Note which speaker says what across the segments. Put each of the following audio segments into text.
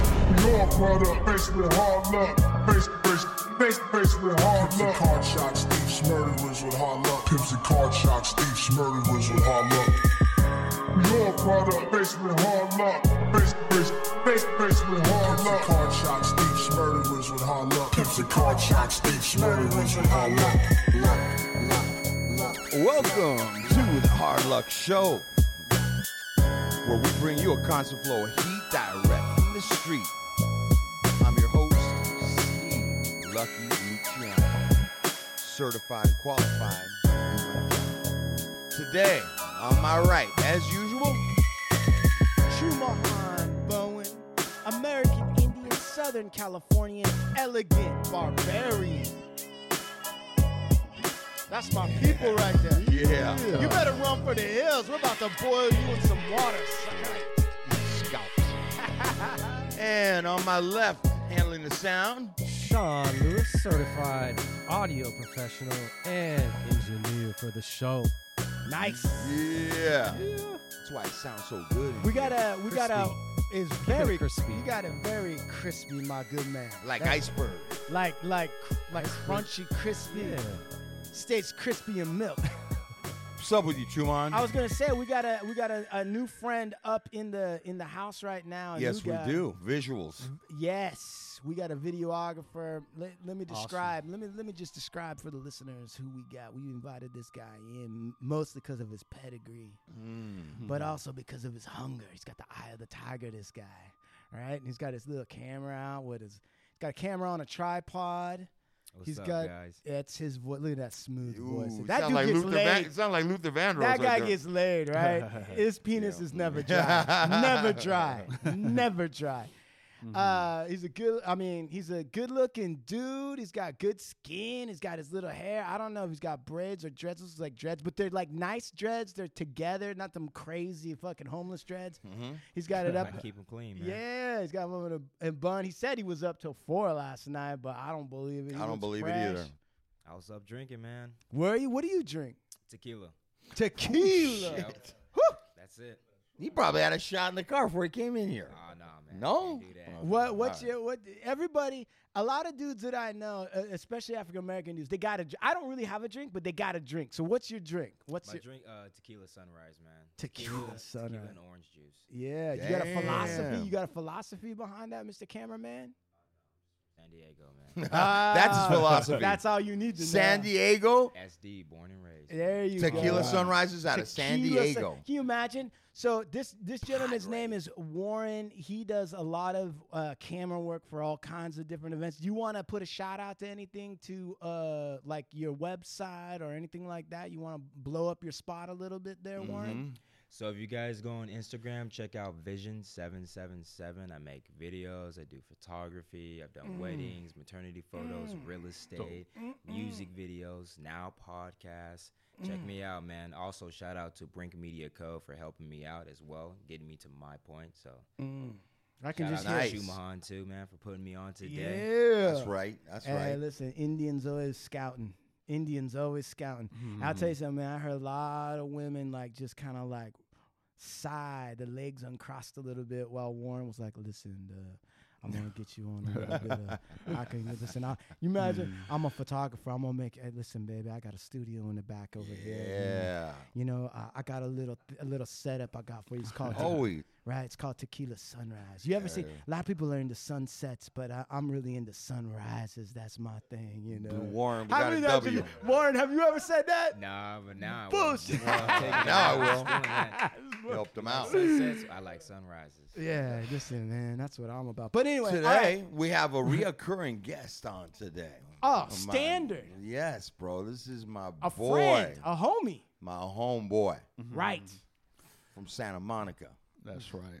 Speaker 1: all product, faced with hard luck. Faced, faced, faced, faced with hard
Speaker 2: Pimps and
Speaker 1: luck.
Speaker 2: card shots, thieves, murderers with hard luck. Pimps and card shots, thieves, murderers with hard luck.
Speaker 1: We all product, faced with hard luck. Faced, faced, faced, faced with hard
Speaker 2: Pimps and
Speaker 1: luck.
Speaker 2: card shots, thieves, murderers with hard luck. Pimps and card shots, thieves, murderers with hard luck.
Speaker 3: Welcome to the Hard Luck Show, where we bring you a constant flow of heat direct from the street. I'm your host, Steve Lucky Luciano, certified and qualified. in my job. Today, on my right, as usual,
Speaker 4: Chumahan Bowen, American Indian, Southern Californian, elegant barbarian. That's my people right there.
Speaker 3: yeah,
Speaker 4: You better run for the hills. We're about to boil you in some water. sucker.
Speaker 3: scouts. and on my left, handling the sound,
Speaker 5: Sean Lewis, certified audio professional and engineer for the show.
Speaker 4: Nice.
Speaker 3: yeah. That's why it sounds so good. in
Speaker 4: We
Speaker 3: here.
Speaker 4: got a, we got a, it's very
Speaker 5: crispy.
Speaker 4: You got it very crispy, my good man.
Speaker 3: like
Speaker 4: That-
Speaker 3: iceberg.
Speaker 4: like, like, like crunchy, crispy.
Speaker 5: Yeah.
Speaker 4: Stays crispy and milk.
Speaker 3: What's up with you, Chuman?
Speaker 4: I was gonna say we got a we got a, a new friend up in the in the house right now. a
Speaker 3: Yes,
Speaker 4: new
Speaker 3: we
Speaker 4: guy. Mm-hmm.
Speaker 3: do. Visuals.
Speaker 4: Yes, we got a videographer. Let, let me describe. Let me let me just describe for the listeners who we got. We invited this guy in mostly because of his pedigree,
Speaker 6: Mm-hmm.
Speaker 4: but also because of his hunger. He's got the eye of the tiger. This guy, right? And he's got his little camera out with his. He's got a camera on a tripod. He's
Speaker 5: up,
Speaker 4: got.
Speaker 5: guys?
Speaker 4: That's his voice. Look at that smooth voice.
Speaker 3: Ooh,
Speaker 4: That dude
Speaker 6: sound like
Speaker 4: gets
Speaker 6: Luther
Speaker 4: laid.
Speaker 6: Van, sound like Luther Vandross.
Speaker 4: That guy
Speaker 6: right there.
Speaker 4: gets laid, right? His penis is never dry. never dry. never dry.
Speaker 3: Mm-hmm.
Speaker 4: Uh, he's a good. I mean, he's a good-looking dude. He's got good skin. He's got his little hair. I don't know if he's got braids or dreads. This is like dreads, but they're like nice dreads. They're together, not them crazy fucking homeless dreads.
Speaker 3: Mm-hmm.
Speaker 4: He's got it up.
Speaker 5: him clean,
Speaker 4: Yeah, he's got one in a bun. He said he was up till four last night, but I don't believe it. He
Speaker 3: I don't
Speaker 4: looks
Speaker 3: believe
Speaker 4: fresh.
Speaker 3: it either.
Speaker 5: I was up drinking, man.
Speaker 4: Where are you? What do you drink?
Speaker 5: Tequila.
Speaker 3: Oh,
Speaker 4: Tequila.
Speaker 5: That's it.
Speaker 3: He probably had a shot in the car before he came in here.
Speaker 5: Oh, no, man.
Speaker 3: No?
Speaker 4: What what's
Speaker 3: Alright.
Speaker 4: your what everybody a lot of dudes that I know uh, especially African American dudes they got a dr- I don't really have a drink but they got a drink. So what's your drink? What's
Speaker 7: My
Speaker 4: your
Speaker 7: drink, uh, tequila sunrise, man.
Speaker 4: Tequila sunrise.
Speaker 7: Tequila and orange juice.
Speaker 4: Yeah, you got a philosophy.
Speaker 3: Damn.
Speaker 4: You got a philosophy behind that, Mr. Cameraman?
Speaker 7: San Diego, man.
Speaker 3: That's his
Speaker 4: Ah,
Speaker 3: philosophy.
Speaker 4: That's all you need to know.
Speaker 3: San Diego.
Speaker 7: SD, born and raised.
Speaker 4: There you go.
Speaker 3: Tequila sunrises out of San
Speaker 4: Tequila Sun-
Speaker 3: Diego.
Speaker 4: Can you imagine? So this this gentleman's name is Warren. He does a lot of uh, camera work for all kinds of different events. Do you want to put a shout out to anything to uh, like your website or anything like that? You want to blow up your spot a little bit there, Warren?
Speaker 7: So if you guys go on Instagram, check out Vision Seven Seven Seven. I make videos. I do photography. I've
Speaker 4: Mm.
Speaker 7: done weddings, maternity photos, real estate, music videos, now podcasts. Check
Speaker 4: Mm.
Speaker 7: me out, man. Also, shout out to Brink Media Co. for helping me out as well, getting me to my point. So,
Speaker 3: Mm-hmm.
Speaker 4: I can
Speaker 7: shout
Speaker 4: just
Speaker 7: out
Speaker 3: nice.
Speaker 4: hear.
Speaker 7: to Shumahan, too, man, for putting me on today.
Speaker 4: Yeah.
Speaker 3: That's right. That's
Speaker 4: Hey,
Speaker 3: right.
Speaker 4: listen, Indians always scouting. Indians always scouting. I'll tell you
Speaker 3: Mm-hmm.
Speaker 4: something, man. I heard a lot of women like just kind of like sigh, the legs uncrossed a little bit, while Warren was like, "Listen, uh, I'm gonna get you on a little bit. Of, I can listen. I, you imagine?
Speaker 3: Mm.
Speaker 4: I'm a photographer. I'm gonna make. Hey, listen, baby, I got a studio in the back over here.
Speaker 3: Yeah.
Speaker 4: You know, I, I got a little a little setup I got for you. It's called
Speaker 3: Oh, wait.
Speaker 4: Right, it's called Tequila Sunrise. You ever see? A lot of people are into sunsets, but I, I'm really into sunrises. That's my thing, you know.
Speaker 3: Warren, we
Speaker 4: How
Speaker 3: got
Speaker 4: many
Speaker 3: a
Speaker 4: times have
Speaker 3: W.
Speaker 4: you- Warren, have you ever said that?
Speaker 7: Nah, but now
Speaker 4: Bullshit.
Speaker 3: Now I
Speaker 7: I will.
Speaker 3: will.
Speaker 7: Well, take it out.
Speaker 3: helped him out.
Speaker 7: Sunsets, I like sunrises.
Speaker 4: Yeah, listen, man, that's what I'm about. But anyway, all right.
Speaker 3: Today we have a reoccurring guest on today.
Speaker 4: Oh,
Speaker 3: My-
Speaker 4: standard.
Speaker 3: Yes, bro. This is my
Speaker 4: a
Speaker 3: boy, Mm-hmm.
Speaker 4: friend, a homie,
Speaker 3: my homeboy
Speaker 4: right?
Speaker 3: from Santa Monica,
Speaker 6: That's right.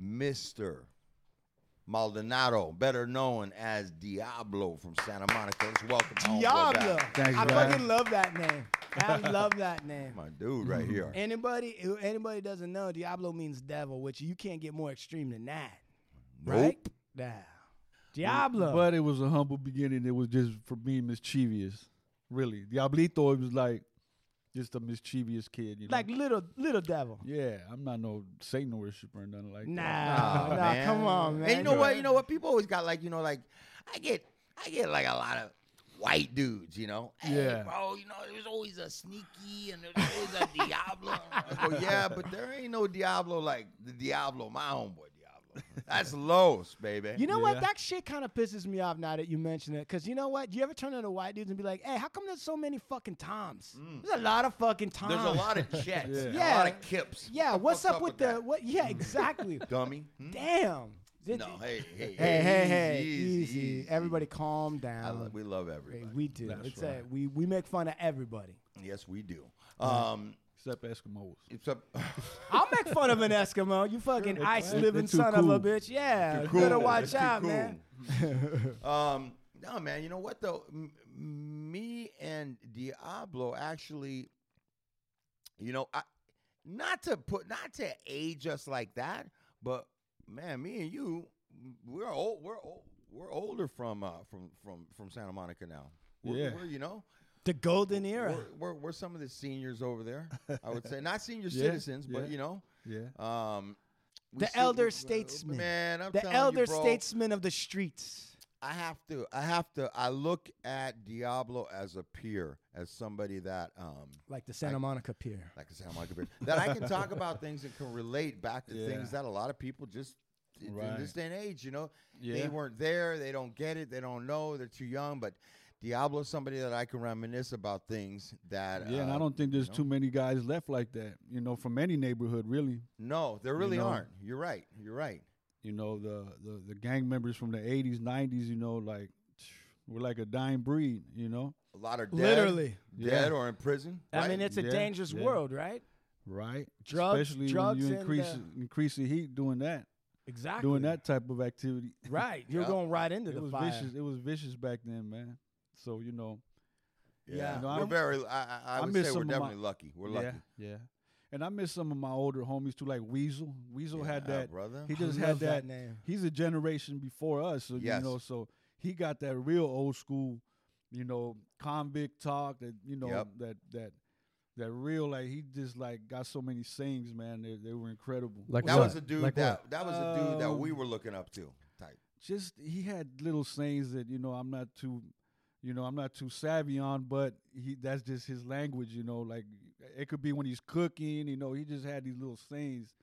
Speaker 3: Mister Maldonado, better known as Diablo from Santa Monica. Let's welcome Oh, my homeboy
Speaker 4: Diablo.
Speaker 3: back.
Speaker 6: Thanks,
Speaker 4: I
Speaker 6: man.
Speaker 4: fucking love that name. I love that name.
Speaker 3: My dude, right here.
Speaker 4: Anybody who anybody doesn't know, Diablo means devil, which you can't get more extreme than that,
Speaker 3: Nope.
Speaker 4: right? Nah. Diablo.
Speaker 6: But it was a humble beginning. It was just for being mischievous, really. Diablito, it was like Just a mischievous kid, you know.
Speaker 4: Like little little devil.
Speaker 6: yeah, I'm not no Satan worshiper or nothing like that.
Speaker 4: Nah, nah, come on, man.
Speaker 3: Oh, And you know what? You know what? People always got like, you know, like I get, I get like a lot of white dudes, you know. Hey,
Speaker 6: Yeah.
Speaker 3: bro, you know, there's always a sneaky and there's always a Diablo. oh yeah, but there ain't no Diablo like the Diablo, my homeboy Diablo. That's Los, baby.
Speaker 4: You know
Speaker 6: Yeah.
Speaker 4: what? That shit kind of pisses me off now that you mention it. Cause you know what? Do you ever turn to the white dudes and be like, "Hey, how come there's so many fucking Toms? There's a lot of fucking Toms.
Speaker 3: Mm. there's a lot of Jets, and a
Speaker 4: Yeah.
Speaker 3: lot of Kips.
Speaker 4: Yeah.
Speaker 3: What the
Speaker 4: What's
Speaker 3: fuck's
Speaker 4: up, with the
Speaker 3: that?
Speaker 4: what? Yeah, exactly.
Speaker 3: dummy? Hmm?
Speaker 4: Damn. Did-
Speaker 3: No, hey, hey,
Speaker 4: Hey, hey, hey,
Speaker 3: easy,
Speaker 4: easy.
Speaker 3: easy, easy.
Speaker 4: Everybody, calm
Speaker 3: I
Speaker 4: down.
Speaker 3: love, we love
Speaker 4: Hey,
Speaker 3: everybody.
Speaker 4: we do.
Speaker 6: That's
Speaker 4: it's
Speaker 6: right.
Speaker 4: a, we we make fun of everybody.
Speaker 3: yes, we do. Um,
Speaker 6: Except Eskimos.
Speaker 3: except.
Speaker 4: I'll make fun of an Eskimo. You fucking
Speaker 6: Sure,
Speaker 4: ice
Speaker 6: they-
Speaker 4: living
Speaker 6: they too
Speaker 4: son of a
Speaker 6: cool.
Speaker 4: bitch. Yeah,
Speaker 3: Cool.
Speaker 4: better watch
Speaker 3: That's too
Speaker 4: out,
Speaker 3: cool.
Speaker 4: man.
Speaker 3: um, no, man. You know what though? M- me and Diablo actually, you know, I not to put not to age us like that, but man, me and you, we're old. We're old. We're older from uh, from from from Santa Monica now. We're,
Speaker 6: Yeah.
Speaker 3: we're, you know,
Speaker 4: The golden era.
Speaker 3: we're, we're we're some of the seniors over there. I would say not senior
Speaker 6: Yeah,
Speaker 3: citizens, but
Speaker 6: yeah.
Speaker 3: you know,
Speaker 6: Yeah.
Speaker 3: um, we
Speaker 4: The
Speaker 3: still-
Speaker 4: elder
Speaker 3: we-
Speaker 4: statesman.
Speaker 3: Man, I'm
Speaker 4: the
Speaker 3: telling you,
Speaker 4: elder
Speaker 3: bro,
Speaker 4: statesman of the streets.
Speaker 3: I have to. I have to. I look at Diablo as a peer, as somebody that, um,
Speaker 4: Like the Santa Monica Pier.
Speaker 3: like I said, I'm like a peer, that I can talk about things and can relate back to things
Speaker 6: Yeah.
Speaker 3: that a lot of people just in- in this
Speaker 6: Right.
Speaker 3: day and age, you know,
Speaker 6: Yeah.
Speaker 3: they weren't there, they don't get it, they don't know, they're too young. But Diablo is somebody that I can reminisce about things that.
Speaker 6: Yeah, and I
Speaker 3: um,
Speaker 6: don't think there's
Speaker 3: you know.
Speaker 6: too many guys left like that, you know, from any neighborhood really.
Speaker 3: No, there really
Speaker 6: know.
Speaker 3: aren't. You're right. You're right.
Speaker 6: You know, the, the the gang members from the eighties, nineties, you know, like we're like a dying breed, you know.
Speaker 3: A lot are dead,
Speaker 4: Literally.
Speaker 3: dead
Speaker 6: Yeah.
Speaker 3: or in prison.
Speaker 4: I
Speaker 3: right?
Speaker 4: mean, it's a
Speaker 6: Yeah,
Speaker 4: dangerous
Speaker 6: yeah.
Speaker 4: world, right?
Speaker 6: Right.
Speaker 4: Drugs-
Speaker 6: Especially
Speaker 4: drugs
Speaker 6: when
Speaker 4: and,
Speaker 6: you increase
Speaker 4: uh,
Speaker 6: increase the heat doing that.
Speaker 4: Exactly.
Speaker 6: Doing that type of activity.
Speaker 4: Right. You're
Speaker 3: Yeah.
Speaker 4: going right into
Speaker 6: It
Speaker 4: the
Speaker 6: was
Speaker 4: fire.
Speaker 6: vicious. It was vicious back then, man. So, you know,
Speaker 4: Yeah.
Speaker 3: yeah.
Speaker 6: You know,
Speaker 3: we're
Speaker 6: I'm-
Speaker 3: very. I, I, I
Speaker 6: I
Speaker 3: would
Speaker 6: miss
Speaker 3: say
Speaker 6: some
Speaker 3: we're
Speaker 6: of my-
Speaker 3: definitely lucky. We're
Speaker 6: yeah,
Speaker 3: lucky.
Speaker 6: yeah. And I miss some of my older homies too, like Weasel. Weasel had
Speaker 3: Yeah,
Speaker 6: that.
Speaker 3: brother.
Speaker 6: He
Speaker 4: I
Speaker 6: just
Speaker 4: love
Speaker 6: had
Speaker 4: that
Speaker 6: that.
Speaker 4: name.
Speaker 6: He's a generation before us, so
Speaker 3: Yes.
Speaker 6: you know. So he got that real old school, you know, convict talk. That you know
Speaker 3: Yep.
Speaker 6: that that that real like he just like got so many sayings, man. They, they were incredible.
Speaker 8: Like
Speaker 3: That
Speaker 8: what?
Speaker 3: was a dude
Speaker 8: Like
Speaker 3: that
Speaker 8: what?
Speaker 3: that was a dude that we
Speaker 6: Um,
Speaker 3: were looking up to. Type.
Speaker 6: just he had little sayings that you know I'm not too, you know I'm not too savvy on, but he that's just his language. You know, like it could be when he's cooking. You know, he just had these little sayings.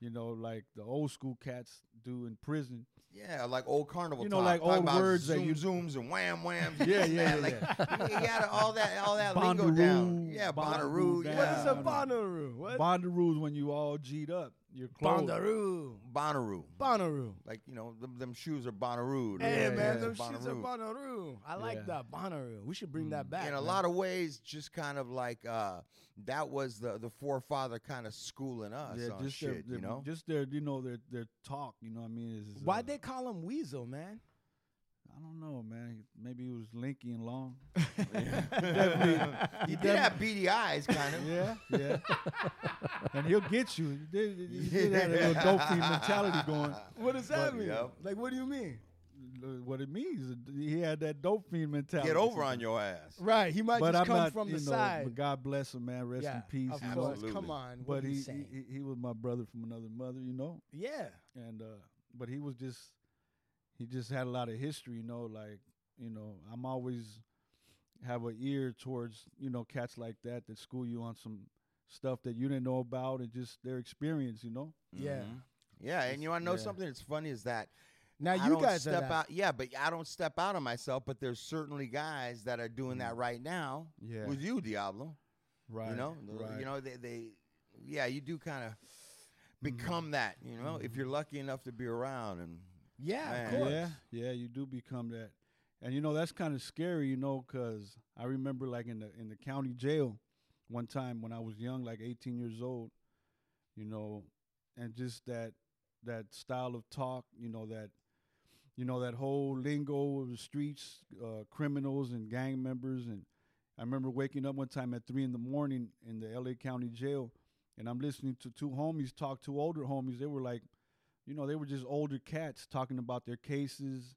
Speaker 6: You know, like the old school cats do in prison.
Speaker 3: Yeah, like old carnival.
Speaker 6: You know,
Speaker 3: talk,
Speaker 6: like
Speaker 3: talking
Speaker 6: old
Speaker 3: about
Speaker 6: words that
Speaker 3: zoom
Speaker 6: you-
Speaker 3: zooms and wham whams. and
Speaker 6: Yeah,
Speaker 3: this and
Speaker 6: yeah,
Speaker 3: that,
Speaker 6: yeah,
Speaker 3: Like, he had all that all that lingo down.
Speaker 6: Bonnaroo,
Speaker 3: Yeah, Bonnaroo.
Speaker 6: Bonnaroo
Speaker 3: Yeah.
Speaker 4: What is a
Speaker 6: down.
Speaker 4: Bonnaroo? What?
Speaker 6: Bondaroos when you all G'd up, you're clothes.
Speaker 4: Bonnaroo.
Speaker 3: Bonnaroo.
Speaker 4: Bonnaroo.
Speaker 3: Like you know, them, them shoes are Bonnaroo.
Speaker 4: Hey,
Speaker 6: Yeah,
Speaker 4: man,
Speaker 6: yeah.
Speaker 4: them shits are
Speaker 3: Bonnaroo.
Speaker 4: Bonnaroo. I like
Speaker 6: Yeah. Mm.
Speaker 4: that Bonnaroo. We should bring that back.
Speaker 3: in a
Speaker 4: man.
Speaker 3: lot of ways, just kind of like uh, that was the the forefather kind of schooling us
Speaker 6: Yeah,
Speaker 3: on
Speaker 6: just
Speaker 3: shit.
Speaker 6: their, their,
Speaker 3: you know,
Speaker 6: just their, you know, their their talk. You know what I mean? Is,
Speaker 4: Why'd they call him Weasel, man?
Speaker 6: I don't know, man. Maybe he was lanky and long. Definitely-
Speaker 3: he did have beady eyes, kind of.
Speaker 6: Yeah, yeah. and he'll get you. He did, he did have a little dope fiend mentality going.
Speaker 4: What does that
Speaker 3: But,
Speaker 4: mean?
Speaker 3: yep.
Speaker 4: Like, what do you mean?
Speaker 6: Uh, What it means, he had that dope fiend mentality.
Speaker 3: Get over on your ass.
Speaker 4: Right, he might
Speaker 6: But
Speaker 4: just
Speaker 6: I'm
Speaker 4: come
Speaker 6: not,
Speaker 4: from
Speaker 6: you
Speaker 4: the
Speaker 6: know,
Speaker 4: side.
Speaker 6: But God bless him, man. Rest in
Speaker 4: yeah,
Speaker 6: peace.
Speaker 4: Of
Speaker 6: you know.
Speaker 4: course,
Speaker 3: Absolutely.
Speaker 4: come on.
Speaker 6: But
Speaker 4: what
Speaker 6: he,
Speaker 4: he,
Speaker 6: he
Speaker 4: saying?
Speaker 6: he- he was my brother from another mother, you know.
Speaker 4: yeah,
Speaker 6: And uh, but he was just he just had a lot of history, you know. Like you know, I'm always have an ear towards you know cats like that that school you on some stuff that you didn't know about and just their experience, you know.
Speaker 4: yeah.
Speaker 3: Mm-hmm. Yeah, and you want to know
Speaker 6: yeah.
Speaker 3: something that's funny is that
Speaker 4: Now
Speaker 3: I
Speaker 4: you
Speaker 3: don't
Speaker 4: guys are
Speaker 3: step
Speaker 4: that.
Speaker 3: out. Yeah, but I don't step out of myself. But there's certainly guys that are doing that right now.
Speaker 6: Mm. Yeah.
Speaker 3: with you, Diablo.
Speaker 6: Right.
Speaker 3: You know, The- you know they, they yeah, you do kind of
Speaker 6: Mm-hmm.
Speaker 3: become that. You know, if you're lucky enough to be around and
Speaker 4: Yeah,
Speaker 3: Man.
Speaker 4: of course.
Speaker 6: Yeah, yeah, you do become that, and you know that's kind of scary, you know, because I remember like in the in the county jail, one time when I was young, like 18 years old, you know, and just that that style of talk, you know that, you know that whole lingo of the streets, uh, criminals and gang members, and I remember waking up one time at three in the morning in the L.A. County Jail, and I'm listening to two homies talk to older homies. They were like you know, they were just older cats talking about their cases.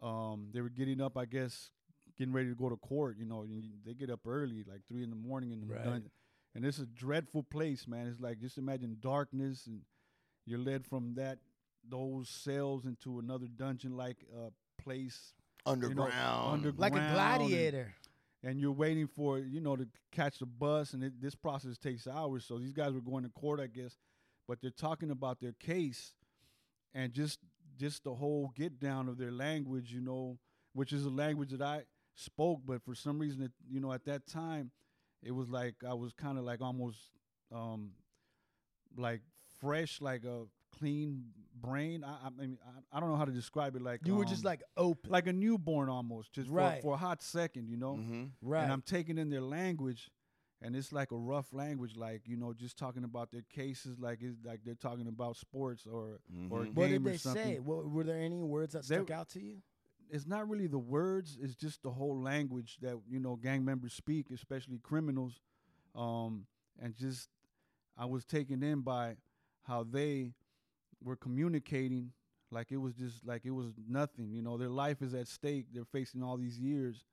Speaker 6: Um, they were getting up, I guess, getting ready to go to court. You know, and you- they get up early, like three in the morning, and
Speaker 4: Right.
Speaker 6: done. And it's a dreadful place, man. It's like just imagine darkness, and you're led from that those cells into another dungeon like uh, place, you know,
Speaker 3: Underground.
Speaker 6: underground,
Speaker 4: like a
Speaker 6: and-
Speaker 4: gladiator.
Speaker 6: and you're waiting for you know to catch the bus and it, this process takes hours so these guys were going to court i guess but they're talking about their case and just just the whole get down of their language you know which is a language that i spoke but for some reason it, you know at that time it was like i was kind of like almost um like fresh like a clean brain i i mean i, I don't know how to describe it like
Speaker 4: You were just
Speaker 6: um,
Speaker 4: like oh, open,
Speaker 6: like a newborn almost just
Speaker 4: Right.
Speaker 6: for, for a hot second you know
Speaker 3: hmm
Speaker 4: right?
Speaker 6: and I'm taking in their language, and it's like a rough language, like you know, just talking about their cases, like it's like they're talking about sports or or
Speaker 3: Mhm.
Speaker 6: a game
Speaker 4: what did
Speaker 6: or
Speaker 4: they
Speaker 6: something.
Speaker 4: say? What, were there any words that
Speaker 6: They-
Speaker 4: stuck out to you?
Speaker 6: It's not really the words; it's just the whole language that you know gang members speak, especially criminals, um, and just I was taken in by how they were communicating. Like it was just like it was nothing, you know. Their life is at stake. They're facing all these years,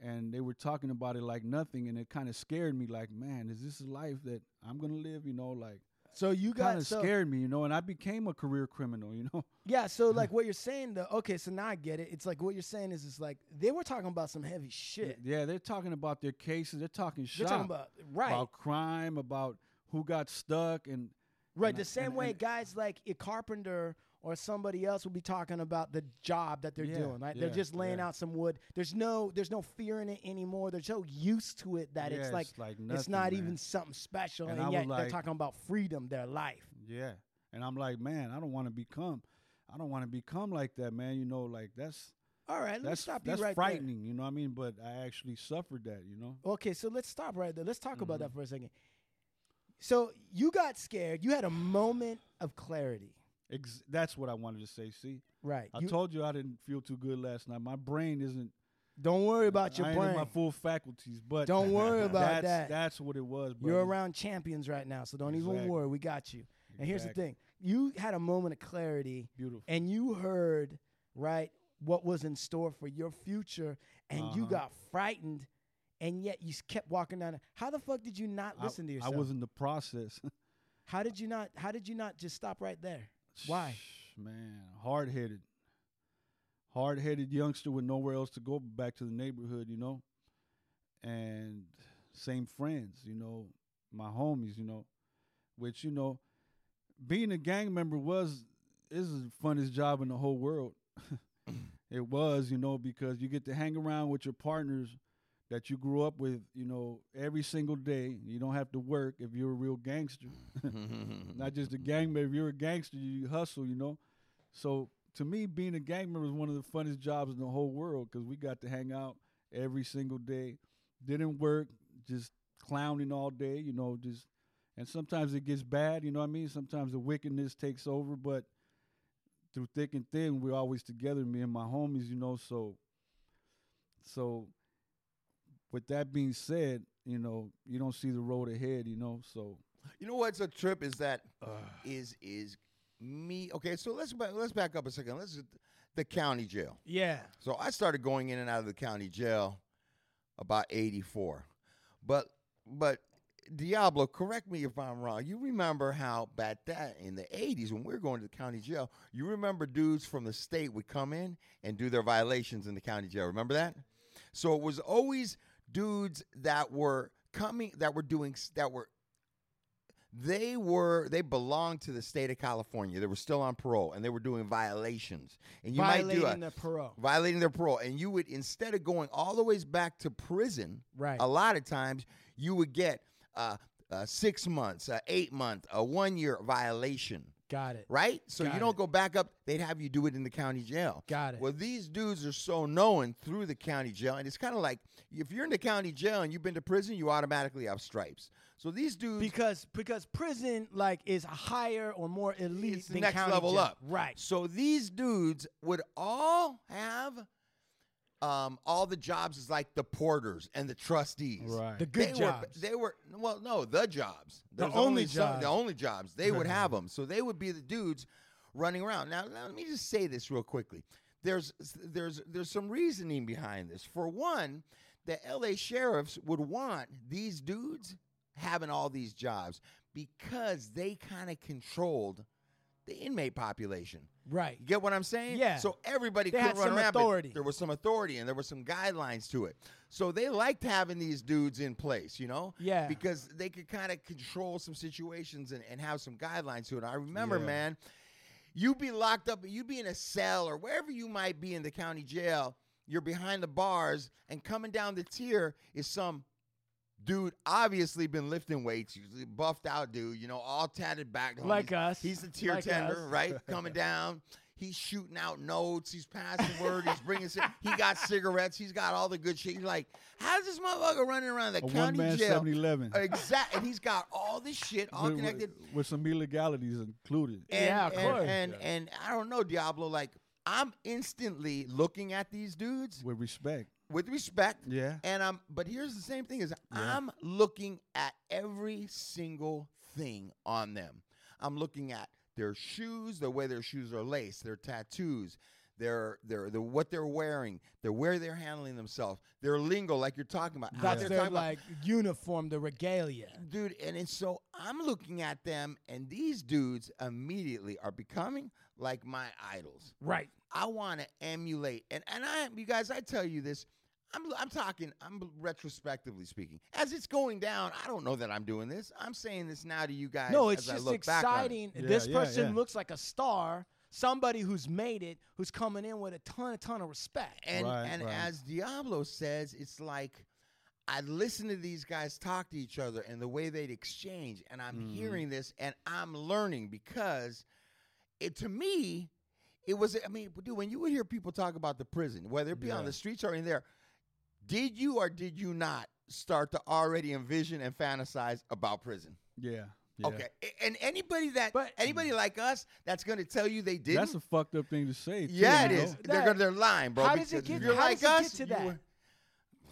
Speaker 6: and they were talking about it like nothing, and it kind of scared me. Like, man, is this a life that I'm gonna live? You know, like
Speaker 4: So you
Speaker 6: kind
Speaker 4: got
Speaker 6: of
Speaker 4: so,
Speaker 6: scared me, you know. And I became a career criminal, you know.
Speaker 4: Yeah, so
Speaker 6: Mm-hmm.
Speaker 4: like what you're saying though, okay, so now I get it. It's like what you're saying is it's like they were talking about some heavy shit.
Speaker 6: Yeah, they're talking about their cases. They're talking
Speaker 4: They're
Speaker 6: shop
Speaker 4: talking about right,
Speaker 6: about crime, about who got stuck, and
Speaker 4: right.
Speaker 6: and-
Speaker 4: The same
Speaker 6: and-
Speaker 4: way
Speaker 6: and-
Speaker 4: guys like a carpenter or somebody else will be talking about the job that they're
Speaker 6: Yeah,
Speaker 4: doing. Right, they're
Speaker 6: yeah,
Speaker 4: just laying
Speaker 6: yeah.
Speaker 4: out some wood. There's no there's no fear in it anymore. They're so used to it that
Speaker 6: yeah,
Speaker 4: it's like it's
Speaker 6: nothing,
Speaker 4: not
Speaker 6: man.
Speaker 4: even something special, and,
Speaker 6: And I was
Speaker 4: yet they're
Speaker 6: like-
Speaker 4: talking about freedom, their life.
Speaker 6: Yeah. And I'm like, man, I don't want to become, I don't want to become like that, man. You know, like that's
Speaker 4: All right, let me
Speaker 6: that's
Speaker 4: stop you
Speaker 6: that's
Speaker 4: right there.
Speaker 6: frightening. You know what I mean? But I actually suffered that. You know.
Speaker 4: Okay, so let's stop right there. Let's talk about
Speaker 6: Mm-hmm.
Speaker 4: that for a second. So you got scared. You had a moment of clarity,
Speaker 6: Ex- that's what I wanted to say. See,
Speaker 4: right?
Speaker 6: I
Speaker 4: you,
Speaker 6: told you I didn't feel too good last night. My brain isn't.
Speaker 4: don't worry about your
Speaker 6: I ain't in
Speaker 4: brain.
Speaker 6: my full faculties, but
Speaker 4: Don't worry about
Speaker 6: that's,
Speaker 4: that.
Speaker 6: That's what it was.
Speaker 4: You're
Speaker 6: brother.
Speaker 4: around champions right now, so don't even
Speaker 6: Exactly.
Speaker 4: worry. We got you. And here's the
Speaker 6: Exactly.
Speaker 4: thing: you had a moment of clarity,
Speaker 6: Beautiful.
Speaker 4: and you heard right what was in store for your future, and you
Speaker 6: Uh-huh.
Speaker 4: got frightened, and yet you s- kept walking down. the- How the fuck did you not
Speaker 6: I-
Speaker 4: listen to yourself?
Speaker 6: I was in the process.
Speaker 4: How did you not? How did you not just stop right there? Why?
Speaker 6: Man, hard headed. Hard headed youngster with nowhere else to go but back to the neighborhood, you know? And same friends, you know, my homies, you know. Which, you know, being a gang member was is the funnest job in the whole world. it was, you know, because you get to hang around with your partners that you grew up with, you know, every single day. You don't have to work if you're a real gangster
Speaker 3: Mm-hmm.
Speaker 6: not just a gang member. If you're a gangster, you hustle, you know. So to me, being a gang member is one of the funnest jobs in the whole world because we got to hang out every single day. Didn't work, just clowning all day, you know. Just and sometimes it gets bad, you know what I mean. Sometimes the wickedness takes over, but through thick and thin, we're always together, me and my homies, you know. So, so with that being said, you know, you don't see the road ahead, you know. So
Speaker 3: You know what's a trip is that is is me. Okay, so let's ba- let's back up a second. Let's the county jail.
Speaker 4: Yeah.
Speaker 3: So I started going in and out of the county jail about 84. But but Diablo, correct me if I'm wrong. You remember how back that in the 80s when we were going to the county jail, you remember dudes from the state would come in and do their violations in the county jail. Remember that? So it was always dudes that were coming that were doing s- that were they were they belonged to the state of California. They were still on parole and they were doing violations. And you
Speaker 4: violating
Speaker 3: might do a,
Speaker 4: the parole.
Speaker 3: violating their parole. And you would, instead of going all the ways back to prison,
Speaker 4: Right.
Speaker 3: a lot of times you would get uh, uh, six months, uh, eight month, a one year violation,
Speaker 4: Got it.
Speaker 3: right? So
Speaker 4: Got
Speaker 3: you don't
Speaker 4: it.
Speaker 3: go back up. They'd have you do it in the county jail.
Speaker 4: Got it.
Speaker 3: Well, these dudes are so known through the county jail. And it's kind of like if you're in the county jail and you've been to prison, you automatically have stripes. So these dudes.
Speaker 4: because because prison like is higher or more elite
Speaker 3: it's the
Speaker 4: than
Speaker 3: next
Speaker 4: county
Speaker 3: level
Speaker 4: jail.
Speaker 3: up.
Speaker 4: Right.
Speaker 3: So these dudes would all have um, all the jobs as like the porters and the trustees.
Speaker 6: Right.
Speaker 4: The good
Speaker 3: they
Speaker 4: jobs.
Speaker 3: Were, they were well, no, the jobs.
Speaker 4: The
Speaker 3: There's
Speaker 4: only
Speaker 3: some- The
Speaker 4: jobs.
Speaker 3: only jobs they would have them. So they would be the dudes running around. Now, now let me just say this real quickly. there's there's there's some reasoning behind this. For one, the LA sheriffs would want these dudes having all these jobs because they kind of controlled the inmate population.
Speaker 4: Right.
Speaker 3: You get what I'm saying?
Speaker 4: Yeah.
Speaker 3: So everybody
Speaker 4: They
Speaker 3: could
Speaker 4: had
Speaker 3: run
Speaker 4: some
Speaker 3: around. but
Speaker 4: authority.
Speaker 3: There was some authority and there were some guidelines to it. So they liked having these dudes in place, you know?
Speaker 4: Yeah.
Speaker 3: Because they could kind of control some situations and, and have some guidelines to it. I remember,
Speaker 6: Yeah.
Speaker 3: man, you'd be locked up, you'd be in a cell or wherever you might be in the county jail, you're behind the bars, and coming down the tier is some dude obviously been lifting weights, usually buffed out dude, you know, all tatted back.
Speaker 4: Like
Speaker 3: homies.
Speaker 4: us.
Speaker 3: He's the tier
Speaker 4: Like
Speaker 3: tender,
Speaker 4: us.
Speaker 3: right? Coming down. He's shooting out notes. He's passing word. He's bringing. ci- he got cigarettes. He's got all the good shit. You're like, how's this motherfucker running around the
Speaker 6: A
Speaker 3: county
Speaker 6: one-man
Speaker 3: jail?
Speaker 6: 7-Eleven.
Speaker 3: Exact. And he's got all this shit, all
Speaker 6: with,
Speaker 3: connected.
Speaker 6: with, with some illegalities included.
Speaker 3: And,
Speaker 4: Yeah, of
Speaker 3: and,
Speaker 4: course.
Speaker 3: And, and I don't know, Diablo. Like I'm instantly looking at these dudes
Speaker 6: With respect.
Speaker 3: with respect.
Speaker 6: Yeah.
Speaker 3: And I'm but here's the same thing is I'm looking at every single thing on them. I'm looking at their shoes, the way their shoes are laced, their tattoos, their their the what they're wearing, the where they're handling themselves, their lingo, like you're talking about. how
Speaker 4: That's
Speaker 3: they're
Speaker 4: their
Speaker 3: talking about-
Speaker 4: like uniform, the regalia.
Speaker 3: dude and it's so i'm looking at them and these dudes immediately are becoming like my idols
Speaker 4: Right.
Speaker 3: i want to emulate and and i you guys i tell you this I'm, I'm talking i'm retrospectively speaking as it's going down i don't know that i'm doing this i'm saying this now to you guys
Speaker 4: No, it's
Speaker 3: as I
Speaker 4: just
Speaker 3: look back on it.
Speaker 4: exciting.
Speaker 6: Yeah,
Speaker 4: this
Speaker 6: yeah,
Speaker 4: person
Speaker 6: yeah.
Speaker 4: looks like a star, somebody who's made it, who's coming in with a ton, a ton of respect.
Speaker 3: and
Speaker 6: Right,
Speaker 3: and
Speaker 6: right.
Speaker 3: as Diablo says, it's like I listen to these guys talk to each other and the way they'd exchange, and I'm
Speaker 4: Mm-hmm.
Speaker 3: hearing this and I'm learning because it to me, it was I mean, dude, when you would hear people talk about the prison, whether it be on
Speaker 6: Yeah.
Speaker 3: the streets or in there, did you or did you not start to already envision and fantasize about prison?
Speaker 6: Yeah. yeah.
Speaker 3: Okay, A- and anybody that
Speaker 4: But-
Speaker 3: anybody like us that's going to tell you they didn't.
Speaker 6: That's a fucked up thing to say. too,
Speaker 3: Yeah, it
Speaker 6: you know?
Speaker 3: is. They're gonna, they're lying, bro.
Speaker 4: How does it
Speaker 3: because
Speaker 4: get-
Speaker 3: if you're
Speaker 4: how
Speaker 3: like
Speaker 4: does it
Speaker 3: us,
Speaker 4: get to
Speaker 3: you
Speaker 4: that?
Speaker 3: were-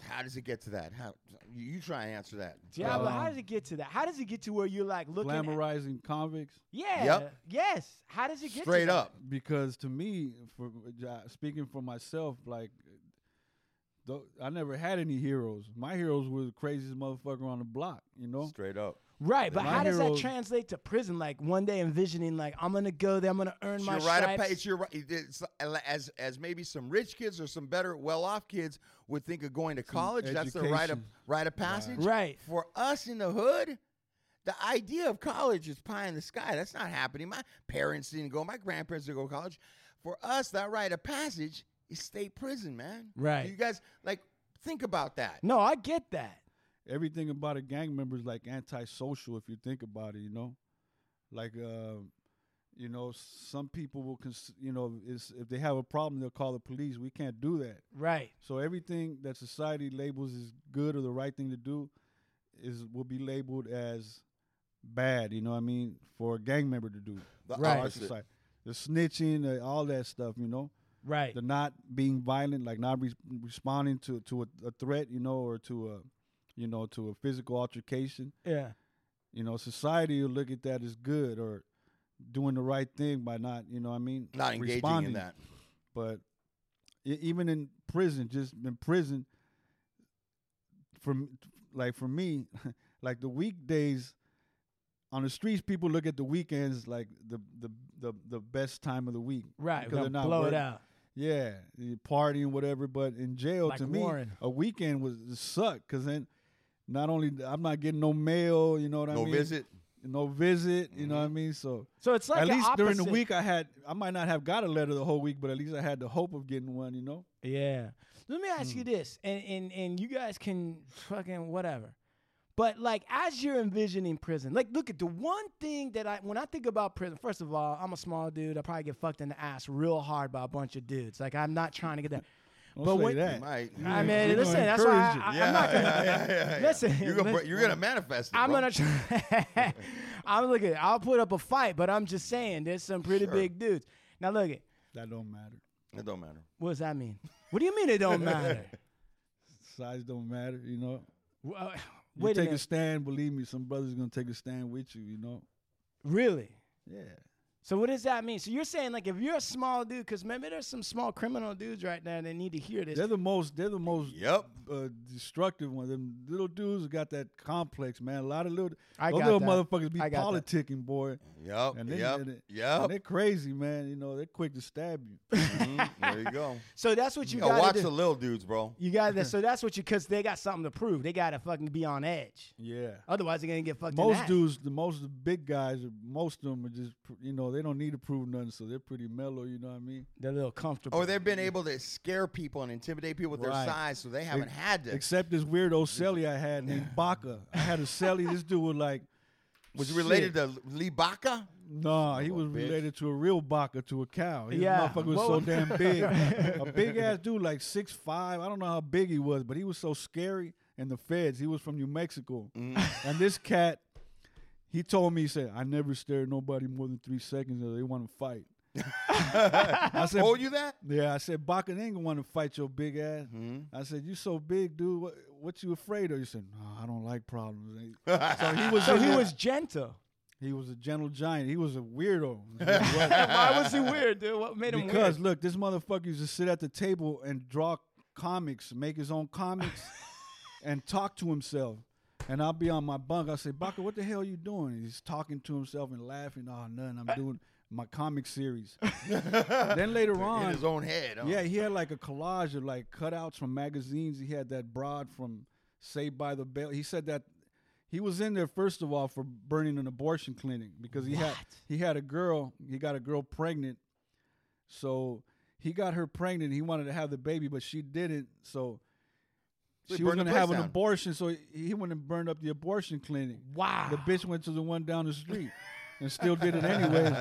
Speaker 3: how does it get to that? How you, you try and answer that? Uh,
Speaker 4: Diablo,
Speaker 6: Um,
Speaker 4: how does it get to that? How does it get to where you're like looking? at-
Speaker 6: Glamorizing convicts.
Speaker 4: yeah.
Speaker 3: Yep.
Speaker 4: Yes. How does it get to
Speaker 3: Straight
Speaker 4: that?
Speaker 3: up.
Speaker 6: because to me, for uh, speaking for myself, like though I never had any heroes. My heroes were the craziest motherfucker on the block, you know.
Speaker 3: Straight up.
Speaker 4: Right, but
Speaker 6: My
Speaker 4: how does that
Speaker 6: heroes-
Speaker 4: translate to prison? Like one day envisioning, like I'm gonna go there, I'm gonna earn
Speaker 3: It's
Speaker 4: my
Speaker 3: your right of
Speaker 4: stripes.
Speaker 3: page. You're right. It's uh, as as maybe some rich kids or some better well-off kids would think of going to college. That's the right of
Speaker 6: education.
Speaker 3: right of passage.
Speaker 4: Right.
Speaker 3: For us in the hood, the idea of college is pie in the sky. That's not happening. My parents didn't go. My grandparents didn't go to college. For us, that rite of passage is state prison, man.
Speaker 4: Right.
Speaker 3: You guys like think about that.
Speaker 4: No, I get that.
Speaker 6: Everything about a gang member is like antisocial if you think about it, you know. Like, uh, you know, some people will, cons- you know, is if they have a problem, they'll call the police. We can't do that.
Speaker 4: Right.
Speaker 6: So everything that society labels as good or the right thing to do is will be labeled as bad. You know what I mean? For a gang member to do,
Speaker 3: The
Speaker 4: Right.
Speaker 6: Our
Speaker 3: opposite.
Speaker 6: society. the snitching, uh, all that stuff. You know,
Speaker 4: Right.
Speaker 6: the not being violent, like not re- responding to to a, a threat. You know, or to a you know to a physical altercation.
Speaker 4: yeah.
Speaker 6: You know, society will look at that as good or doing the right thing by not. You know, what I mean,
Speaker 3: Not engaging in
Speaker 6: responding
Speaker 3: that.
Speaker 6: but e- even in prison, just in prison, from like for me, like the weekdays on the streets, people look at the weekends like the the the, the best time of the week,
Speaker 4: Right.
Speaker 6: Because
Speaker 4: We're
Speaker 6: they're
Speaker 4: gonna
Speaker 6: not
Speaker 4: blow it
Speaker 6: working.
Speaker 4: out.
Speaker 6: Yeah, you party and whatever. But in jail,
Speaker 4: Like
Speaker 6: to me,
Speaker 4: Warren.
Speaker 6: a weekend was sucked because then not only I'm not getting no mail, you know what I
Speaker 3: No
Speaker 6: mean?
Speaker 3: visit. Mm-hmm.
Speaker 6: no visit, you know what I mean? So
Speaker 4: So it's like
Speaker 6: at
Speaker 4: the
Speaker 6: least during the
Speaker 4: opposite.
Speaker 6: week, I had I might not have got a letter the whole week, but at least I had the hope of getting one. You know,
Speaker 4: Yeah. Let me ask you
Speaker 6: Hmm.
Speaker 4: this, and, and and you guys can fucking whatever. But like as you're envisioning prison, like look at the one thing that I when I think about prison, first of all, I'm a small dude. I probably get fucked in the ass real hard by a bunch of dudes. Like I'm not trying to get that.
Speaker 6: don't
Speaker 4: But
Speaker 6: say
Speaker 4: when-
Speaker 6: that.
Speaker 3: Might.
Speaker 4: I
Speaker 6: Yeah,
Speaker 4: mean,
Speaker 6: we're
Speaker 4: listen,
Speaker 6: gonna
Speaker 4: that's why I,
Speaker 6: encourage
Speaker 4: I,
Speaker 6: it.
Speaker 4: am not gonna. Listen,
Speaker 3: You're gonna,
Speaker 4: listen.
Speaker 3: you're gonna manifest it.
Speaker 4: I'm
Speaker 3: bro.
Speaker 4: gonna try. I'm looking. I'll put up a fight, but I'm just saying, there's some pretty
Speaker 3: Sure.
Speaker 4: big dudes. Now look at
Speaker 6: That don't matter.
Speaker 3: It don't matter.
Speaker 4: what does that mean? What do you mean it don't matter?
Speaker 6: Size don't matter. You know,
Speaker 4: Well,
Speaker 6: you
Speaker 4: uh, Wait a
Speaker 6: take a,
Speaker 4: minute.
Speaker 6: stand. Believe me, some brothers gonna take a stand with you. You know,
Speaker 4: really?
Speaker 6: yeah.
Speaker 4: So what does that mean? So you're saying like if you're a small dude, because remember there's some small criminal dudes right now that need to hear this.
Speaker 6: They're the most. They're the most.
Speaker 9: Yep.
Speaker 6: Uh, destructive one. Them little dudes got that complex, man. A lot of little.
Speaker 4: I
Speaker 6: those
Speaker 4: got
Speaker 6: little
Speaker 4: that.
Speaker 6: motherfuckers be
Speaker 4: I got that.
Speaker 6: politicking, boy.
Speaker 9: Yep.
Speaker 6: And they,
Speaker 9: yep.
Speaker 6: and they-
Speaker 9: yep.
Speaker 6: and they're crazy, man. You know, they're quick to stab you.
Speaker 9: Mhm, There you go.
Speaker 4: so that's what you
Speaker 9: Yo,
Speaker 4: gotta
Speaker 9: Oh, watch
Speaker 4: do.
Speaker 9: the little dudes, bro.
Speaker 4: you got that. So that's what you because they got something to prove. They gotta fucking be on edge.
Speaker 6: yeah.
Speaker 4: Otherwise they're gonna get fucked. in the
Speaker 6: Most
Speaker 4: ass.
Speaker 6: dudes, the most of the big guys, most of them are just, pr- you know, they don't need to prove nothing, so they're pretty mellow. You know what I mean?
Speaker 4: they're a little comfortable.
Speaker 9: Or they've been able to scare people and intimidate people with
Speaker 6: Right.
Speaker 9: their size, so they haven't had to.
Speaker 6: Except this weirdo celly I had named Baca. I had a celly. This dude was like,
Speaker 9: was it related to Lee Baca?
Speaker 6: Nah, he was
Speaker 9: bitch.
Speaker 6: related to a real baka to a cow. His
Speaker 4: Yeah.
Speaker 6: motherfucker was so
Speaker 4: Whoa.
Speaker 6: damn big. a big ass dude, like six five. I don't know how big he was, but he was so scary. And the feds, he was from New Mexico.
Speaker 9: Mm.
Speaker 6: and this cat, he told me, he said, I never stared at nobody more than three seconds or they want to fight. I said,
Speaker 9: Told Oh, you that?
Speaker 6: Yeah, I said, Baka they ain't gonna want to fight your big ass.
Speaker 9: Mm-hmm.
Speaker 6: I said, You so big, dude. What, what you afraid of? He said, No, I don't like problems. so he was
Speaker 4: so he was gentle.
Speaker 6: he was a gentle giant. He was a weirdo.
Speaker 4: Why was he weird, dude? What made him
Speaker 6: Because
Speaker 4: weird?
Speaker 6: look, this motherfucker used to sit at the table and draw comics, make his own comics, and talk to himself. And I'll be on my bunk. I say, Baka, what the hell you doing? And he's talking to himself and laughing. Oh, nothing. I'm doing my comic series. then later
Speaker 9: In
Speaker 6: on,
Speaker 9: his own head. huh?
Speaker 6: yeah, he had like a collage of like cutouts from magazines. He had that broad from Saved by the Bell. He said that he was in there first of all for burning an abortion clinic because he had he had a girl. He got a girl pregnant, so he got her pregnant. He wanted to have the baby, but she didn't. So.
Speaker 9: So he
Speaker 6: She was
Speaker 9: burned the
Speaker 6: gonna have
Speaker 9: place
Speaker 6: an
Speaker 9: down.
Speaker 6: abortion, so he- he went and burned up the abortion clinic.
Speaker 4: Wow.
Speaker 6: The bitch went to the one down the street, and still did it anyway.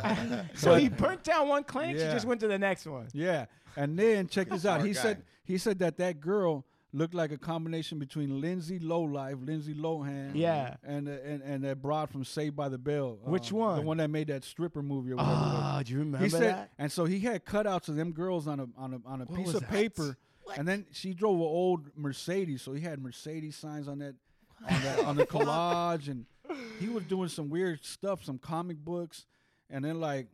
Speaker 4: so he burnt down one clinic. She
Speaker 6: Yeah.
Speaker 4: just went to the next one.
Speaker 6: Yeah, and then check this out.
Speaker 9: Smart
Speaker 6: He
Speaker 9: guy.
Speaker 6: said he said that that girl looked like a combination between Lindsay Lowlife, Lindsay Lohan,
Speaker 4: Yeah.
Speaker 6: and uh, and and that broad from Saved by the Bell.
Speaker 4: Which
Speaker 6: uh, The
Speaker 4: one?
Speaker 6: one that made that stripper movie or whatever. it was.
Speaker 4: Oh, do you remember
Speaker 6: he said,
Speaker 4: that?
Speaker 6: and so he had cutouts of them girls on a on a on a piece
Speaker 4: was
Speaker 6: of
Speaker 4: that?
Speaker 6: paper, and then she drove an old Mercedes, so he had Mercedes signs on that on, that, on the collage, and he was doing some weird stuff, some comic books, and then like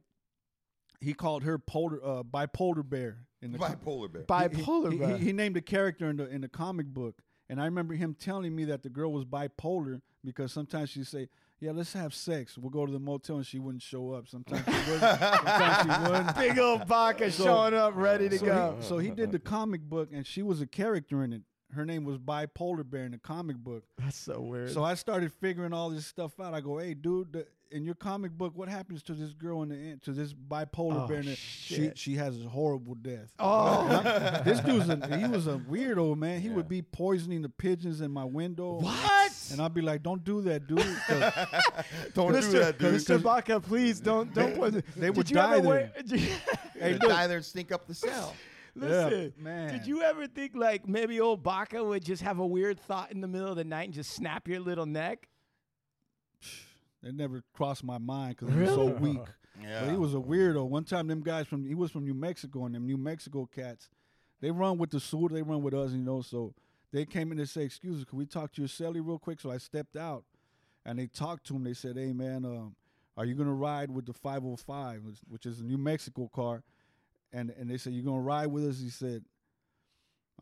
Speaker 6: he called her polar uh, bipolar bear in the com-
Speaker 9: Bipolar bear.
Speaker 6: he- he-
Speaker 4: Bipolar,
Speaker 6: he,
Speaker 4: bro.
Speaker 6: he, he named a character in the in the comic book, and I remember him telling me that the girl was bipolar because sometimes she'd say, "Yeah, let's have sex. We'll go to the motel," and she wouldn't show up. Sometimes she would. sometimes she wouldn't.
Speaker 4: Big old Baca showing up, ready to
Speaker 6: So
Speaker 4: go.
Speaker 6: he, so he did the comic book, and she was a character in it. Her name was Bipolar Bear in the comic book.
Speaker 4: That's so weird.
Speaker 6: So I started figuring all this stuff out. I go, "Hey, dude, the, in your comic book, what happens to this girl in the end? To this bipolar
Speaker 4: Oh,
Speaker 6: bear? In the, she
Speaker 4: shit.
Speaker 6: she has a horrible death.
Speaker 4: oh,
Speaker 6: this dude's a, he was a weirdo, man. He would be poisoning the pigeons in my window.
Speaker 4: what?
Speaker 6: And I'd be like, "Don't do that, dude." 'cause
Speaker 9: Don't do
Speaker 4: Mr.
Speaker 9: that, dude.
Speaker 4: Mr. Baca, please don't don't poison.
Speaker 6: They
Speaker 4: Did
Speaker 6: would
Speaker 4: you
Speaker 6: die
Speaker 4: ever
Speaker 6: there.
Speaker 4: wear- did you-
Speaker 9: They die there and stink up the cell.
Speaker 4: Listen,
Speaker 6: man.
Speaker 4: Did you ever think like maybe old Baca would just have a weird thought in the middle of the night and just snap your little neck?
Speaker 6: it never crossed my mind because he was so weak. But
Speaker 9: Yeah.
Speaker 6: he was a weirdo. One time, them guys from he was from New Mexico, and them New Mexico cats, they run with the sewer, they run with us, you know. So they came in to say, "Excuse us, can we talk to your cellie real quick?" So I stepped out, and they talked to him. They said, "Hey, man, um, are you gonna ride with the 505, which- which is a New Mexico car?" And and they said, "You gonna ride with us?" He said.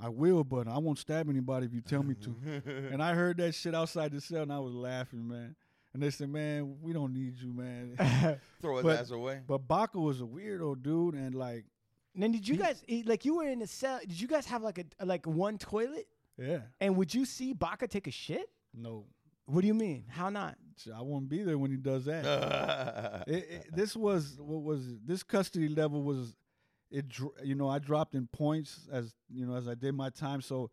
Speaker 6: I will, but I won't stab anybody if you tell me to. and I heard that shit outside the cell, and I was laughing, man. And they said, "Man, we don't need you, man."
Speaker 9: Throw his
Speaker 6: but-
Speaker 9: ass away.
Speaker 6: But Baca was a weirdo dude, and like,
Speaker 4: And then did you guys eh, like you were in a cell? Did you guys have like a like one toilet?
Speaker 6: yeah,
Speaker 4: And would you see Baca take a shit?
Speaker 6: no,
Speaker 4: What do you mean? How not?
Speaker 6: sh- I won't be there when he does that. it, it- this was what was it? this custody level was, it dr- you know I dropped in points as you know as I did my time, so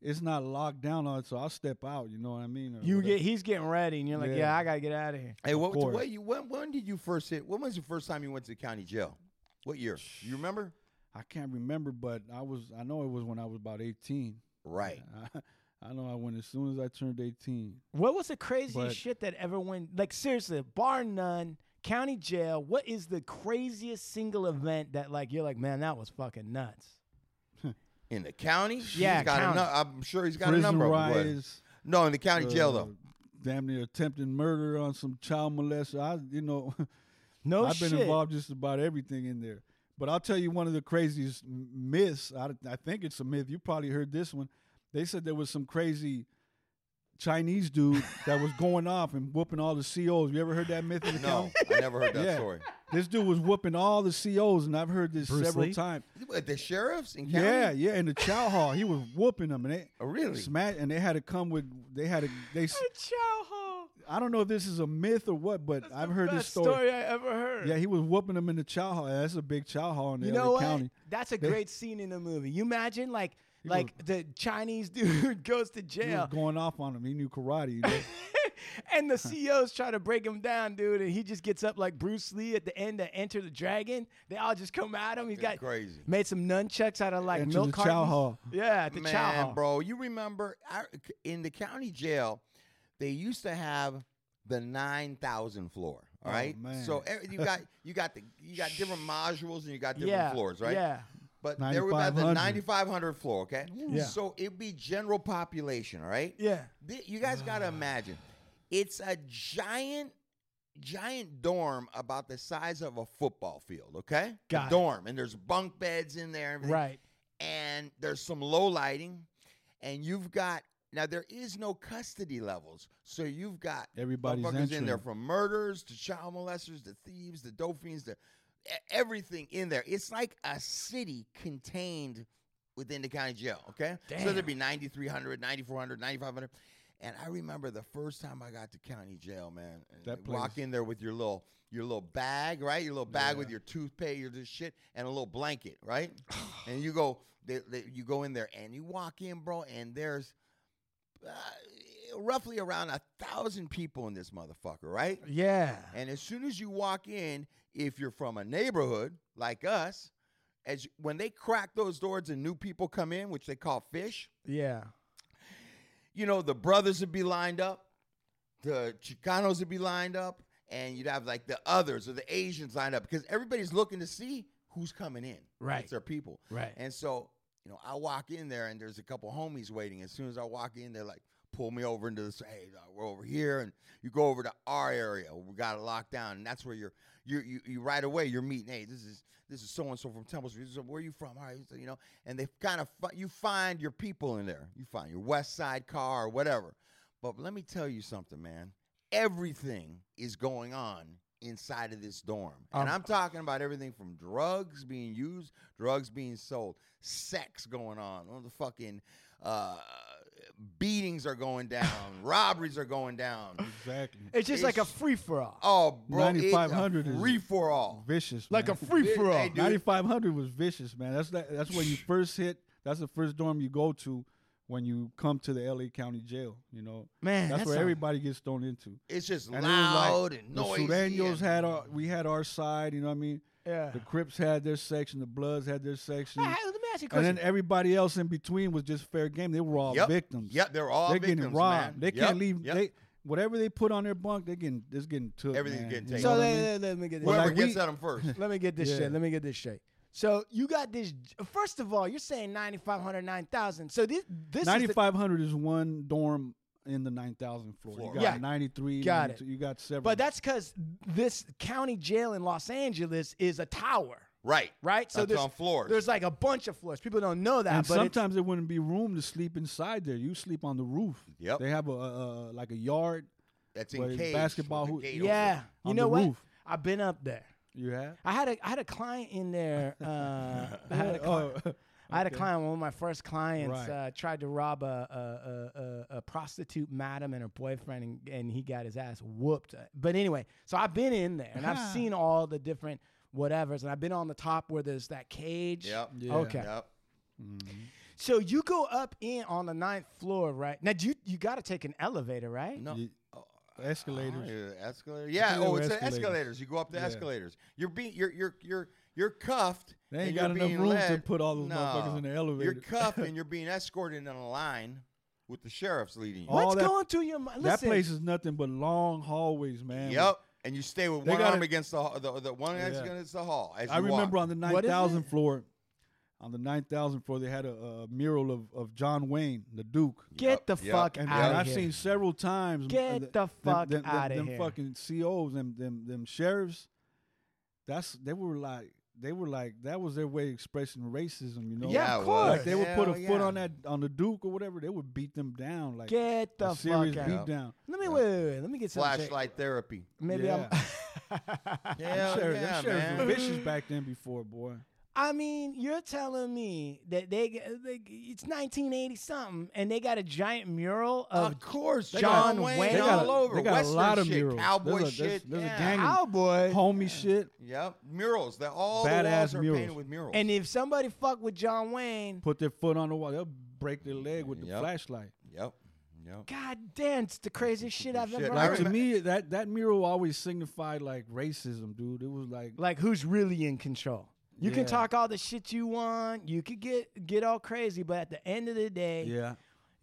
Speaker 6: it's not locked down on it. So I'll step out. You know what I mean? or
Speaker 4: You
Speaker 6: whatever.
Speaker 4: get he's getting ready, and you're like,
Speaker 6: Yeah.
Speaker 4: yeah, I gotta get out of here.
Speaker 9: Hey, what,
Speaker 6: course.
Speaker 9: what you, when, when did you first hit? When was the first time you went to the county jail? What year? You remember?
Speaker 6: I can't remember, but I was I know it was when I was about eighteen.
Speaker 9: Right.
Speaker 6: I, I know I went as soon as I turned eighteen.
Speaker 4: What was the craziest
Speaker 6: But-
Speaker 4: shit that ever went? Like seriously, bar none, county jail. What is the craziest single event that like you're like, man, that was fucking nuts?
Speaker 9: In the county?
Speaker 4: Yeah,
Speaker 9: He's got
Speaker 4: county.
Speaker 9: A nu- I'm sure he's got a
Speaker 6: Prison
Speaker 9: number of them. what?
Speaker 6: riots.
Speaker 9: No, in the county jail
Speaker 6: uh,
Speaker 9: though.
Speaker 6: Damn near attempted murder on some child molester. I, you know,
Speaker 4: No
Speaker 6: I've been
Speaker 4: shit.
Speaker 6: involved just about everything in there. But I'll tell you one of the craziest m- myths. I, I think it's a myth. You probably heard this one. They said there was some crazy Chinese dude that was going off and whooping all the COs. You ever heard that myth? In the
Speaker 3: No,
Speaker 6: county?
Speaker 3: I never heard that
Speaker 6: Yeah.
Speaker 3: story.
Speaker 6: This dude was whooping all the COs, and I've heard this
Speaker 10: Bruce
Speaker 6: several
Speaker 10: Lee?
Speaker 6: times.
Speaker 3: What, The sheriffs in county?
Speaker 6: Yeah, yeah. In the chow hall, he was whooping them, and they
Speaker 3: Oh, really?
Speaker 6: smash, and they had to come with. They had to. They. s- I don't know if this is a myth or what, but I've heard this
Speaker 4: Best
Speaker 6: story.
Speaker 4: story I ever heard.
Speaker 6: Yeah, he was whooping them in the chow hall. That's a big chow hall in the
Speaker 4: You know what?
Speaker 6: county.
Speaker 4: That's a great scene in the movie. You imagine like
Speaker 6: He
Speaker 4: like the Chinese dude goes to
Speaker 6: He was
Speaker 4: jail
Speaker 6: going off on him. He knew karate. You know?
Speaker 4: and the CEOs try to break him down, dude, and he just gets up like Bruce Lee at the end of Enter the Dragon. They all just come at him. He's
Speaker 3: That's
Speaker 4: got
Speaker 3: crazy.
Speaker 4: Made some nunchucks out of like
Speaker 6: Enter
Speaker 4: milk
Speaker 6: the chow
Speaker 4: cartons.
Speaker 6: hall.
Speaker 4: Yeah, at the
Speaker 3: Man,
Speaker 4: chow hall.
Speaker 3: bro, you remember I, in the county jail, they used to have the nine thousand floor.
Speaker 6: Oh,
Speaker 3: All right, so
Speaker 6: man.
Speaker 3: every, you got you got the you got different modules and you got different
Speaker 4: yeah,
Speaker 3: floors, right?
Speaker 4: Yeah.
Speaker 3: But there was about the
Speaker 6: 9,500.
Speaker 3: 9,500 floor, okay?
Speaker 4: Yeah.
Speaker 3: So it'd be general population, all right?
Speaker 4: Yeah.
Speaker 3: Th- You guys got to imagine. It's a giant, giant dorm about the size of a football field, okay? A
Speaker 4: Got it.
Speaker 3: dorm. And there's bunk beds in there. and everything.
Speaker 4: Right.
Speaker 3: And there's some low lighting. And you've got, now there is no custody levels. So you've got
Speaker 6: Everybody's
Speaker 3: motherfuckers in there
Speaker 6: entering.
Speaker 3: from murders to child molesters to thieves to dope fiends to e- everything in there. It's like a city contained within the county jail. Okay, so there'd be 9,300, 9,400, 9,500. And I remember the first time I got to county jail, man. and
Speaker 6: That
Speaker 3: you walk
Speaker 6: place-
Speaker 3: in there with your little your little bag, right? Your little bag with your toothpaste, your this shit, and a little blanket, right? and you go, they, they, you go in there, and you walk in, bro, and there's uh, roughly around a thousand people in this motherfucker, right?
Speaker 4: Yeah.
Speaker 3: And as soon as you walk in, if you're from a neighborhood like us, as you- when they crack those doors and new people come in, which they call fish,
Speaker 4: Yeah.
Speaker 3: you know the brothers would be lined up, the Chicanos would be lined up, and you'd have like the others or the Asians lined up because everybody's looking to see who's coming in.
Speaker 4: Right.
Speaker 3: it's their people.
Speaker 4: Right.
Speaker 3: And so, you know, I walk in there and there's a couple homies waiting. As soon as I walk in, they're like, pull me over into this. Hey, uh, we're over here, and you go over to our area. We got it locked down, and that's where you're. You, you, you right away you're meeting hey this is this is so and so from Temple Street so where you from all right so, you know and they kind of fi- you find your people in there you find your West Side car or whatever but let me tell you something man everything is going on inside of this dorm and
Speaker 4: Um,
Speaker 3: I'm talking about everything from drugs being used drugs being sold, sex going on, all the fucking uh, beatings are going down, robberies are going down.
Speaker 6: exactly.
Speaker 4: It's just like a
Speaker 3: It's-
Speaker 4: free for all.
Speaker 3: Oh, bro,
Speaker 6: 9,500 is-
Speaker 3: free for all.
Speaker 6: Vicious.
Speaker 4: like a
Speaker 6: man.
Speaker 4: free for all.
Speaker 3: Hey, dude.
Speaker 6: 9,500 was vicious, man. That's that, that's when you first hit. That's the first dorm you go to when you come to the LA County Jail. You know,
Speaker 4: Man,
Speaker 6: that's,
Speaker 4: that's
Speaker 6: where
Speaker 4: a-
Speaker 6: everybody gets thrown into.
Speaker 3: It's just
Speaker 6: And it was like
Speaker 3: loud and noisy.
Speaker 6: The Sureños
Speaker 3: and-
Speaker 6: had our, we had our side. You know what I mean?
Speaker 4: Yeah.
Speaker 6: The Crips had their section. The Bloods had their section.
Speaker 4: Ah, let me ask you a
Speaker 6: and
Speaker 4: question.
Speaker 6: then everybody else in between was just fair game. They were all
Speaker 3: Yep.
Speaker 6: victims.
Speaker 3: Yep, they're all
Speaker 6: they're
Speaker 3: victims,
Speaker 6: getting robbed.
Speaker 3: man.
Speaker 6: They
Speaker 3: Yep,
Speaker 6: can't leave.
Speaker 3: yep.
Speaker 6: They whatever they put on their bunk, they're getting they're getting took.
Speaker 3: Everything's
Speaker 6: man.
Speaker 3: getting
Speaker 6: You know
Speaker 3: taken.
Speaker 4: so
Speaker 6: what I
Speaker 4: let,
Speaker 6: mean?
Speaker 4: let- let me get this.
Speaker 3: Whoever
Speaker 6: like,
Speaker 3: gets
Speaker 6: we-
Speaker 3: at them first.
Speaker 4: Let me get this
Speaker 6: Yeah.
Speaker 4: straight. Let me get this straight. So you got this. First of all, you're saying 9,500, 9,000. So this this is the,
Speaker 6: 9,500 is one dorm in the 9,000 floor.
Speaker 3: Floor.
Speaker 6: You got
Speaker 4: Yeah.
Speaker 6: 93.
Speaker 4: Got
Speaker 6: 92,
Speaker 4: it.
Speaker 6: You got several.
Speaker 4: but that's because this county jail in Los Angeles is a tower,
Speaker 3: Right.
Speaker 4: right? So
Speaker 3: That's
Speaker 4: there's
Speaker 3: on floors.
Speaker 4: There's like a bunch of floors. People don't know that,
Speaker 6: and
Speaker 4: but it's-
Speaker 6: sometimes there wouldn't be room to sleep inside there. You sleep on the roof.
Speaker 3: Yep.
Speaker 6: They have a, a, a like a yard.
Speaker 3: That's in
Speaker 6: Well,
Speaker 3: cage.
Speaker 6: basketball
Speaker 3: with
Speaker 6: hoop-
Speaker 3: the gate
Speaker 4: yeah, you
Speaker 6: oh on
Speaker 4: know
Speaker 6: the
Speaker 4: what?
Speaker 6: roof.
Speaker 4: I've been up there.
Speaker 6: You have?
Speaker 4: I had a I had a client in there. Uh, I had a client.
Speaker 6: Oh,
Speaker 4: I had a
Speaker 6: okay.
Speaker 4: client. One of my first clients
Speaker 6: Right.
Speaker 4: uh, tried to rob a, a, a, a, a prostitute madam and her boyfriend, and, and he got his ass whooped. Uh, But anyway, so I've been in there and I've seen all the different whatevers, and I've been on the top where there's that cage.
Speaker 3: Yep.
Speaker 6: Yeah.
Speaker 4: Okay.
Speaker 3: Yep.
Speaker 4: So you go up in on the ninth floor, right? Now do you you got to take an elevator, right?
Speaker 3: No.
Speaker 6: You- Escalators.
Speaker 3: Oh, yeah, escalator. Yeah.
Speaker 6: think they
Speaker 3: Oh,
Speaker 6: were
Speaker 3: it's escalators.
Speaker 6: escalators.
Speaker 3: escalators. You go up the
Speaker 6: Yeah.
Speaker 3: escalators. You're being you're you're you're you're cuffed.
Speaker 6: They ain't
Speaker 3: and
Speaker 6: got
Speaker 3: you're
Speaker 6: enough
Speaker 3: being
Speaker 6: room to
Speaker 3: led-
Speaker 6: put all those
Speaker 3: no.
Speaker 6: motherfuckers in the elevator.
Speaker 3: You're cuffed and you're being escorted in a line with the sheriffs leading you.
Speaker 6: Oh, all
Speaker 4: What's
Speaker 6: that-
Speaker 4: going through your mind?
Speaker 6: that
Speaker 4: Listen,
Speaker 6: place is nothing but long hallways, man.
Speaker 3: yep. And you stay with
Speaker 6: They
Speaker 3: one
Speaker 6: gotta-
Speaker 3: arm against the, ha- the the one arm
Speaker 6: Yeah.
Speaker 3: against the hall. As
Speaker 6: I
Speaker 3: you
Speaker 6: remember
Speaker 3: walk.
Speaker 6: on the
Speaker 4: What is
Speaker 6: 9,000
Speaker 4: it?
Speaker 6: floor, on the 9,000 floor, they had a, a mural of, of John Wayne, the Duke.
Speaker 4: get
Speaker 3: Yep,
Speaker 4: the
Speaker 3: yep,
Speaker 4: fuck
Speaker 6: And
Speaker 4: out
Speaker 6: man,
Speaker 4: of
Speaker 6: I've
Speaker 4: here.
Speaker 6: seen several times. uh,
Speaker 4: Get the
Speaker 6: them-
Speaker 4: fuck
Speaker 6: them, them-
Speaker 4: outta
Speaker 6: them
Speaker 4: here.
Speaker 6: fucking COs, them them them sheriffs, that's they were like they were like that was their way of expressing racism. You know,
Speaker 3: Yeah,
Speaker 4: of
Speaker 3: it was.
Speaker 4: course.
Speaker 6: like they would put a
Speaker 4: Hell
Speaker 6: foot
Speaker 4: yeah.
Speaker 6: on that on the Duke or whatever. They would beat them down like
Speaker 4: Get the
Speaker 6: a serious
Speaker 4: fuck out.
Speaker 6: beat down.
Speaker 4: Let me wait, wait, wait. Let me get some
Speaker 3: Flashlight therapy.
Speaker 4: Maybe
Speaker 6: Yeah.
Speaker 4: I'm.
Speaker 3: Hell
Speaker 6: Sure,
Speaker 3: yeah,
Speaker 6: them sheriffs
Speaker 3: man.
Speaker 6: were vicious back then before, boy.
Speaker 4: I mean, you're telling me that they, g- they g- it's 1980 something, and they got a giant mural of
Speaker 3: Of course,
Speaker 4: They
Speaker 3: John
Speaker 4: got-
Speaker 3: Wayne
Speaker 4: they got-
Speaker 3: all over.
Speaker 6: they got a
Speaker 3: Western
Speaker 6: lot of
Speaker 3: shit,
Speaker 6: murals.
Speaker 3: cowboy
Speaker 6: There's a- there's-
Speaker 3: shit.
Speaker 6: there's a
Speaker 3: yeah.
Speaker 6: gang of-
Speaker 4: cowboy.
Speaker 6: Homie shit.
Speaker 3: Yep, murals. They're all the walls
Speaker 6: Badass
Speaker 3: are
Speaker 6: murals.
Speaker 3: painted with murals.
Speaker 4: And if somebody fuck with John Wayne,
Speaker 6: Put their foot on the wall. They'll break their leg with the
Speaker 3: Yep.
Speaker 6: flashlight.
Speaker 3: yep, yep.
Speaker 4: god damn, it's the craziest shit I've
Speaker 3: Shit,
Speaker 4: ever
Speaker 3: I
Speaker 6: Like
Speaker 4: heard.
Speaker 6: to
Speaker 3: remember-
Speaker 6: me, that that mural always signified like racism, dude. It was like
Speaker 4: like who's really in control. You can
Speaker 6: Yeah.
Speaker 4: talk all the shit you want. You could get get all crazy, but at the end of the day,
Speaker 6: yeah.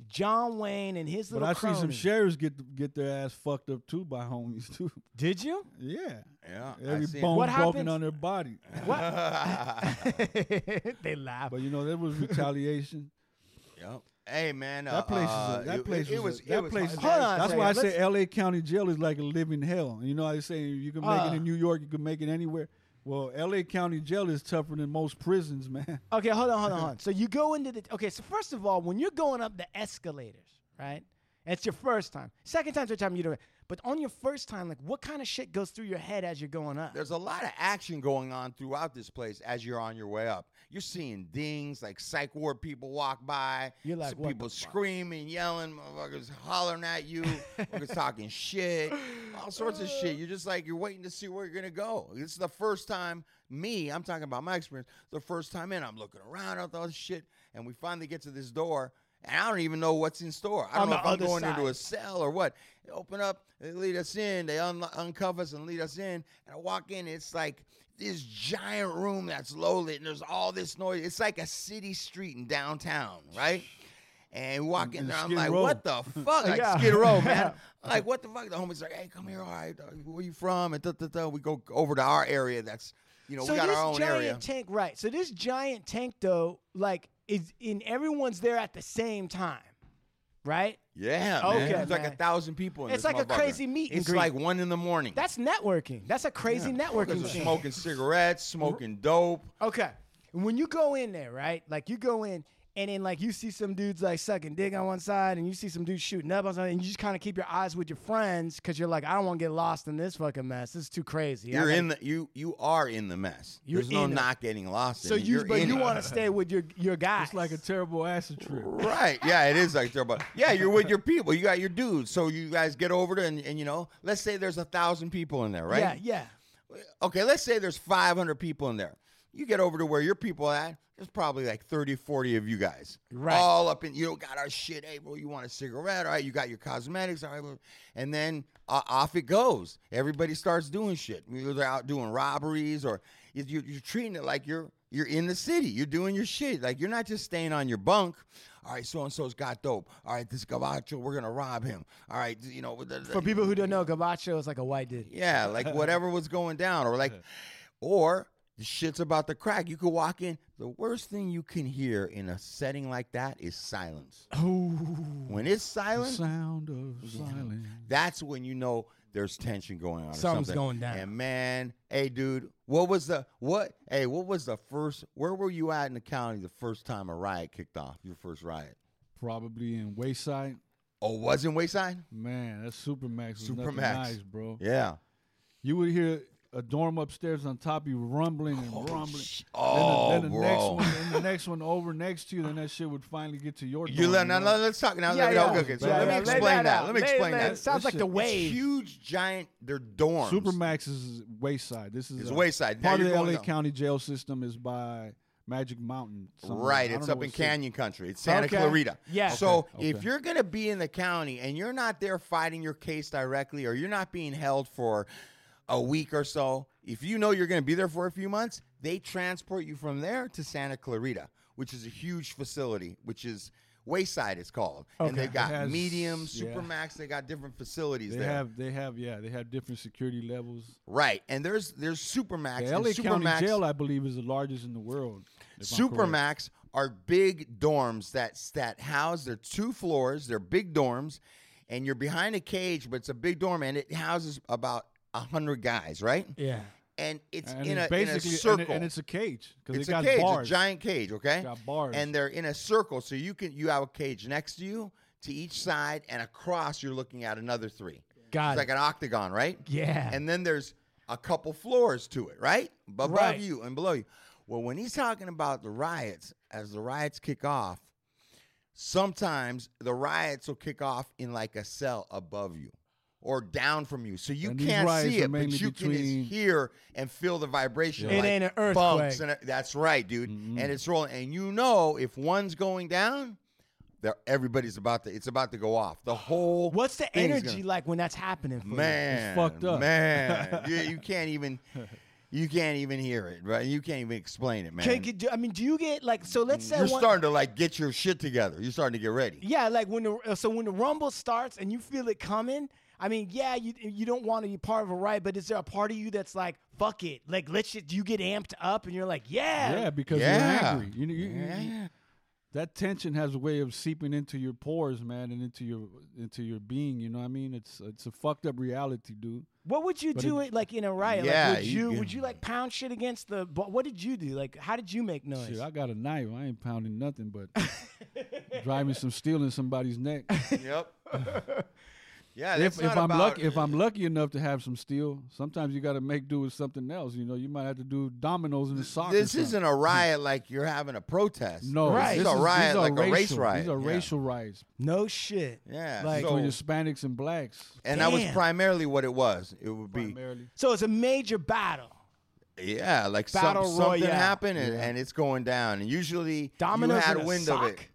Speaker 4: John Wayne and his
Speaker 6: But
Speaker 4: little
Speaker 6: I see some
Speaker 4: cronies-
Speaker 6: sheriffs get get their ass fucked up too by homies too.
Speaker 4: Did you?
Speaker 6: Yeah,
Speaker 3: Yeah, I
Speaker 6: every
Speaker 3: seen-
Speaker 6: bone
Speaker 4: What
Speaker 6: broken
Speaker 4: happens-
Speaker 6: on their body.
Speaker 4: they laugh.
Speaker 6: But you know there was retaliation.
Speaker 3: Yep. Hey man, uh,
Speaker 6: That place is
Speaker 3: uh,
Speaker 6: a, that
Speaker 3: it-
Speaker 6: place
Speaker 3: it, it was
Speaker 6: was, a, that
Speaker 3: it was
Speaker 6: place. is-
Speaker 4: Hold on a
Speaker 6: that's why I
Speaker 4: second,
Speaker 6: say L.A. County Jail is like a living hell. You know how they say you can make
Speaker 4: Uh.
Speaker 6: it in New York, you can make it anywhere. Well, L.A. County Jail is tougher than most prisons, man.
Speaker 4: Okay, hold on, hold
Speaker 3: Mm-hmm.
Speaker 4: on, hold on. So you go into the okay. So first of all, when you're going up the escalators, right? and It's your first time. Second time, third time, you don't. But on your first time, like, what kind of shit goes through your head as you're going up?
Speaker 3: There's a lot of action going on throughout this place as you're on your way up. You're seeing dings, like psych ward people walk by.
Speaker 4: You're like,
Speaker 3: some
Speaker 4: "What
Speaker 3: people
Speaker 4: the fuck?"
Speaker 3: screaming, yelling, motherfuckers hollering at you, motherfuckers talking shit, all sorts of
Speaker 4: Uh.
Speaker 3: shit. You're just like, you're waiting to see where you're going to go. It's the first time, me, I'm talking about my experience, the first time in, I'm looking around at all this shit, and we finally get to this door. And I don't even know what's in store. I
Speaker 4: On
Speaker 3: don't know
Speaker 4: the
Speaker 3: if I'm
Speaker 4: other
Speaker 3: going into
Speaker 4: side.
Speaker 3: a cell or what. They open up, they lead us in, they un- uncuff us and lead us in. And I walk in, it's like this giant room that's low lit, and there's all this noise. It's like a city street in downtown, right? And we walk in
Speaker 6: And
Speaker 3: there, I'm
Speaker 6: Skid
Speaker 3: like,
Speaker 6: Row.
Speaker 3: what the fuck? Like
Speaker 4: Yeah.
Speaker 3: Skid Row, man. I'm like, what the fuck? The homie's like, hey, come here, all right, uh, where you from? And da, da, da. we go over to our area that's, you know,
Speaker 4: so
Speaker 3: we got
Speaker 4: this
Speaker 3: our own
Speaker 4: giant
Speaker 3: area.
Speaker 4: tank, right? So this giant tank, though, like, is in everyone's there at the same time, right?
Speaker 3: yeah, man.
Speaker 4: Okay,
Speaker 3: There's like
Speaker 4: man.
Speaker 3: a thousand people in
Speaker 4: It's
Speaker 3: this
Speaker 4: like a
Speaker 3: motherfucker.
Speaker 4: crazy meet and
Speaker 3: It's
Speaker 4: greet.
Speaker 3: like one in the morning.
Speaker 4: That's networking. That's a crazy
Speaker 3: Motherfuckers
Speaker 4: networking
Speaker 3: are
Speaker 4: thing.
Speaker 3: smoking cigarettes, smoking dope.
Speaker 4: Okay. When you go in there, right? Like you go in and then like you see some dudes like sucking dick on one side and you see some dudes shooting up on something and you just kind of keep your eyes with your friends because you're like, I don't want to get lost in this fucking mess. This is too crazy.
Speaker 3: You're in the you you are in the mess.
Speaker 4: You're
Speaker 3: There's no
Speaker 4: in it.
Speaker 3: not getting lost.
Speaker 4: So
Speaker 3: in it.
Speaker 4: you,
Speaker 3: You're
Speaker 4: but
Speaker 3: in
Speaker 4: you
Speaker 3: it.
Speaker 4: want to stay with your your guys.
Speaker 6: It's like a terrible acid trip.
Speaker 3: Right. Yeah, it is like there, but yeah, you're with your people. You got your dudes. So you guys get over there and, and you know, let's say there's a thousand people in there, right?
Speaker 4: Yeah, yeah.
Speaker 3: okay, let's say there's 500 people in there. You get over to where your people are at, there's probably like 30, 40 of you guys.
Speaker 4: Right.
Speaker 3: All up in, you know, got our shit. Hey, bro, you want a cigarette? All right, you got your cosmetics. All right. bro. And then uh, off it goes. Everybody starts doing shit. You're either out doing robberies or you- you're, you're treating it like you're you're in the city. You're doing your shit. Like you're not just staying on your bunk. All right, so and so's got dope. All right, this Gavacho, we're gonna rob him. All right, you know.
Speaker 4: For people who don't know, Gabacho is like a white dude.
Speaker 3: Yeah, like whatever was going down, or like, or the shit's about to crack. You could walk in. The worst thing you can hear in a setting like that is silence.
Speaker 4: Oh,
Speaker 3: When it's
Speaker 6: The
Speaker 3: silent,
Speaker 6: sound of silence.
Speaker 3: that's when you know there's tension going on. or
Speaker 4: Something's
Speaker 3: something.
Speaker 4: going down.
Speaker 3: And man, hey, dude, what was the what? Hey, what was the first? Where were you at in the county the first time a riot kicked off? Your first riot?
Speaker 6: Probably in Wayside.
Speaker 3: Oh, was in Wayside?
Speaker 6: Man, that Supermax was
Speaker 3: Supermax.
Speaker 6: nothing nice, bro.
Speaker 3: Yeah.
Speaker 6: You would hear a dorm upstairs on top of you rumbling and rumbling.
Speaker 3: Oh,
Speaker 6: then the, then the next
Speaker 3: bro.
Speaker 6: one, then the next one over next to you, then that shit would finally get to your.
Speaker 3: You
Speaker 6: dorm,
Speaker 3: let,
Speaker 6: you
Speaker 3: now,
Speaker 6: know?
Speaker 3: now let's talk now.
Speaker 4: Yeah,
Speaker 3: let,
Speaker 4: yeah.
Speaker 3: okay, okay, so
Speaker 4: Yeah,
Speaker 3: let me
Speaker 4: yeah, lay
Speaker 3: explain
Speaker 4: that
Speaker 3: that.
Speaker 4: out.
Speaker 3: Let me
Speaker 4: Lay-
Speaker 3: explain
Speaker 4: lay-
Speaker 3: that.
Speaker 4: it sounds
Speaker 6: That
Speaker 4: like the
Speaker 6: shit-
Speaker 3: It's
Speaker 4: wave.
Speaker 3: huge, giant. They're dorms.
Speaker 6: Supermax is Wayside. This is
Speaker 3: It's
Speaker 6: uh,
Speaker 3: Wayside. Now
Speaker 6: Part of
Speaker 3: you're
Speaker 6: the
Speaker 3: going
Speaker 6: LA
Speaker 3: down.
Speaker 6: County jail system is by Magic Mountain. somewhere.
Speaker 3: Right,
Speaker 6: I
Speaker 3: it's
Speaker 6: don't
Speaker 3: up
Speaker 6: know
Speaker 3: in
Speaker 6: what city.
Speaker 3: Canyon Country. It's Santa
Speaker 4: Okay.
Speaker 3: Clarita.
Speaker 4: Yeah.
Speaker 3: So
Speaker 6: Okay,
Speaker 3: if
Speaker 6: okay.
Speaker 3: you're gonna be in the county and you're not there fighting your case directly, or you're not being held for a week or so, if you know you're gonna be there for a few months, they transport you from there to Santa Clarita, which is a huge facility, which is Wayside, it's called, and
Speaker 4: Okay.
Speaker 3: they've got
Speaker 6: It has-
Speaker 3: medium,
Speaker 6: yeah.
Speaker 3: supermax. They got different facilities
Speaker 6: They
Speaker 3: there.
Speaker 6: have, they have, yeah, they have different security levels.
Speaker 3: Right, and there's there's Supermax.
Speaker 6: The LA
Speaker 3: and Supermax,
Speaker 6: County Jail, I believe, is the largest in the world. if I'm correct.
Speaker 3: Supermax are big dorms that that house. They're two floors. They're big dorms, and you're behind a cage, but it's a big dorm, and it houses about hundred guys, right?
Speaker 4: Yeah.
Speaker 3: and it's
Speaker 6: and
Speaker 3: in,
Speaker 6: it's
Speaker 3: a, in
Speaker 6: basically
Speaker 3: a
Speaker 6: and,
Speaker 3: circle.
Speaker 6: it- and it's a cage because
Speaker 3: It's
Speaker 6: it
Speaker 3: a
Speaker 6: got
Speaker 3: cage,
Speaker 6: bars.
Speaker 3: a giant cage, okay?
Speaker 6: Got bars.
Speaker 3: And they're in a circle, so you can you have a cage next to you to each side, and across you're looking at another three.
Speaker 4: Got
Speaker 3: it's
Speaker 4: it.
Speaker 3: like an octagon, right?
Speaker 4: Yeah.
Speaker 3: And then there's a couple floors to it, right? Above
Speaker 4: Right.
Speaker 3: you and below you. Well, when he's talking about the riots, as the riots kick off, sometimes the riots will kick off in like a cell above you or down from you. So you
Speaker 6: And these
Speaker 3: can't
Speaker 6: riots
Speaker 3: see
Speaker 6: are
Speaker 3: it, but
Speaker 6: mainly
Speaker 3: you can
Speaker 6: between-
Speaker 3: just hear and feel the vibration.
Speaker 4: It
Speaker 3: like
Speaker 4: ain't an earthquake.
Speaker 3: bumps and a- that's right, dude. And it's rolling. And you know if one's going down, there- everybody's about to it's about to go off. The whole
Speaker 4: What's the
Speaker 3: thing's
Speaker 4: energy
Speaker 3: gonna-
Speaker 4: like when that's happening? For you?
Speaker 3: man
Speaker 6: fucked up.
Speaker 3: man you, you can't even you can't even hear it right you can't even explain it man
Speaker 4: Can, can- do- I mean, do you get like so? Let's say
Speaker 3: you're
Speaker 4: one,
Speaker 3: starting to like get your shit together you're starting to get ready
Speaker 4: Yeah, like when the uh, so when the rumble starts and you feel it coming. I mean, yeah, you you don't want to be part of a riot, but is there a part of you that's like, fuck it, like let's just you get amped up and you're like, yeah,
Speaker 6: yeah, because
Speaker 3: Yeah.
Speaker 6: you're angry. You, know, you, you-
Speaker 3: Yeah.
Speaker 6: that tension has a way of seeping into your pores, man, and into your into your being. You know what I mean? It's it's a fucked up reality, dude.
Speaker 4: What would you
Speaker 6: But
Speaker 4: do
Speaker 6: it-
Speaker 4: it, like in a riot?
Speaker 3: Yeah,
Speaker 4: like, would
Speaker 3: you
Speaker 4: you,
Speaker 3: can-
Speaker 4: would you like pound shit against the? But what did you do? Like, how did you make noise?
Speaker 6: Shit, I got a knife. I ain't pounding nothing, but driving some steel in somebody's neck.
Speaker 3: yep yeah that's
Speaker 6: if if
Speaker 3: not
Speaker 6: I'm
Speaker 3: about-
Speaker 6: lucky, if I'm lucky enough to have some steel, sometimes you got to make do with something else. You know, you might have to do dominoes in the soccer.
Speaker 3: this isn't a riot like you're having a protest
Speaker 6: no.
Speaker 4: Right.
Speaker 3: this
Speaker 6: This
Speaker 3: is a riot
Speaker 6: these are
Speaker 3: like a race
Speaker 6: racial-
Speaker 3: riot
Speaker 6: These are
Speaker 3: Yeah.
Speaker 6: racial riots.
Speaker 4: no shit.
Speaker 3: yeah
Speaker 4: Like-
Speaker 3: so-
Speaker 6: Between Hispanics and blacks,
Speaker 3: and that was
Speaker 4: Damn.
Speaker 3: primarily what it was it would be
Speaker 6: primarily.
Speaker 4: So it's a major battle.
Speaker 3: Yeah, like some-
Speaker 4: Battle
Speaker 3: something
Speaker 4: Royale.
Speaker 3: happened and, and it's going down. And usually
Speaker 4: Dominoes
Speaker 3: you had
Speaker 4: in a
Speaker 3: wind of it.
Speaker 4: sock?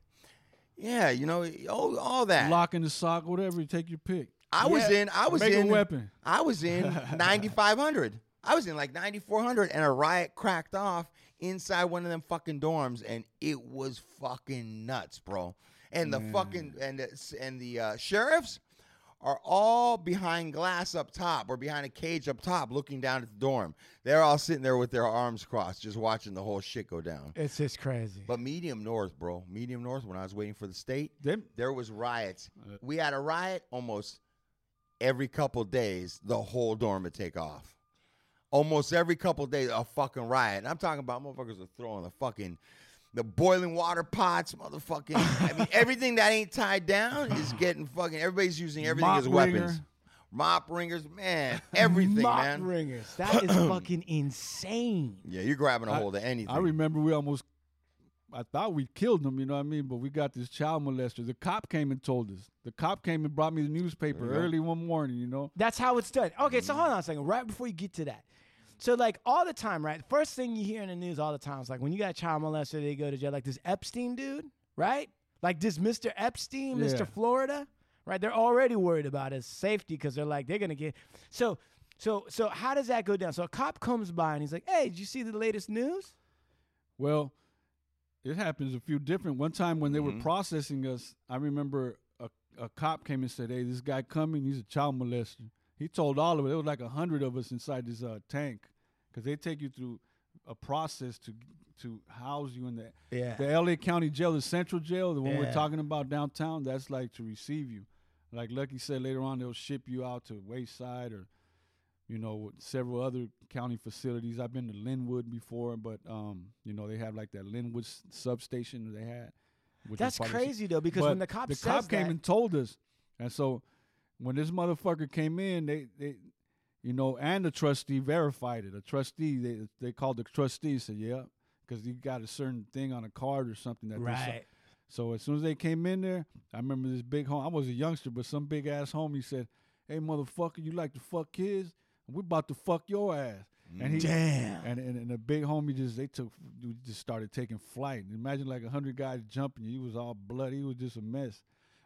Speaker 3: Yeah, you know, all, all that.
Speaker 6: lock in the sock, whatever. Take your pick.
Speaker 3: I was
Speaker 6: Yeah.
Speaker 3: in. I was
Speaker 6: Make a
Speaker 3: in.
Speaker 6: weapon.
Speaker 3: I was in 9500. I was in like 9400, and a riot cracked off inside one of them fucking dorms, and it was fucking nuts, bro. And the fucking and the, and the uh, sheriffs are all behind glass up top or behind a cage up top, looking down at the dorm. They're all sitting there with their arms crossed, just watching the whole shit go down.
Speaker 4: It's just crazy.
Speaker 3: But medium north, bro. Medium north. When I was waiting for the state,
Speaker 6: Them- Uh,
Speaker 3: there was riots. We had a riot almost every couple days. The whole dorm would take off. Almost every couple days, a fucking riot. And I'm talking about motherfuckers are throwing the fucking the boiling water pots, motherfucking. I mean, everything that ain't tied down is getting fucking. Everybody's using everything
Speaker 6: Mop
Speaker 3: as weapons.
Speaker 6: ringer.
Speaker 3: Mop ringers, man. Everything,
Speaker 4: Mock
Speaker 3: man.
Speaker 4: ringers. That is fucking insane.
Speaker 3: yeah, you're grabbing a hold of anything.
Speaker 6: I remember we almost. I thought we killed him, you know what I mean? But we got this child molester. The cop came and told us. The cop came and brought me the newspaper early one morning, you know?
Speaker 4: That's how it's done. Okay,
Speaker 6: Mm-hmm.
Speaker 4: so hold on a second. Right before you get to that, so like all the time, right? First thing you hear in the news all the time is like when you got a child molester, they go to jail. Like this Epstein dude, right? Like this Mr. Epstein,
Speaker 6: Yeah.
Speaker 4: Mr. Florida, right? They're already worried about his safety because they're like they're gonna get. So, so, so how does that go down? So a cop comes by and he's like, "Hey, did you see the latest news?"
Speaker 6: Well, it happens a few different. One time when they were processing us, I remember a, a cop came and said, Hey, this guy coming, he's a child molester. He told all of it. There was like a hundred of us inside this uh, tank because they take you through a process to to house you in the
Speaker 4: Yeah.
Speaker 6: the LA County Jail, the Central Jail, the one
Speaker 4: Yeah.
Speaker 6: we're talking about downtown. That's like to receive you. Like Lucky said later on, they'll ship you out to Wayside or you know several other county facilities. I've been to Linwood before, but um, you know they have like that Linwood s- substation they had. which was
Speaker 4: That's
Speaker 6: probably-
Speaker 4: crazy though, because when
Speaker 6: but
Speaker 4: the cop
Speaker 6: the
Speaker 4: says
Speaker 6: cop came
Speaker 4: that-
Speaker 6: and told us, and so when this motherfucker came in, they they. You know, and the trustee verified it. A trustee, they they called the trustee and said, "Yeah, because he got a certain thing on a card or something that they saw."
Speaker 4: right.
Speaker 6: So as soon as they came in there, I remember this big home. I was a youngster, but some big ass homie said, "Hey, motherfucker, you like to fuck kids? We about to fuck your ass." And he
Speaker 4: Damn.
Speaker 6: And, and and the big homie just they took we just started taking flight. Imagine like a hundred guys jumping you. He was all bloody. He was just a mess.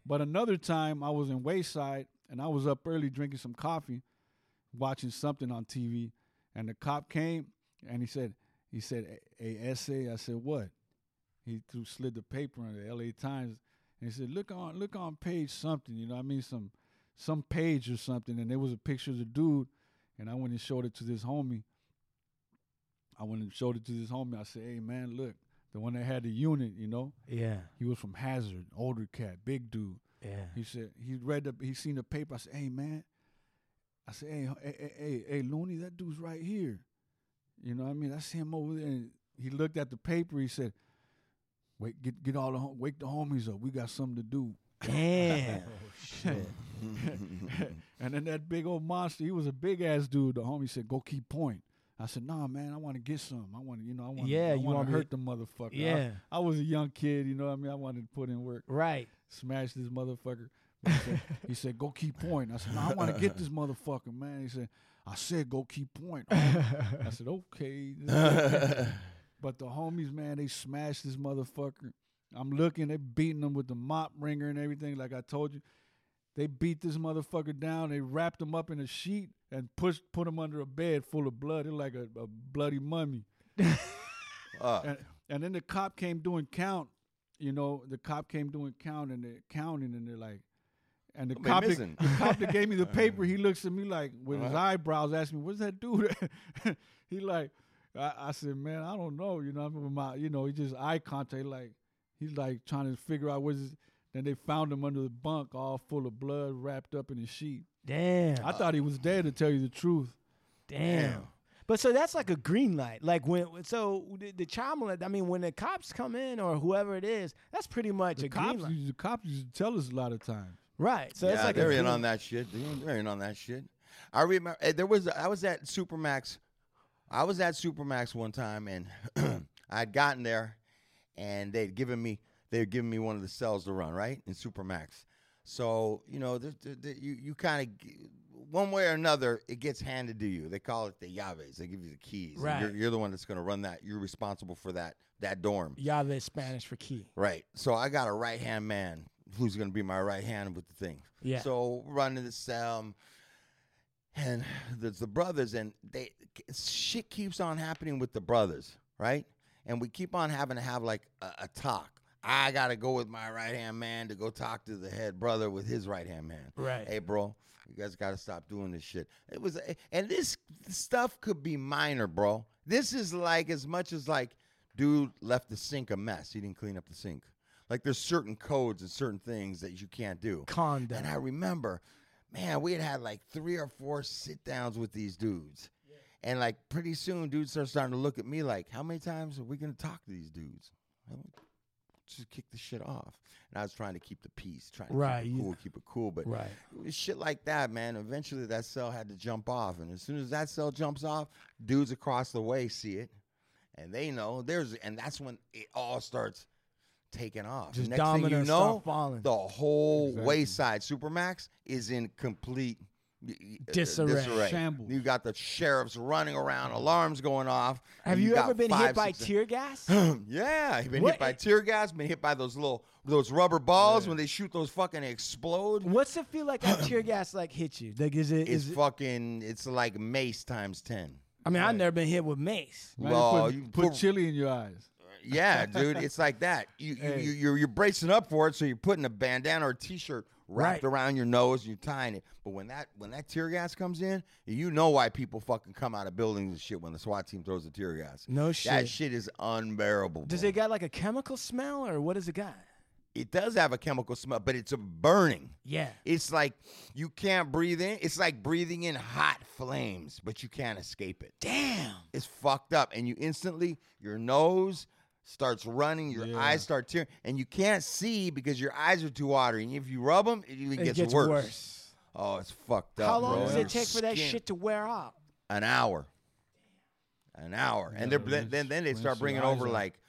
Speaker 6: But another time I was in Wayside and I was up early drinking some coffee, watching something on TV, and the cop came and he said he said a, a essay. I said what? he threw slid the paper in the LA Times and he said, Look on look on page something, you know, what I mean some some page or something, and there was a picture of the dude, and I went and showed it to this homie. I went and showed it to this homie. I said, Hey man, look, the one that had the unit, you know,
Speaker 4: Yeah.
Speaker 6: he was from Hazard, older cat, big dude.
Speaker 4: Yeah.
Speaker 6: He said he read the he seen the paper. I said, "Hey man," I said, "Hey, h- hey, hey, hey, hey Looney, that dude's right here." You know what I mean? I see him over there, and he looked at the paper. He said, "Wait, get get all the hom- wake the homies up. We got something to do."
Speaker 4: Damn.
Speaker 6: Oh, and then that big old monster, he was a big ass dude. The homie said, "Go keep point." I said, "Nah, man, I want to get some. I want to, you know, I want,
Speaker 4: Yeah,
Speaker 6: I
Speaker 4: you
Speaker 6: want
Speaker 4: wanna be-
Speaker 6: to hurt the motherfucker." I-
Speaker 4: Yeah.
Speaker 6: I, was a young kid, you know what I mean. I wanted to put in work,
Speaker 4: right.
Speaker 6: smash this motherfucker. But He said, he said, "Go keep point." I said, "No, I want to get this motherfucker, man." He said, "I said, go keep point." I said, "Okay." But the homies, man, they smashed this motherfucker. I'm looking, they beating him with the mop ringer and everything, like I told you. They beat this motherfucker down. They wrapped him up in a sheet and pushed, put him under a bed full of blood. It like a, a bloody mummy.
Speaker 3: Uh,
Speaker 6: And, and then the cop came doing count. You know, the cop came doing count and they're counting and they're like, and the
Speaker 3: What they
Speaker 6: cop, that,
Speaker 3: missing? Uh-huh.
Speaker 6: the cop that gave me the paper, he looks at me like with his eyebrows, asking me, "What's that dude?" at?" he like, I, I said, "Man, I don't know." You know, I remember my, you know, he just eye contact, like he's like trying to figure out what's. His, then they found him under the bunk, all full of blood, wrapped up in a sheet.
Speaker 4: Damn.
Speaker 3: Uh.
Speaker 6: I thought he was dead, to tell you the truth.
Speaker 4: Damn.
Speaker 3: Damn.
Speaker 4: But so that's like a green light. Like when so the, the child molest. I mean, when the cops come in or whoever it is, that's pretty much
Speaker 6: The
Speaker 4: a green
Speaker 6: cops,
Speaker 4: light,
Speaker 6: used, the cops used to tell us a lot of times.
Speaker 4: right? So
Speaker 3: yeah,
Speaker 4: that's like
Speaker 3: they're
Speaker 4: a
Speaker 3: in
Speaker 4: green-
Speaker 3: on that shit. They're- They're in on that shit. I remember eh, there was I was at Supermax. I was at Supermax one time, and I'd gotten there, and they'd given me they'd given me one of the cells to run right in Supermax. So you know, there, there- there- you you kind of one way or another, it gets handed to you. They call it the llaves. They give you the keys. and
Speaker 4: Right.
Speaker 3: You're, you're the one that's going to run that. You're responsible for that that dorm.
Speaker 4: Yave is Spanish for key.
Speaker 3: Right. So I got a right hand man who's gonna be my right hand with the thing.
Speaker 4: Yeah.
Speaker 3: So we're running this um and there's the brothers and they shit keeps on happening with the brothers, right? And we keep on having to have like a, a talk. I gotta go with my right hand man to go talk to the head brother with his right hand man.
Speaker 4: Right.
Speaker 3: Hey bro, you guys gotta stop doing this shit. It was eh, and this stuff could be minor, bro. This is like as much as like dude left the sink a mess. He didn't clean up the sink. Like there's certain codes and certain things that you can't do.
Speaker 4: Conduct.
Speaker 3: And I remember, man, we had had like three or four sit downs with these dudes. And like pretty soon, dudes start starting to look at me like, how many times are we going to talk to these dudes? I went, Just kick the shit off. And I was trying to keep the peace, trying to
Speaker 4: Right,
Speaker 3: keep
Speaker 4: you-
Speaker 3: it cool, keep it cool. But
Speaker 4: Right.
Speaker 3: it was shit like that, man. Eventually, that cell had to jump off. And as soon as that cell jumps off, dudes across the way see it. And they know there's, and that's when it all starts taking off.
Speaker 4: Just
Speaker 3: Next thing you
Speaker 4: dominoes start
Speaker 3: know,
Speaker 4: falling.
Speaker 3: the whole
Speaker 6: Exactly.
Speaker 3: wayside supermax is in complete y- y- uh,
Speaker 4: Disarray.
Speaker 6: Shambles.
Speaker 3: You got the sheriffs running around, alarms going off.
Speaker 4: Have
Speaker 3: and
Speaker 4: you,
Speaker 3: got
Speaker 4: ever been hit
Speaker 3: five,
Speaker 4: by
Speaker 3: six-
Speaker 4: tear gas?
Speaker 3: yeah, he been
Speaker 4: What-
Speaker 3: hit by tear gas. Been hit by those little those rubber balls when they shoot those fucking they explode.
Speaker 4: What's it feel like that tear gas like hit you? Like is it?
Speaker 3: It's
Speaker 4: Is it
Speaker 3: fucking. It's like mace times ten.
Speaker 4: I mean, I've never been hit with mace.
Speaker 6: Man,
Speaker 3: Well,
Speaker 6: put,
Speaker 3: you
Speaker 6: put
Speaker 3: put-
Speaker 6: chili in your eyes.
Speaker 3: Yeah, dude, it's like that. You, you,
Speaker 6: Hey.
Speaker 3: you you're you're bracing up for it, so you're putting a bandana or a t-shirt wrapped
Speaker 4: Right.
Speaker 3: around your nose and you're tying it. But when that when that tear gas comes in, you know why people fucking come out of buildings and shit when the SWAT team throws the tear gas.
Speaker 4: No
Speaker 3: That
Speaker 4: shit.
Speaker 3: shit is unbearable.
Speaker 4: Does
Speaker 3: bro.
Speaker 4: it got like a chemical smell or what does it got?
Speaker 3: It does have a chemical smell, but it's a burning.
Speaker 4: Yeah.
Speaker 3: It's like you can't breathe in. It's like breathing in hot flames, but you can't escape it.
Speaker 4: Damn.
Speaker 3: It's fucked up, and you instantly your nose starts running, your
Speaker 6: Yeah.
Speaker 3: eyes start tearing, and you can't see because your eyes are too watery. And if you rub them, it even
Speaker 4: It
Speaker 3: gets,
Speaker 4: gets
Speaker 3: worse.
Speaker 4: worse.
Speaker 3: Oh, it's fucked up.
Speaker 4: How long
Speaker 3: bro.
Speaker 4: does
Speaker 3: Your
Speaker 4: it take for that
Speaker 3: skin-
Speaker 4: shit to wear off?
Speaker 3: An hour. An hour, and they're then then, then they
Speaker 6: rinse
Speaker 3: start
Speaker 6: your
Speaker 3: bringing
Speaker 6: eyes
Speaker 3: over
Speaker 6: out.
Speaker 3: like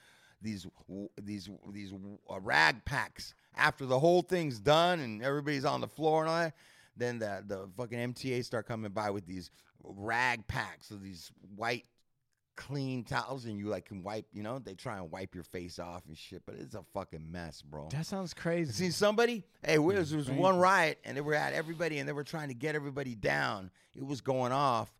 Speaker 3: these w- these these uh, rag packs after the whole thing's done and everybody's on the floor and all that. Then the the fucking MTA start coming by with these rag packs of these white clean towels and you like can wipe, you know, they try and wipe your face off and shit, but it's a fucking mess, bro.
Speaker 4: That sounds crazy.
Speaker 3: See somebody? Hey, where there was one riot and they were at everybody and they were trying to get everybody down. It was going off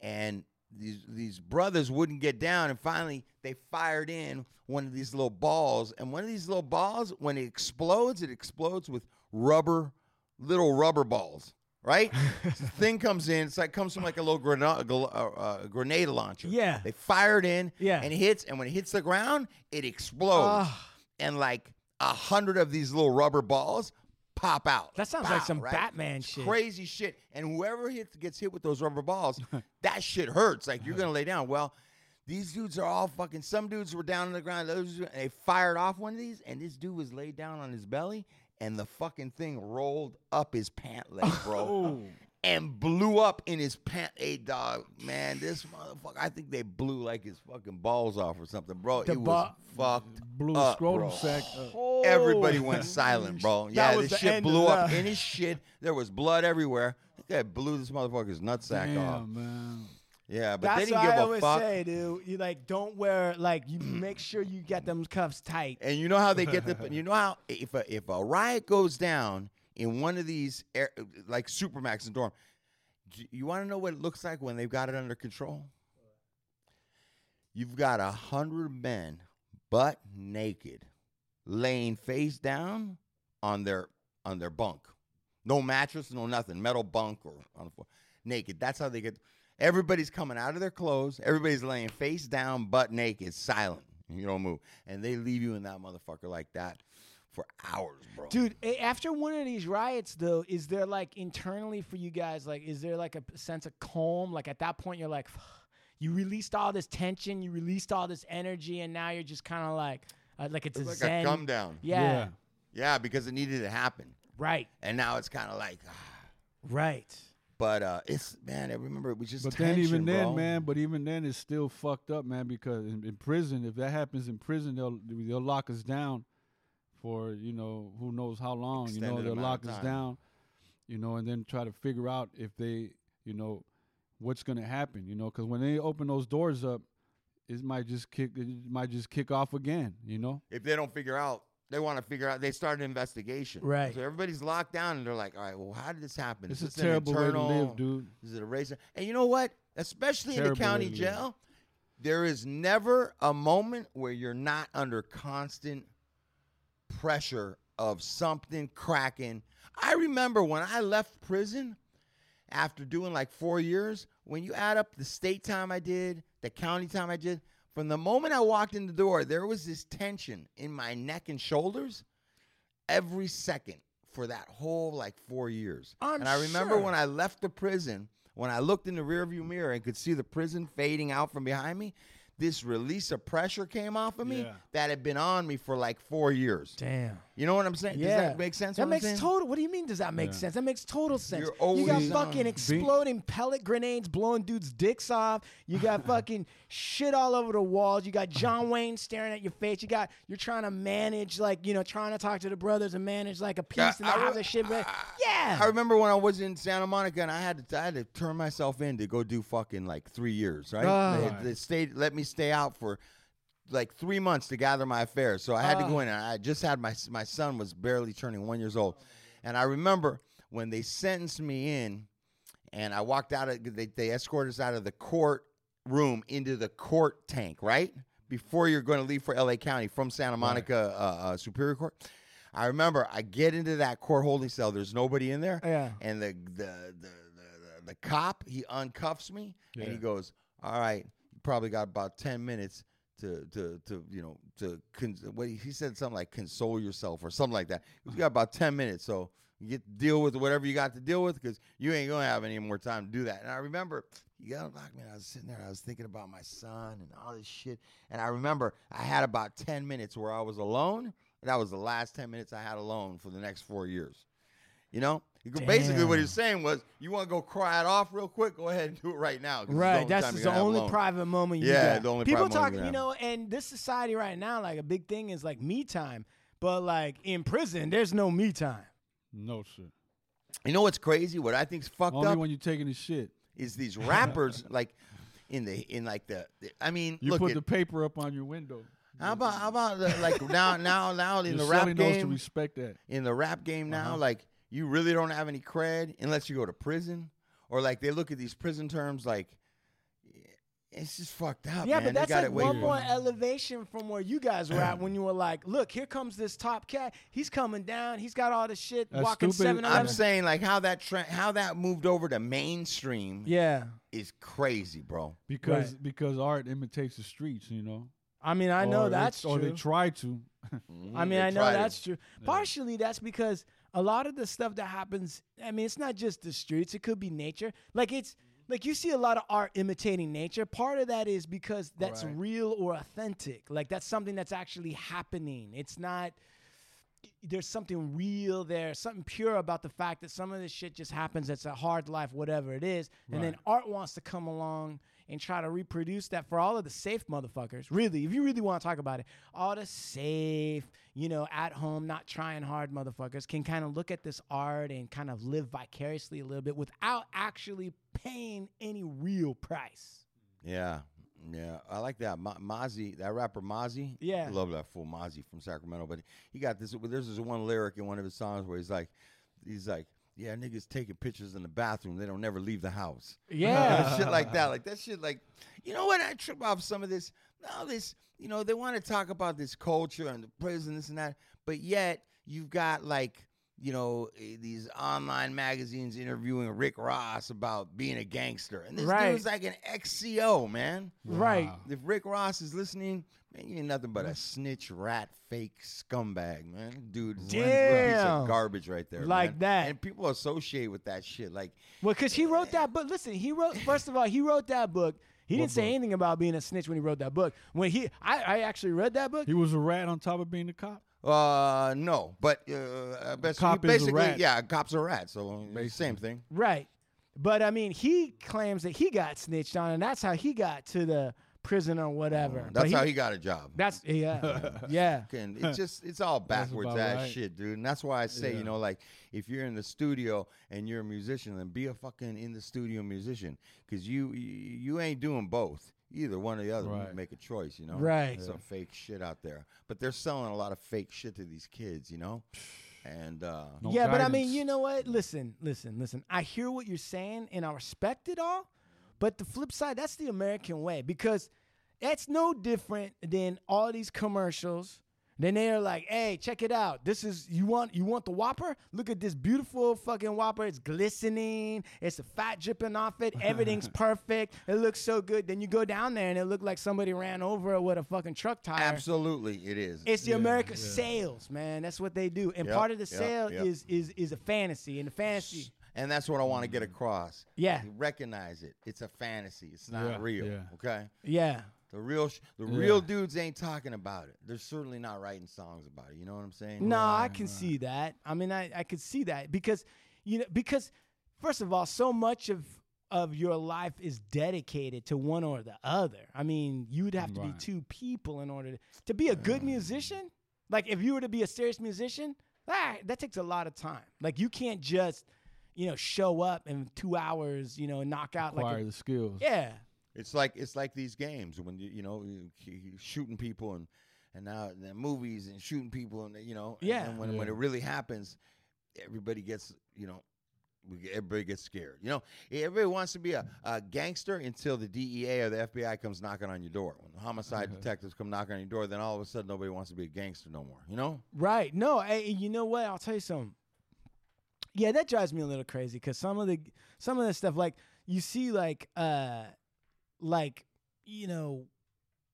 Speaker 3: and these these brothers wouldn't get down and finally they fired in one of these little balls and one of these little balls when it explodes, it explodes with rubber little rubber balls. Right, so the thing comes in. It's like comes from like a little grenade, uh, uh, grenade launcher.
Speaker 4: Yeah.
Speaker 3: they fired in.
Speaker 4: Yeah.
Speaker 3: and it hits, and when it hits the ground, it explodes
Speaker 4: Ah.
Speaker 3: and like a hundred of these little rubber balls pop out.
Speaker 4: That sounds like
Speaker 3: Pow,
Speaker 4: some
Speaker 3: right?
Speaker 4: Batman
Speaker 3: It's
Speaker 4: shit.
Speaker 3: Crazy shit. And whoever hits, gets hit with those rubber balls, that shit hurts. Like you're gonna lay down. Well, These dudes are all fucking. Some dudes were down on the ground. Those and they fired off one of these, and this dude was laid down on his belly, and the fucking thing rolled up his pant leg, bro,
Speaker 4: Oh.
Speaker 3: and blew up in his pant. Hey, dog, man, this motherfucker. I think they blew like his fucking balls off or something, bro.
Speaker 4: The
Speaker 3: it was fucked.
Speaker 6: Blue
Speaker 3: up,
Speaker 6: scrotum
Speaker 3: Uh, bro.
Speaker 6: sack. uh, up.
Speaker 3: Everybody went silent, bro. Yeah,
Speaker 4: Oh, was
Speaker 3: this
Speaker 4: the
Speaker 3: shit
Speaker 4: end of
Speaker 3: blew up
Speaker 4: that.
Speaker 3: in his shit. There was blood everywhere. That blew this motherfucker's nutsack off.
Speaker 6: Damn, man.
Speaker 3: Yeah, but
Speaker 4: That's
Speaker 3: they didn't
Speaker 4: what
Speaker 3: give
Speaker 4: I
Speaker 3: a
Speaker 4: always
Speaker 3: fuck.
Speaker 4: say, dude. You like don't wear like you make sure you got them cuffs tight.
Speaker 3: And you know how they get the you know how if a, if a riot goes down in one of these air, like Supermax and dorm, d- you want to know what it looks like when they've got it under control? You've got a hundred men butt naked, laying face down on their on their bunk, no mattress, no nothing, metal bunk or on the floor, naked. That's how they get. Everybody's coming out of their clothes. Everybody's laying face down, butt naked, silent. You don't move, and they leave you in that motherfucker like that for hours, bro.
Speaker 4: Dude, a- after one of these riots, though, is there like internally for you guys, like, is there like a p- sense of calm? Like at that point, you're like, you released all this tension, you released all this energy, and now you're just kind of like, uh, like it's,
Speaker 3: it's
Speaker 4: a
Speaker 3: like
Speaker 4: zen.
Speaker 3: a come down.
Speaker 4: Yeah,
Speaker 6: Yeah.
Speaker 3: Yeah, because it needed to happen,
Speaker 4: right,
Speaker 3: and now it's kind of like, ah.
Speaker 4: right.
Speaker 3: but uh, it's man. I remember it was just
Speaker 6: But
Speaker 3: tension,
Speaker 6: then even then,
Speaker 3: bro.
Speaker 6: man. But even then, it's still fucked up, man. Because in, in prison, if that happens in prison, they'll they'll lock us down for you know who knows how long. you know
Speaker 3: Extended
Speaker 6: they'll
Speaker 3: amount
Speaker 6: lock
Speaker 3: of
Speaker 6: us
Speaker 3: time.
Speaker 6: down, you know, and then try to figure out if they you know what's gonna happen. You know, because when they open those doors up, it might just kick it might just kick off again. You know.
Speaker 3: if they don't figure out, they want to figure out. They start an investigation,
Speaker 4: Right.
Speaker 3: So everybody's locked down, and they're like, "All right, well, how did this happen?
Speaker 6: It's
Speaker 3: Is
Speaker 6: a
Speaker 3: an
Speaker 6: terrible way to
Speaker 3: internal-
Speaker 6: live, dude.
Speaker 3: Is it a race?" And you know what? Especially in
Speaker 6: Terrible
Speaker 3: the county
Speaker 6: way to live.
Speaker 3: jail, there is never a moment where you're not under constant pressure of something cracking. I remember when I left prison after doing like four years, when you add up the state time I did, the county time I did, from the moment I walked in the door, there was this tension in my neck and shoulders every second for that whole like four years.
Speaker 4: I'm
Speaker 3: and I remember
Speaker 4: sure.
Speaker 3: when I left the prison, when I looked in the rearview mirror and could see the prison fading out from behind me, this release of pressure came off of me
Speaker 6: Yeah.
Speaker 3: that had been on me for like four years.
Speaker 4: Damn.
Speaker 3: You know what I'm saying?
Speaker 4: Yeah.
Speaker 3: Does that make sense?
Speaker 4: That
Speaker 3: what I'm
Speaker 4: makes
Speaker 3: saying?
Speaker 4: total. What do you mean? Does that make
Speaker 6: Yeah.
Speaker 4: sense? That makes total sense.
Speaker 3: You're
Speaker 4: you got
Speaker 3: always on.
Speaker 4: fucking exploding pellet grenades blowing dudes' dicks off. You got fucking shit all over the walls. You got John Wayne staring at your face. You got you're trying to manage like you know trying to talk to the brothers and manage like a piece
Speaker 3: Yeah,
Speaker 4: in the
Speaker 3: I re-
Speaker 4: house of shit. But yeah,
Speaker 3: I remember when I was in Santa Monica and I had to I had to turn myself in to go do fucking like three years, right?
Speaker 4: Ah.
Speaker 3: They, they stayed let me stay out for like three months to gather my affairs. So I had to go in and I just had my my son was barely turning one years old. And I remember when they sentenced me in and I walked out of they, they escorted us out of the court room into the court tank, right? Before you're going to leave for LA County from Santa Monica uh, uh, Superior Court. I remember I get into that court holding cell. There's nobody in there.
Speaker 4: Yeah.
Speaker 3: And the the the the, the, the cop he uncuffs me and he
Speaker 6: Yeah.
Speaker 3: goes, "All right, you probably got about ten minutes." To, to, to you know to cons- what he- he said something like console yourself or something like that. You got about ten minutes, so you get to deal with whatever you got to deal with because you ain't gonna have any more time to do that. And I remember you got unlocked me. And I was sitting there, I was thinking about my son and all this shit. And I remember I had about ten minutes where I was alone. And that was the last ten minutes I had alone for the next four years. You know, You could- basically what he's saying was, you want to go cry it off real quick? Go ahead and do it right now. 'cause it's
Speaker 4: Right,
Speaker 3: the only
Speaker 4: that's
Speaker 3: time you're
Speaker 4: the
Speaker 3: gonna have
Speaker 4: only
Speaker 3: alone.
Speaker 4: private moment. You
Speaker 3: Yeah,
Speaker 4: got.
Speaker 3: the only
Speaker 4: people
Speaker 3: private
Speaker 4: talk,
Speaker 3: moment you
Speaker 4: you
Speaker 3: have.
Speaker 4: know, and this society right now, like a big thing is like me time, but like in prison, there's no me time.
Speaker 6: No sir.
Speaker 3: You know what's crazy? What I think's fucked
Speaker 6: Only
Speaker 3: up
Speaker 6: when you're taking a shit.
Speaker 3: is these rappers like in the in like the. the- I mean,
Speaker 6: You
Speaker 3: look
Speaker 6: put
Speaker 3: at
Speaker 6: the paper up on your window.
Speaker 3: how about how about the, like now now now in
Speaker 6: Your
Speaker 3: the
Speaker 6: cellie
Speaker 3: rap
Speaker 6: knows to
Speaker 3: game
Speaker 6: respect that.
Speaker 3: in the rap game now,
Speaker 4: Uh-huh.
Speaker 3: like you really don't have any cred unless you go to prison, or like they look at these prison terms like it's just fucked up.
Speaker 4: Yeah,
Speaker 3: man.
Speaker 4: but
Speaker 3: They
Speaker 4: that's
Speaker 3: got
Speaker 4: like
Speaker 3: it way
Speaker 4: one
Speaker 3: too-
Speaker 4: more elevation from where you guys were at when you were like, look, here comes this top cat. He's coming down. He's got all this shit.
Speaker 6: That's
Speaker 4: walking
Speaker 6: stupid.
Speaker 4: seven
Speaker 3: I'm
Speaker 4: eleven.
Speaker 3: saying like how that tra- how that moved over to mainstream
Speaker 4: Yeah.
Speaker 3: is crazy, bro.
Speaker 6: because because art imitates the streets, you know.
Speaker 4: I mean, I know
Speaker 6: Or they-
Speaker 4: that's
Speaker 6: Or
Speaker 4: true.
Speaker 6: they try to.
Speaker 4: I mean,
Speaker 3: They
Speaker 4: I know
Speaker 3: tried it.
Speaker 4: that's true. Partially, that's because a lot of the stuff that happens. I mean, it's not just the streets; it could be nature. Like it's like you see a lot of art imitating nature. Part of that is because that's
Speaker 6: Right.
Speaker 4: real or authentic. Like that's something that's actually happening. It's not there's something real there, something pure about the fact that some of this shit just happens. It's a hard life, whatever it is. And then art wants to come along and try to reproduce that for all of the safe motherfuckers. Really, if you really want to talk about it, all the safe, you know, at home, not trying hard motherfuckers can kind of look at this art and kind of live vicariously a little bit without actually paying any real price.
Speaker 3: Yeah, yeah, I like that. Ma- Mozzie, that rapper Mozzie.
Speaker 4: Yeah.
Speaker 3: love that fool Mozzie from Sacramento. But he got this. There's this one lyric in one of his songs where he's like, he's like, yeah, niggas taking pictures in the bathroom. They don't never leave the house.
Speaker 4: Yeah.
Speaker 3: shit like that. Like that shit. Like, you know what? I trip off some of this. All this, you know, they want to talk about this culture and the prison, this and that. But yet, you've got like, you know, eh, these online magazines interviewing Rick Ross about being a gangster, and this
Speaker 4: Right.
Speaker 3: dude's like an XCO man.
Speaker 4: Right.
Speaker 3: If Rick Ross is listening, man, you ain't nothing but a snitch, rat, fake scumbag, man. Dude, is a piece
Speaker 4: Damn.
Speaker 3: of garbage right there.
Speaker 4: Like
Speaker 3: man.
Speaker 4: that.
Speaker 3: and people associate with that shit. Like,
Speaker 4: Well, because he wrote that book. Listen, he wrote first of all, he wrote that book. He didn't say anything about being a snitch when he wrote that book. When he, I, I actually read that book.
Speaker 6: He was a rat on top of being a cop.
Speaker 3: uh, no, but uh, best,
Speaker 6: Cop is a
Speaker 3: basically,
Speaker 6: rat.
Speaker 3: yeah, cops are rats, so same thing.
Speaker 4: Right. But I mean, he claims that he got snitched on, and that's how he got to the prison or whatever. But
Speaker 3: Oh, That's how he got a job.
Speaker 4: That's yeah, yeah.
Speaker 3: fucking- it's just it's all backwards
Speaker 6: about
Speaker 3: ass
Speaker 6: right.
Speaker 3: shit, dude. And that's why I say, you know, like if you're in the studio and you're a musician, then be a fucking in the studio musician, because you you- you ain't doing both. Either one or the other,
Speaker 6: Right.
Speaker 3: make a choice, you know.
Speaker 4: Right.
Speaker 3: Some fake shit out there, but they're selling a lot of fake shit to these kids, you know. And uh,
Speaker 6: No
Speaker 4: yeah, but I mean,
Speaker 6: guidance.
Speaker 4: you know what? Listen, listen, listen. I hear what you're saying and I respect it all, but the flip side, that's the American way because that's no different than all these commercials. Then they're like, "Hey, check it out. This is you want you want the Whopper? Look at this beautiful fucking Whopper. It's glistening. It's the fat dripping off it. Everything's perfect. It looks so good." Then you go down there and it looked like somebody ran over it with a fucking truck tire.
Speaker 3: absolutely, it is.
Speaker 4: It's the America sales, man. That's what they do. And
Speaker 3: Yep,
Speaker 4: part of the
Speaker 3: yep,
Speaker 4: sale
Speaker 3: yep.
Speaker 4: is is is a fantasy, and the fantasy.
Speaker 3: And that's what I want to
Speaker 6: Mm.
Speaker 3: get across.
Speaker 4: Yeah.
Speaker 3: Recognize it. It's a fantasy. It's not
Speaker 6: Yeah,
Speaker 3: real.
Speaker 6: yeah.
Speaker 3: Okay.
Speaker 4: Yeah.
Speaker 3: The real, sh- the real dudes ain't talking about it. They're certainly not writing songs about it. You know what I'm saying?
Speaker 4: No, I can see that. I mean, I I could see that because you know because first of all, so much of of your life is dedicated to one or the other. I mean, you'd have to be two people in order to, to be a good musician. Like if you were to be a serious musician, that that takes a lot of time. Like you can't just you know show up in 2 hours, you know, and knock out
Speaker 6: Acquire
Speaker 4: like a,
Speaker 6: the skills.
Speaker 4: yeah.
Speaker 3: It's like it's like these games when you you know you, you shooting people and and now the movies and shooting people and you know and
Speaker 4: Yeah.
Speaker 3: then when when it really happens, everybody gets you know. we get- Everybody gets scared. You know, everybody wants to be a, a gangster until the DEA or the FBI comes knocking on your door. When the homicide
Speaker 4: Mm-hmm.
Speaker 3: detectives come knocking on your door, then all of a sudden nobody wants to be a gangster no more. You know?
Speaker 4: Right. No, I, you know what? I'll tell you something. Yeah, that drives me a little crazy because some of the some of the stuff like you see like uh like you know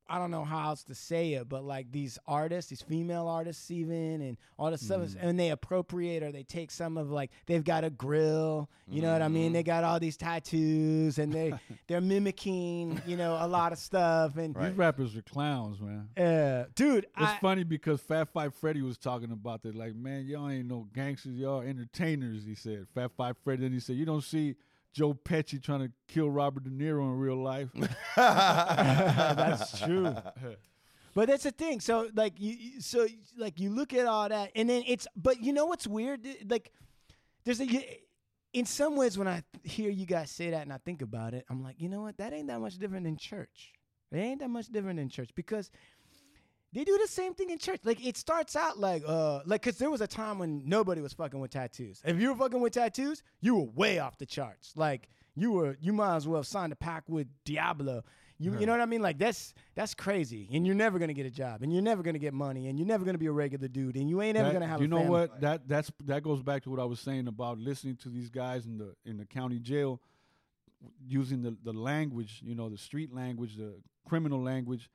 Speaker 4: I don't know how else to say it, but like these artists, these female artists even and all this stuff is- and they appropriate or they take some of like they've got a grill, you know what I mean? They got all these tattoos and they they're mimicking, you know, a lot of stuff and
Speaker 3: Right.
Speaker 6: These rappers are clowns, man.
Speaker 4: uh dude,
Speaker 6: It's
Speaker 4: I,
Speaker 6: funny because Fat Five Freddy was talking about that. Like, man, y'all ain't no gangsters. Y'all entertainers, he said. Fat Five Freddy. Then he said, you don't see Joe Pesci trying to kill Robert De Niro in real life.
Speaker 4: That's true. But that's the thing. So like you, you- so like you look at all that, and then it's. But you know what's weird? Th- Like there's a. you- In some ways, when I hear you guys say that and I think about it, I'm like, you know what? That ain't that much different than church. It ain't that much different than church because they do the same thing in church. Like it starts out like uh like cause there was a time when nobody was fucking with tattoos. If you were fucking with tattoos, you were way off the charts. Like you were you might as well have signed a pact with Diablo. You you know what I mean? Like that's that's crazy. And you're never gonna get a job and you're never gonna get money and you're never gonna be a regular dude and you ain't ever
Speaker 6: That-
Speaker 4: gonna have
Speaker 6: you
Speaker 4: a
Speaker 6: know
Speaker 4: family.
Speaker 6: what that that's that goes back to what i was saying about listening to these guys in the in the county jail using the the language you know the street language the criminal language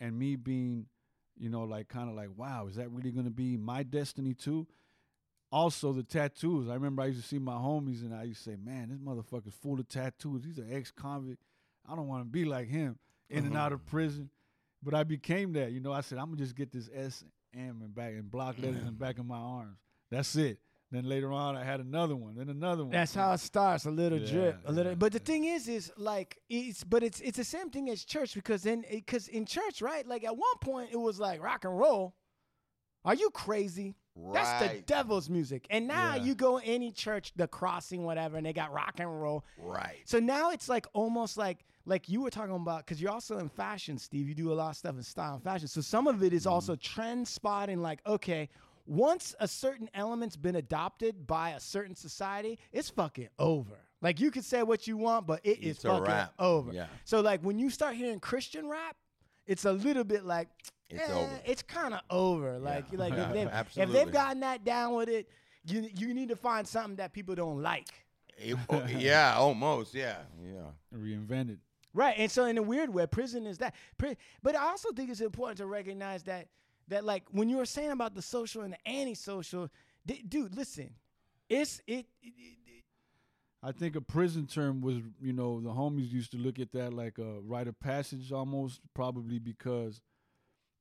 Speaker 6: and me being you know like kind of like wow is that really going to be my destiny too Also, the tattoos. I remember I used to see my homies and I used to say, man, this motherfucker's full of tattoos. He's an ex convict. I don't want to be like him in and out of prison. But I became that. You know, I said, I'm going to just get this S, M, and back and block letters and back in my arms. That's it. Then later on, I had another one, then another one.
Speaker 4: That's how it starts, a little drip, a
Speaker 6: Yeah,
Speaker 4: little.
Speaker 6: yeah,
Speaker 4: But the thing is, is like it's, but it's it's the same thing as church because then because in church, right? Like at one point, it was like rock and roll. Are you crazy? That's the
Speaker 3: Right.
Speaker 4: devil's music. And now
Speaker 6: Yeah.
Speaker 4: you go any church, the crossing, whatever, and they got rock and roll.
Speaker 3: Right.
Speaker 4: So now it's like almost like like you were talking about because you're also in fashion, Steve. You do a lot of stuff in style and fashion. So some of it is also
Speaker 3: Mm-hmm.
Speaker 4: trend spotting. Like okay, once a certain element's been adopted by a certain society, it's fucking over. Like you could say what you want, but it is
Speaker 3: It's a
Speaker 4: fucking
Speaker 3: wrap.
Speaker 4: over.
Speaker 3: Yeah.
Speaker 4: So like when you start hearing Christian rap, it's a little bit like
Speaker 3: It's
Speaker 4: eh,
Speaker 3: over.
Speaker 4: It's kind of over. Like like
Speaker 3: Yeah,
Speaker 4: if, they've, if
Speaker 3: absolutely.
Speaker 4: they've gotten that down with it, you you need to find something that people don't like.
Speaker 3: It- oh, yeah, almost. Yeah. Yeah.
Speaker 6: Reinvented.
Speaker 4: Right, and so in a weird way, prison is that. Pri- But I also think it's important to recognize that that like when you were saying about the social and the antisocial, d- dude, listen, it's it, it, it- it-
Speaker 6: I think a prison term was, you know, the homies used to look at that like a rite of passage almost, probably because,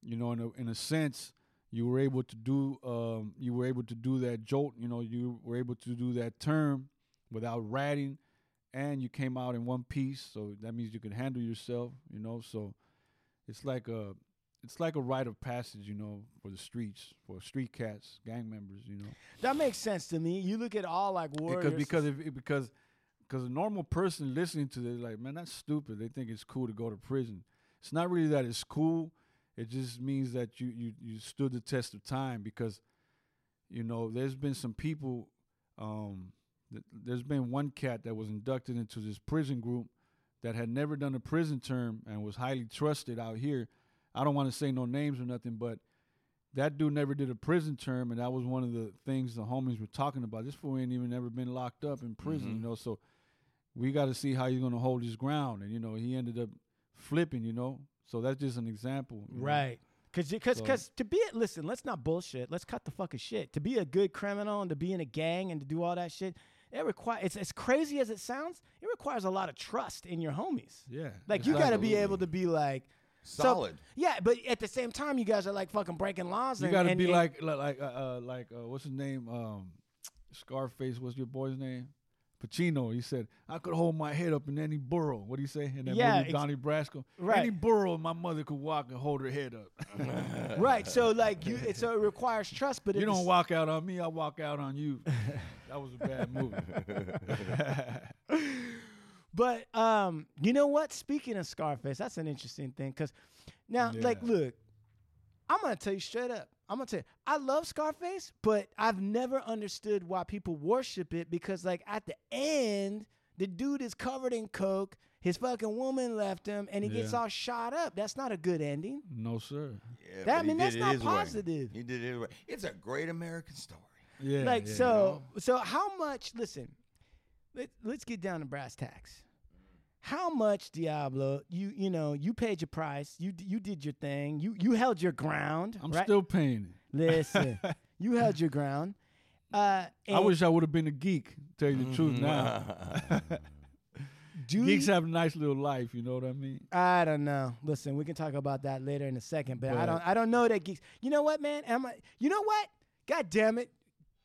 Speaker 6: you know, in a in a sense, you were able to do, um, you were able to do that jolt, you know, you were able to do that term without ratting, and you came out in one piece, so that means you could handle yourself, you know. So, it's like a, it's like a rite of passage, you know, for the streets, for street cats, gang members, you know
Speaker 4: that makes sense to me. You look at all like warriors
Speaker 6: because because if, it- because because a normal person listening to this like man that's stupid they think it's cool to go to prison it's not really that it's cool it just means that you you you stood the test of time because you know there's been some people um th- there's been one cat that was inducted into this prison group that had never done a prison term and was highly trusted out here i don't want to say no names or nothing but that dude never did a prison term, and that was one of the things the homies were talking about. This fool ain't even ever been locked up in prison,
Speaker 4: Mm-hmm.
Speaker 6: you know. So we got to see how he's gonna hold his ground, and you know he ended up flipping, you know. So that's just an example, you know.
Speaker 4: right. Cause, you- cause,
Speaker 6: So-
Speaker 4: cause, to be a listen, let's not bullshit. Let's cut the fucking shit. To be a good criminal and to be in a gang and to do all that shit, it requires. It's as crazy as it sounds. It requires a lot of trust in your homies.
Speaker 6: Yeah,
Speaker 4: Like you got to be able to be like so-
Speaker 3: Solid.
Speaker 4: yeah, but at the same time, you guys are like fucking breaking laws.
Speaker 6: You
Speaker 4: and-
Speaker 6: got to
Speaker 4: and-
Speaker 6: be
Speaker 4: and-
Speaker 6: like like like uh, uh, like uh, what's his name? Um, Scarface. What's your boy's name? Pacino. He said, "I could hold my head up in any burrow." What do you say in that
Speaker 4: Yeah,
Speaker 6: movie,
Speaker 4: ex-
Speaker 6: Donnie Brasco?
Speaker 4: right.
Speaker 6: Any burrow, my mother could walk and hold her head up.
Speaker 4: right. So like you, it, so it requires trust, but
Speaker 6: you
Speaker 4: it's,
Speaker 6: don't walk out on me, I walk out on you. that was a bad movie.
Speaker 4: But um, you know what? Speaking of Scarface, that's an interesting thing because now, like,
Speaker 6: Yeah.
Speaker 4: look, I'm gonna tell you straight up. I'm gonna tell you, I love Scarface, but I've never understood why people worship it because, like, at the end, the dude is covered in coke. His fucking woman left him, and he gets
Speaker 6: Yeah.
Speaker 4: all shot up. That's not a good ending.
Speaker 6: no, sir.
Speaker 3: Yeah,
Speaker 4: That-
Speaker 3: but
Speaker 4: I
Speaker 3: he
Speaker 4: mean,
Speaker 3: did
Speaker 4: that's
Speaker 3: it
Speaker 4: not
Speaker 3: his way.
Speaker 4: positive.
Speaker 3: He did it his way. It's a great American story.
Speaker 6: Yeah.
Speaker 4: like
Speaker 6: yeah.
Speaker 4: so so how much listen let, let's get down to brass tacks how much diablo you you know you paid your price you d- you did your thing you you held your ground
Speaker 6: I'm
Speaker 4: right?
Speaker 6: still painting.
Speaker 4: listen you held your ground uh
Speaker 6: I
Speaker 4: and
Speaker 6: wish I would have been a geek, tell you the truth now.
Speaker 4: do
Speaker 6: Geeks
Speaker 4: you-
Speaker 6: have a nice little life, you know what I mean?
Speaker 4: I don't know. Listen, we can talk about that later in a second, but, I
Speaker 6: But-
Speaker 4: don't I don't know that geeks. You know what, man? Am I, you know what? God damn it.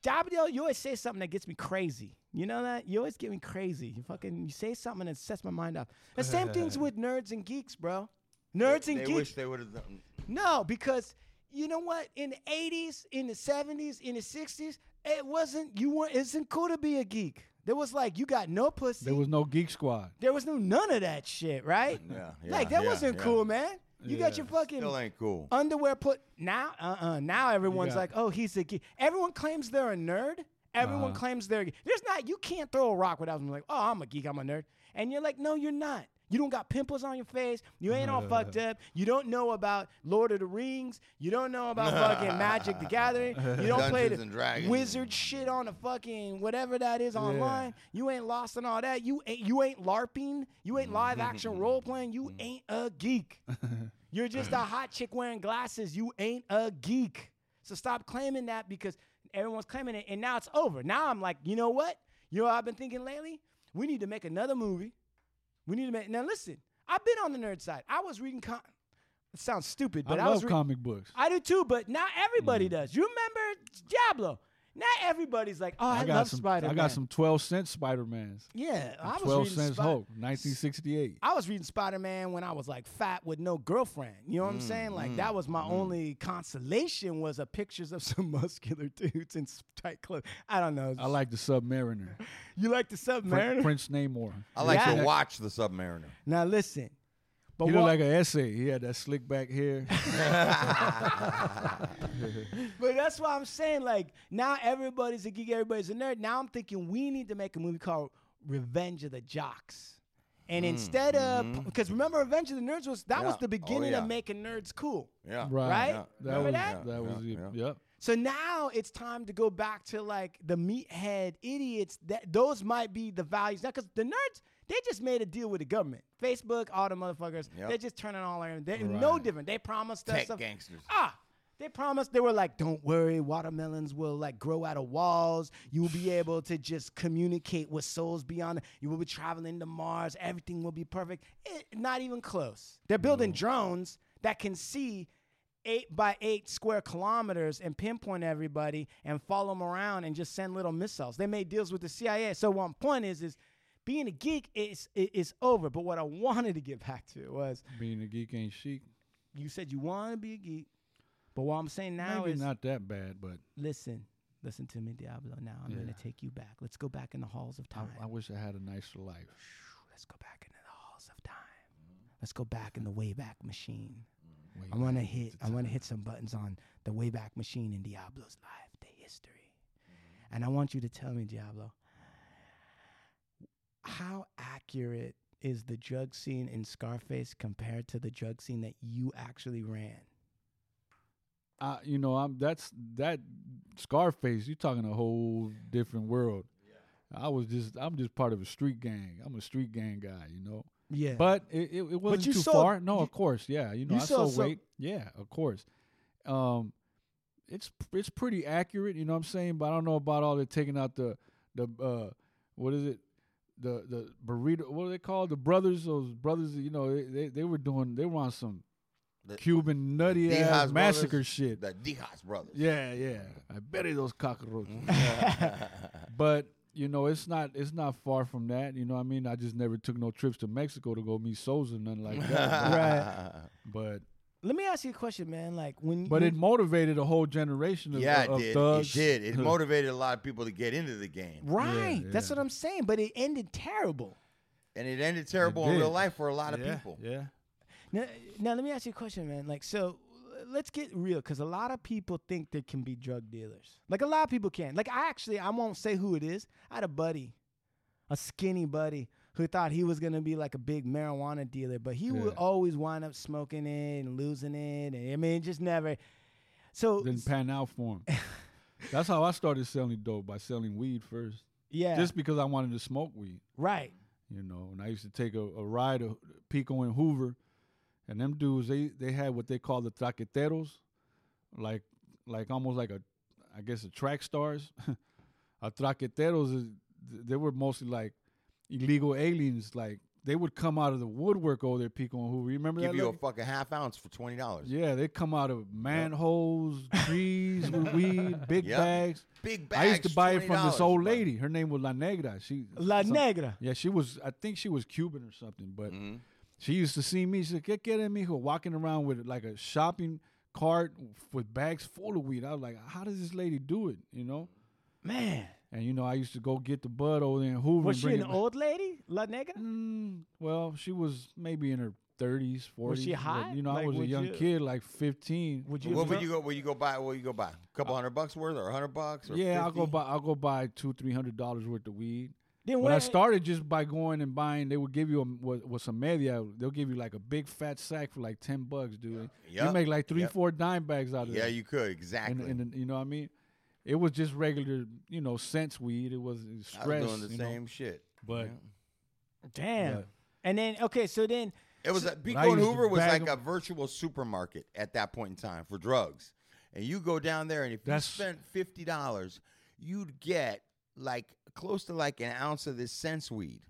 Speaker 4: Dabdell, you always say something that gets me crazy. You know that? You always get me crazy. You fucking you say something that sets my mind up. The same things with nerds and geeks, bro. Nerds
Speaker 3: They
Speaker 4: and geeks.
Speaker 3: wish they would have done.
Speaker 4: No, because you know what? In the 80s, in the 70s, in the 60s, it wasn't you weren't isn't cool to be a geek. There was like you got no pussy.
Speaker 6: There was no geek squad.
Speaker 4: There was no none of that shit, right?
Speaker 3: Yeah,
Speaker 4: like
Speaker 3: yeah,
Speaker 4: that
Speaker 3: yeah,
Speaker 4: wasn't
Speaker 3: yeah.
Speaker 4: cool, man. You got your fucking
Speaker 3: Still ain't cool.
Speaker 4: underwear put now. Uh, uh Now everyone's
Speaker 6: got-
Speaker 4: like, oh, he's a geek. Everyone claims they're a nerd. Everyone claims they're. a geek. There's not. You can't throw a rock without them like, oh, I'm a geek. I'm a nerd. And you're like, no, you're not. You don't got pimples on your face. You ain't all fucked up. You don't know about Lord of the Rings. You don't know about fucking Magic the Gathering. You don't play
Speaker 3: Dungeons and
Speaker 4: the
Speaker 3: Dragons.
Speaker 4: wizard shit on the fucking whatever that is online. You ain't lost in all that. You ain't you ain't LARPing. You ain't live
Speaker 6: Mm-hmm.
Speaker 4: action role playing. You ain't a geek. You're just a hot chick wearing glasses. You ain't a geek. So stop claiming that because Everyone's claiming it, and now it's over. Now I'm like, you know what? You know what I've been thinking lately? We need to make another movie. We need to make now. Listen, I've been on the nerd side. I was reading. Con- it sounds stupid, but I,
Speaker 6: I, love
Speaker 4: was re-
Speaker 6: comic books.
Speaker 4: I do too, but not everybody
Speaker 6: Mm.
Speaker 4: does. You remember Diablo? Not everybody's like, oh, I,
Speaker 6: got
Speaker 4: love
Speaker 6: some.
Speaker 4: Spider.
Speaker 6: I got some twelve cent Spider Mans.
Speaker 4: Yeah, I was
Speaker 6: Twelve
Speaker 4: reading
Speaker 6: cents
Speaker 4: Spi-
Speaker 6: Hulk, nineteen sixty eight.
Speaker 4: I was reading Spider Man when I was like fat with no girlfriend. You know
Speaker 6: Mm,
Speaker 4: what I'm saying? Like that was my only consolation was a pictures of some muscular dudes in s- tight clothes. I don't know.
Speaker 6: I like the Submariner.
Speaker 4: you like the
Speaker 6: Prin-
Speaker 4: Submariner?
Speaker 6: Prince Namor.
Speaker 3: I like
Speaker 4: Yeah.
Speaker 3: to watch the Submariner.
Speaker 4: Now listen, but
Speaker 6: He looked
Speaker 4: what-
Speaker 6: like an essay. He had that slick back hair.
Speaker 4: But that's why I'm saying, like, now everybody's a geek, everybody's a nerd. Now I'm thinking we need to make a movie called Revenge of the Jocks. And instead of, because remember, Revenge of the Nerds was that was
Speaker 3: Mm, mm-hmm. Yeah.
Speaker 4: the
Speaker 3: Oh,
Speaker 4: beginning
Speaker 3: yeah.
Speaker 4: of making nerds cool.
Speaker 3: Yeah.
Speaker 6: Right.
Speaker 4: Right?
Speaker 3: Yeah.
Speaker 6: That
Speaker 3: Yeah.
Speaker 6: was
Speaker 4: that?
Speaker 3: Yeah.
Speaker 6: was it.
Speaker 3: Yeah.
Speaker 6: Yep.
Speaker 4: So now it's time to go back to like the meathead idiots. That those might be the values now, because the nerds they just made a deal with the government, Facebook, all the motherfuckers.
Speaker 3: Yep.
Speaker 4: They're just turning all around. They're no different. They promised us
Speaker 3: Tech
Speaker 4: stuff.
Speaker 3: gangsters.
Speaker 4: Ah, they promised. They were like, "Don't worry, watermelons will like grow out of walls. You will be able to just communicate with souls beyond. You will be traveling to Mars. Everything will be perfect." It, not even close. They're building drones that can see eight by eight square kilometers and pinpoint everybody and follow them around and just send little missiles. They made deals with the CIA. So one point is is being a geek is i- is over. But what I wanted to get back to was
Speaker 6: Being a geek ain't chic.
Speaker 4: you said you want to be a geek, but what I'm saying now
Speaker 6: Maybe
Speaker 4: is
Speaker 6: not that bad, but
Speaker 4: listen, listen to me, Diablo. Now I'm gonna take you back. Let's go back in the halls of
Speaker 6: I,
Speaker 4: time.
Speaker 6: I wish I had a nicer life.
Speaker 4: Let's go back into the halls of time. Let's go back in the Wayback Machine. I wanna hit I wanna hit some buttons on the Wayback Machine in Diablo's life, the history.
Speaker 6: Mm-hmm.
Speaker 4: And I want you to tell me, Diablo, how accurate is the drug scene in Scarface compared to the drug scene that you actually ran?
Speaker 6: Uh, you know, I'm that's that Scarface. You're talking a whole different world. I was just, I'm just part of a street gang. I'm a street gang guy, you know.
Speaker 4: Yeah.
Speaker 6: But it, it, it wasn't
Speaker 4: you
Speaker 6: too
Speaker 4: sold-
Speaker 6: far. No,
Speaker 4: you-
Speaker 6: of course, yeah. You know,
Speaker 4: you
Speaker 6: I
Speaker 4: sold
Speaker 6: sold
Speaker 4: some-
Speaker 6: weight. Yeah, of course. Um, it's it's pretty accurate. You know what I'm saying? But I don't know about all the taking out the the uh, what is it? The the burrito. What are they called? The brothers. Those brothers. You know, they they, they were doing. They were on some
Speaker 3: The-
Speaker 6: Cuban nutty
Speaker 3: Dejas
Speaker 6: ass
Speaker 3: brothers,
Speaker 6: massacre shit.
Speaker 3: The Dejas brothers.
Speaker 6: Yeah, yeah. I bury those cockroaches. but you know, it's not it's not far from that. You know what I mean? I just never took no trips to Mexico to go meet souls and nothing like that. But
Speaker 4: Let me ask you a question, man. Like when
Speaker 6: but
Speaker 4: when-
Speaker 6: it motivated a whole generation of,
Speaker 3: Yeah, it
Speaker 6: of
Speaker 3: did.
Speaker 6: thugs.
Speaker 3: It did. It motivated a lot of people to get into the game.
Speaker 4: Right. That's
Speaker 6: yeah.
Speaker 4: what I'm saying. But it ended terrible.
Speaker 3: And it ended terrible
Speaker 6: It
Speaker 3: in real
Speaker 6: did.
Speaker 3: life for a lot of
Speaker 6: yeah,
Speaker 3: people.
Speaker 6: Yeah.
Speaker 4: Now, now let me ask you a question, man. Like, so l- let's get real, because a lot of people think they can be drug dealers. Like a lot of people can. Like I actually, I won't say who it is. I had a buddy, a skinny buddy, who thought he was gonna be like a big marijuana dealer, but he would
Speaker 6: Yeah.
Speaker 4: always wind up smoking it and losing it, and I mean, it just never. So
Speaker 6: Didn't pan out for them. That's how I started selling dope by selling weed first.
Speaker 4: yeah,
Speaker 6: Just because I wanted to smoke weed.
Speaker 4: right.
Speaker 6: you know. And I used to take a, a ride to Pico and Hoover, and them dudes they they had what they call the traqueteros, like like almost like a I guess a track stars. a traqueteros is they were mostly like illegal aliens, like. They would come out of the woodwork over there, Pico and Hoover. You remember
Speaker 3: Give
Speaker 6: that?
Speaker 3: you a
Speaker 6: Lucky?
Speaker 3: fucking half ounce for twenty dollars.
Speaker 6: yeah, they come out of manholes, trees with weed, big
Speaker 3: Yep.
Speaker 6: bags.
Speaker 3: Big
Speaker 6: I used to
Speaker 3: bags,
Speaker 6: buy it from this
Speaker 3: $20,
Speaker 6: old
Speaker 3: bro.
Speaker 6: lady. Her name was La Negra. She
Speaker 4: La
Speaker 6: some-
Speaker 4: Negra.
Speaker 6: yeah, she was. I think she was Cuban or something. But she used to see me. She said, "Get get at me!" Walking around with like a shopping cart with bags full of weed. I was like, "How does this lady do it?" You know.
Speaker 4: Man,
Speaker 6: And you know, I used to go get the bud over there in Hoover.
Speaker 4: was
Speaker 6: and
Speaker 4: she
Speaker 6: bring
Speaker 4: an
Speaker 6: it back.
Speaker 4: old lady? La Negra?
Speaker 6: Mm, well, she was maybe in her thirties, forties.
Speaker 4: she hot?
Speaker 6: You know,
Speaker 4: Like,
Speaker 6: I was a
Speaker 4: would
Speaker 6: young
Speaker 4: you-
Speaker 6: kid, like fifteen.
Speaker 4: Would you?
Speaker 3: What
Speaker 4: have
Speaker 3: would
Speaker 4: done-
Speaker 3: you go? Would you go buy? What would you go buy? A couple hundred bucks worth, or a hundred bucks? Or
Speaker 6: yeah, I'll go
Speaker 3: 50?
Speaker 6: buy. I'll go buy two, three hundred dollars worth of weed.
Speaker 4: Then
Speaker 6: When I
Speaker 4: what-
Speaker 6: started just by going and buying, they would give you a was, was some media. They'll give you like a big fat sack for like ten bucks, dude. You
Speaker 3: Yup.
Speaker 6: make like three,
Speaker 3: Yup.
Speaker 6: four dime bags out of
Speaker 3: Yeah,
Speaker 6: it.
Speaker 3: you could exactly.
Speaker 6: And, and you know what I mean? It was just regular, you know, sense weed. It was
Speaker 3: I
Speaker 6: stress.
Speaker 3: was doing the
Speaker 6: you know?
Speaker 3: same shit.
Speaker 6: But
Speaker 4: Damn.
Speaker 6: Yeah.
Speaker 4: And then okay, so then
Speaker 3: It was a,
Speaker 6: I
Speaker 3: Pico and
Speaker 6: used to
Speaker 3: Hoover was
Speaker 6: bag
Speaker 3: like a virtual supermarket at that point in time for drugs. and you go down there and if
Speaker 6: That's-
Speaker 3: you spent fifty dollars, you'd get like close to like an ounce of this sense weed.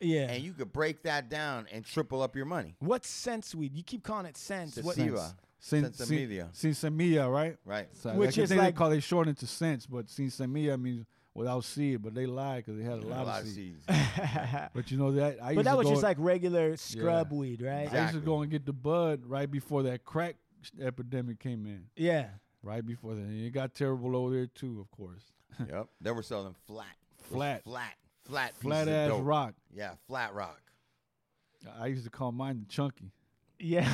Speaker 4: Yeah.
Speaker 3: And you could break that down and triple up your money.
Speaker 4: What's sense weed? You keep calling it sense. What,
Speaker 3: Sativa.
Speaker 6: Sin-
Speaker 3: Sensimilla.
Speaker 6: Sin, Sensimilla, right?
Speaker 3: Right.
Speaker 6: So
Speaker 4: Which
Speaker 6: I think
Speaker 4: is
Speaker 6: they
Speaker 4: like-
Speaker 6: call it short into sense, but Sensimilla means without seed, but they lied because they had a lot, of, seed. But you know that I used
Speaker 4: but that
Speaker 6: to
Speaker 4: was
Speaker 6: go,
Speaker 4: just like regular scrub weed, right?
Speaker 6: I used to
Speaker 3: Exactly.
Speaker 6: go and get the bud right before that crack epidemic came in.
Speaker 4: Yeah.
Speaker 6: Right before that, and it got terrible over there too, of course.
Speaker 3: yep. They were selling flat.
Speaker 6: Flat.
Speaker 3: Flat. Flat.
Speaker 6: Flat
Speaker 3: pieces of
Speaker 6: ass
Speaker 3: dope.
Speaker 6: rock.
Speaker 3: Yeah, flat rock.
Speaker 6: I used to call mine the chunky.
Speaker 4: Yeah.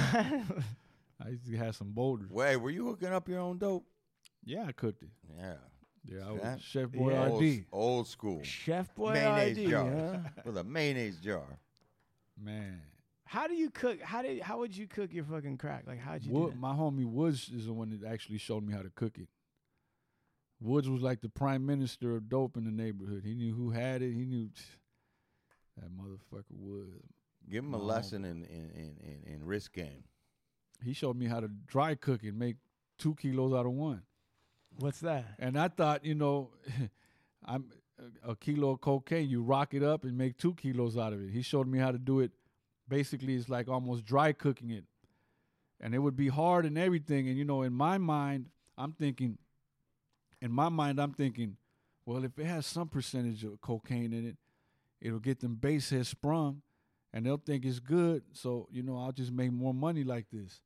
Speaker 6: I used to have some boulders.
Speaker 3: Wait, were you hooking up your own dope?
Speaker 6: Yeah, I cooked it.
Speaker 3: Yeah.
Speaker 6: Yeah, I was
Speaker 3: That-
Speaker 6: Chef Boy
Speaker 4: Yeah.
Speaker 6: RD.
Speaker 3: Old, old school.
Speaker 4: Chef Boy
Speaker 3: Mayonnaise
Speaker 4: RD,
Speaker 3: jar.
Speaker 4: huh?
Speaker 3: With a mayonnaise jar.
Speaker 6: Man,
Speaker 4: How do you cook? How did? How would you cook your fucking crack? Like how'd you?
Speaker 6: Wood,
Speaker 4: do that?
Speaker 6: my homie Woods is the one that actually showed me how to cook it. Woods was like the prime minister of dope in the neighborhood. He knew who had it. He knew that motherfucker Woods.
Speaker 3: Give him a
Speaker 6: No.
Speaker 3: lesson in, in, in, in, in risk game.
Speaker 6: He showed me how to dry cook and make two kilos out of one.
Speaker 4: What's that?
Speaker 6: And I thought, you know, I'm a kilo of cocaine. You rock it up and make two kilos out of it. He showed me how to do it. Basically, it's like almost dry cooking it, and it would be hard and everything. And you know, in my mind, I'm thinking, in my mind, I'm thinking, well, if it has some percentage of cocaine in it, it'll get them base heads sprung, and they'll think it's good. So you know, I'll just make more money like this.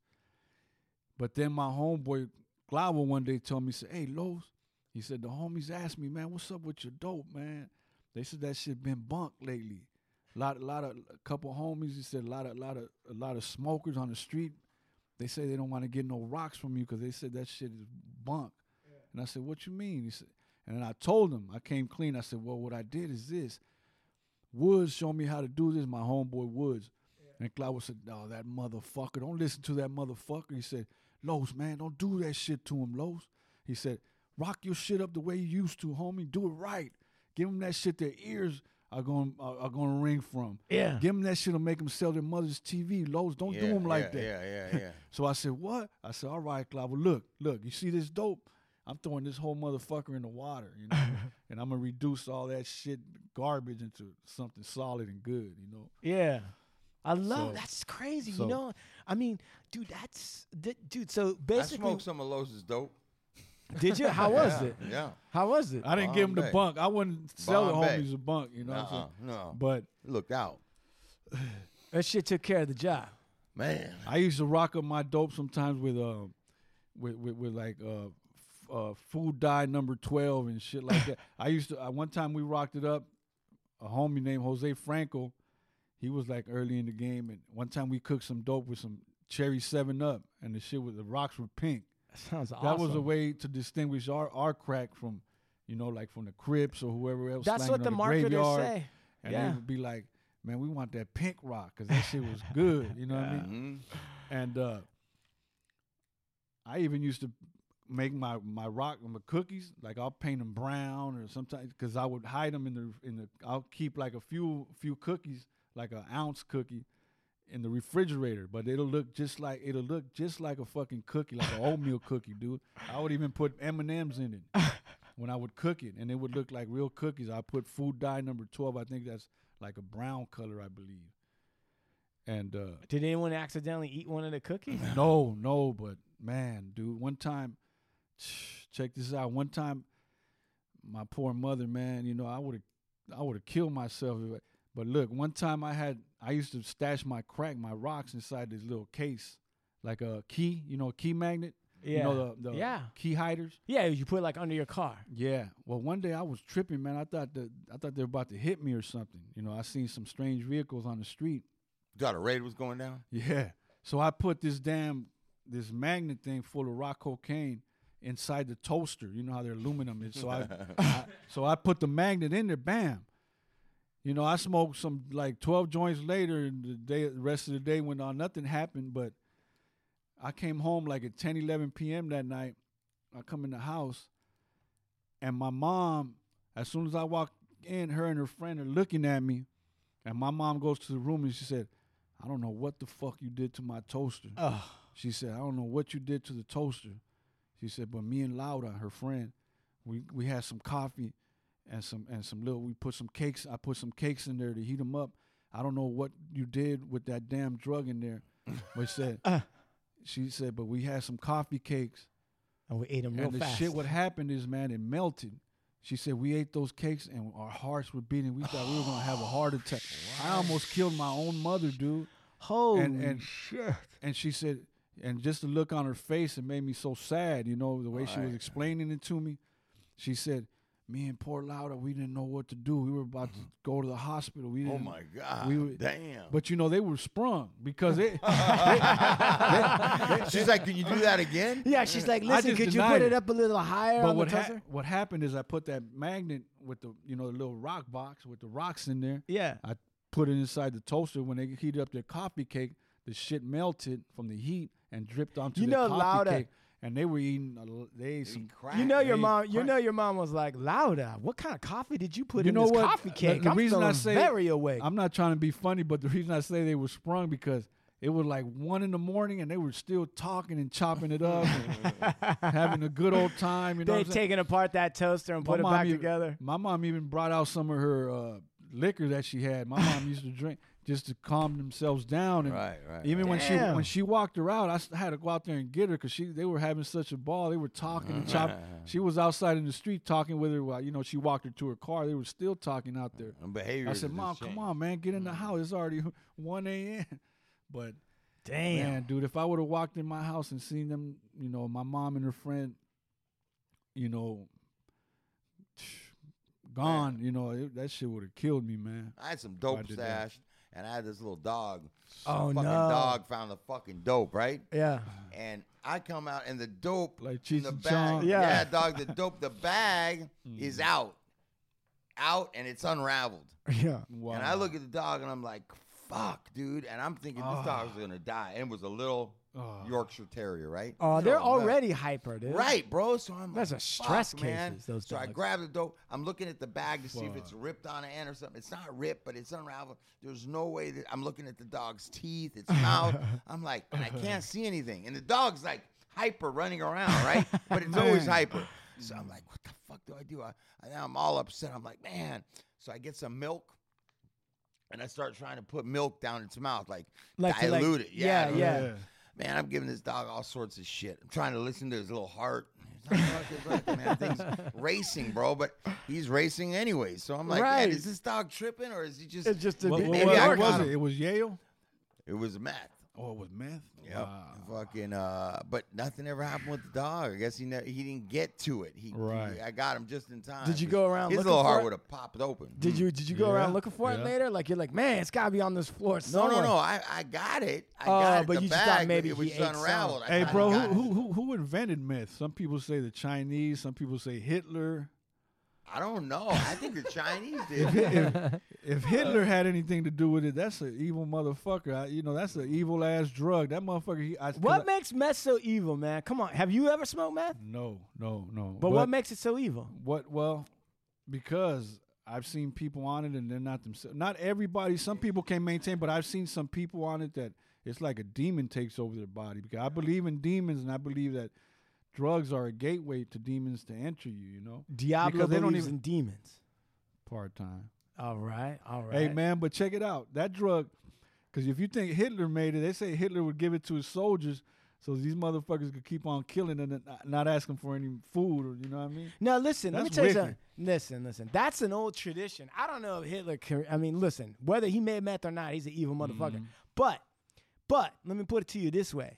Speaker 6: But then my homeboy Glover one day told me, he said, "Hey, Los, he said, the homies asked me, man, what's up with your dope, man? They said that shit been bunked lately. lot, lot of, a couple homies. He said a lot of, lot of, a lot of smokers on the street. They say they don't want to get no rocks from you because they said that shit is bunk. And I said, what you mean? He said, and then I told him. I came clean. I said, well, what I did is this. Woods showed me how to do this. My homeboy Woods. And Cloud said, no, that motherfucker. Don't listen to that motherfucker. He said, Los, man, don't do that shit to him, Los. He said, rock your shit up the way you used to, homie. Do it right. Give them that shit their ears are going are, are going to ring from.
Speaker 4: Yeah.
Speaker 6: Give them that shit to make them sell their mother's TV. Los, don't do
Speaker 3: Yeah,
Speaker 6: them like
Speaker 3: yeah,
Speaker 6: that.
Speaker 3: Yeah, yeah, yeah.
Speaker 6: So I said, "What?" I said, "All right, Clive. well, Look, look. You see this dope? I'm throwing this whole motherfucker in the water, you know, and I'm gonna reduce all that shit garbage into something solid and good, you know."
Speaker 4: Yeah. I love
Speaker 6: So-
Speaker 4: that's crazy.
Speaker 6: so-
Speaker 4: you know, I mean, dude, that's that, dude. So
Speaker 3: I
Speaker 4: basically,
Speaker 3: smoked some of Los's dope.
Speaker 4: did you? How was
Speaker 3: Yeah,
Speaker 4: it?
Speaker 3: Yeah.
Speaker 4: How was it?
Speaker 6: I didn't give him the
Speaker 3: Bombay.
Speaker 6: bunk. I wouldn't sell the
Speaker 3: Bombay.
Speaker 6: homies a bunk, you know. what I'm
Speaker 3: Nuh-uh,
Speaker 6: saying?
Speaker 3: no.
Speaker 6: But
Speaker 3: Looked out.
Speaker 4: that shit took care of the job.
Speaker 3: Man.
Speaker 6: I used to rock up my dope sometimes with um, with with, with like uh, f- uh, food dye number twelve and shit like that. I used to. I, one time we rocked it up. A homie named Jose Franco, he was like early in the game, and one time we cooked some dope with some cherry seven up, and the shit with the rocks were pink.
Speaker 4: That sounds awesome.
Speaker 6: That was a way to distinguish our our crack from, you know, like from the Crips or whoever else.
Speaker 4: That's
Speaker 6: slanging
Speaker 4: what
Speaker 6: on
Speaker 4: the marketers
Speaker 6: graveyard.
Speaker 4: say.
Speaker 6: and they
Speaker 4: Yeah.
Speaker 6: would be like, "Man, we want that pink rock because that shit was good." You know what I mean?
Speaker 3: Mhm.
Speaker 6: And uh, I even used to make my my rock my cookies like I'll paint them brown or sometimes because I would hide them in the in the I'll keep like a few few cookies like an ounce cookie in the refrigerator, but it'll look just like it'll look just like a fucking cookie, like an oatmeal cookie, dude. I would even put M and M's in it when I would cook it, and it would look like real cookies. I put food dye number twelve. I think that's like a brown color, I believe. And uh,
Speaker 4: Did anyone accidentally eat one of the cookies?
Speaker 6: no, no, but man, dude, one time, check this out. One time, my poor mother, man, you know, I would have, I would have killed myself. If I, but look, one time I had, I used to stash my crack, my rocks inside this little case, like a key, you know, a key magnet.
Speaker 4: Yeah.
Speaker 6: You know the, the
Speaker 4: Yeah.
Speaker 6: key hiders.
Speaker 4: yeah, you put it like under your car.
Speaker 6: Yeah. Well, one day I was tripping, man. I thought that I thought they were about to hit me or something. You know, I seen some strange vehicles on the street,
Speaker 3: Thought a raid was going down?
Speaker 6: yeah. So I put this damn this magnet thing full of rock cocaine inside the toaster. You know how their aluminum is. So I, I so I put the magnet in there. Bam. You know, I smoked some like twelve joints later, and the day the rest of the day went on. Nothing happened, but I came home like at 10, 11 p.m. that night. I come in the house, and my mom, as soon as I walk in, her and her friend are looking at me, and my mom goes to the room and she said, "I don't know what the fuck you did to my toaster."
Speaker 4: Ugh.
Speaker 6: She said, "I don't know what you did to the toaster." She said, but me and Laura, her friend, we we had some coffee and some and some little. We put some cakes. I put some cakes in there to heat them up. I don't know what you did with that damn drug in there, but she said
Speaker 4: Uh.
Speaker 6: she said, but we had some coffee cakes
Speaker 4: and we ate them real
Speaker 6: and the
Speaker 4: fast.
Speaker 6: shit, what happened is, man, it melted. She said we ate those cakes and our hearts were beating. We thought we were gonna have a heart attack. I almost killed my own mother, dude.
Speaker 4: Holy
Speaker 6: and- and-
Speaker 4: shit!
Speaker 6: And she said, and just the look on her face, it made me so sad. You know the way she was explaining it to me. She said, "Me and poor Laura, we didn't know what to do. We were about to go to the hospital. We didn't,
Speaker 3: Oh my god.
Speaker 6: we were-
Speaker 3: Damn.
Speaker 6: But you know they were sprung because it.
Speaker 3: She's like, can you do that again?
Speaker 4: Yeah, she's like,
Speaker 6: I
Speaker 4: listen,
Speaker 6: just
Speaker 4: could you
Speaker 6: denied
Speaker 4: put it
Speaker 6: it.
Speaker 4: up a little higher
Speaker 6: But
Speaker 4: on the
Speaker 6: what, hap
Speaker 4: tosser?
Speaker 6: what happened is I put that magnet with the you know the little rock box with the rocks in there.
Speaker 4: Yeah.
Speaker 6: I put it inside the toaster. When they heated up their coffee cake, the shit melted from the heat and dripped onto
Speaker 4: You
Speaker 6: their
Speaker 4: know,
Speaker 6: coffee
Speaker 4: Lauda-
Speaker 6: cake. And they were eating. A, l- they ate some.
Speaker 3: Crack.
Speaker 4: You know your
Speaker 6: Hey,
Speaker 4: mom. You
Speaker 6: crack.
Speaker 4: know your mom was like, "Louder! What kind of coffee did you put
Speaker 6: You
Speaker 4: in
Speaker 6: know
Speaker 4: this
Speaker 6: what?
Speaker 4: coffee
Speaker 6: The-
Speaker 4: cake?"
Speaker 6: the
Speaker 4: I'm
Speaker 6: reason I
Speaker 4: feeling
Speaker 6: say-
Speaker 4: very awake.
Speaker 6: I'm not trying to be funny, but the reason I say they were sprung because it was like one in the morning and they were still talking and chopping it up, and having a good old time. You know,
Speaker 4: they
Speaker 6: what I'm saying?
Speaker 4: taking apart that toaster and put it
Speaker 6: mom
Speaker 4: back
Speaker 6: even-
Speaker 4: together.
Speaker 6: My mom even brought out some of her uh, liquor that she had. My mom used to drink just to calm themselves down. And
Speaker 3: Right, right,
Speaker 6: Even when she
Speaker 4: Damn.
Speaker 6: when she walked her out, I s- had to go out there and get her because she they were having such a ball. They were talking and chopping. She was outside in the street talking with her while you know she walked her to her car. They were still talking out there.
Speaker 3: And behavior.
Speaker 6: I said, "Mom, come on, man, get in
Speaker 4: Mm.
Speaker 6: the house. It's already one a.m." But
Speaker 4: Damn.
Speaker 6: Man, dude, if I would have walked in my house and seen them, you know, my mom and her friend, you know, gone, you know, it, that shit would have killed me, man.
Speaker 3: I had some
Speaker 6: I
Speaker 3: dope
Speaker 6: did that.
Speaker 3: stashed, and I had this little dog.
Speaker 4: Oh,
Speaker 3: Some fucking
Speaker 4: no.
Speaker 3: dog found the fucking dope, right?
Speaker 4: Yeah.
Speaker 3: And I come out, and the dope
Speaker 6: Like
Speaker 3: in
Speaker 6: Cheech
Speaker 3: the
Speaker 6: and
Speaker 3: bag.
Speaker 6: Chong.
Speaker 3: Yeah.
Speaker 4: Yeah.
Speaker 3: dog, the dope, the bag is out, out, and it's unraveled.
Speaker 4: Yeah.
Speaker 6: Wow.
Speaker 3: And I look at the dog, and I'm like, "Fuck, dude!" And I'm thinking this
Speaker 6: Ah.
Speaker 3: dog was gonna die, and it was a little Yorkshire Terrier, right?
Speaker 4: Oh, they're
Speaker 3: Little nut.
Speaker 4: already hyper, dude.
Speaker 3: Right, bro. So I'm
Speaker 4: Those
Speaker 3: like,
Speaker 4: are stress
Speaker 3: "Fuck, man."
Speaker 4: cases, those
Speaker 3: so I
Speaker 4: dogs.
Speaker 3: grab the dope. I'm looking at the bag to see if it's ripped on the end or something. It's not ripped, but it's unraveled. There's no way that I'm looking at the dog's teeth, its mouth. I'm like, and I can't see anything. And the dog's like hyper running around, right? But it's always hyper. So I'm like, what the fuck do I do? I, I now I'm all upset. I'm like, man. So I get some milk. And I start trying to put milk down its mouth, like,
Speaker 4: Like to, like-
Speaker 3: dilute it. Yeah,
Speaker 4: yeah,
Speaker 3: dilute
Speaker 4: yeah.
Speaker 3: it. Man, I'm giving this dog all sorts of shit. I'm trying to listen to his little heart. It's not fucking working, man. Things racing, bro, but he's racing anyway. So I'm like, man,
Speaker 4: Right.
Speaker 3: is this dog tripping or is he just?
Speaker 4: It's just a,
Speaker 6: What, what-
Speaker 3: Maybe
Speaker 6: what-
Speaker 3: I
Speaker 6: what
Speaker 3: got
Speaker 6: was
Speaker 3: him.
Speaker 6: it? It was Yale?
Speaker 3: It was meth.
Speaker 6: Oh, it was meth?
Speaker 3: Yep. Fucking. Uh, but nothing ever happened with the dog. I guess he ne- he didn't get to it. He,
Speaker 6: Right.
Speaker 3: I got him just in time.
Speaker 4: Did you
Speaker 3: 'cause
Speaker 4: go around
Speaker 3: His
Speaker 4: looking
Speaker 3: little
Speaker 4: for
Speaker 3: heart
Speaker 4: it?
Speaker 3: would have popped open.
Speaker 4: Did you did you go around
Speaker 6: Yeah,
Speaker 4: looking for it
Speaker 6: yeah.
Speaker 4: later? Like you're like, man, it's gotta be on this floor
Speaker 3: No,
Speaker 4: somewhere.
Speaker 3: no, no. I, I got it. I
Speaker 4: Oh,
Speaker 3: got it.
Speaker 4: but
Speaker 3: the
Speaker 4: you just
Speaker 3: bag,
Speaker 4: thought
Speaker 3: but
Speaker 4: maybe
Speaker 3: it was
Speaker 4: he ate some.
Speaker 3: unraveled. I
Speaker 6: Hey,
Speaker 3: thought
Speaker 6: bro,
Speaker 3: he
Speaker 6: who,
Speaker 3: got it.
Speaker 6: who, who, who invented meth? Some people say the Chinese, some people say Hitler.
Speaker 3: I don't know. I think the Chinese did.
Speaker 6: if, if
Speaker 3: Uh.
Speaker 6: Hitler had anything to do with it, that's an evil motherfucker. I, you know, that's an evil ass drug. That motherfucker. He, I, 'cause I-
Speaker 4: What makes meth so evil, man? Come on. Have you ever smoked meth?
Speaker 6: No, no, no.
Speaker 4: But what makes it so evil?
Speaker 6: What? Well, because I've seen people on it and they're not themselves. Not everybody. Some people can maintain, but I've seen some people on it that it's like a demon takes over their body. Because I believe in demons and I believe that drugs are a gateway to demons to enter you. You know,
Speaker 4: Diablo
Speaker 6: because they don't
Speaker 4: believes
Speaker 6: even
Speaker 4: in demons.
Speaker 6: part time.
Speaker 4: All right, all right.
Speaker 6: Hey man, but check it out. That drug, because if you think Hitler made it, they say Hitler would give it to his soldiers. So these motherfuckers could keep on killing and not- not asking for any food, or you know what I mean?
Speaker 4: Now listen, let me
Speaker 6: That's
Speaker 4: tell you
Speaker 6: wicked.
Speaker 4: something. Listen, listen. That's an old tradition. I don't know if Hitler. cur- I mean, listen. Whether he made meth or not, he's an evil motherfucker.
Speaker 6: Mm-hmm.
Speaker 4: But, but let me put it to you this way: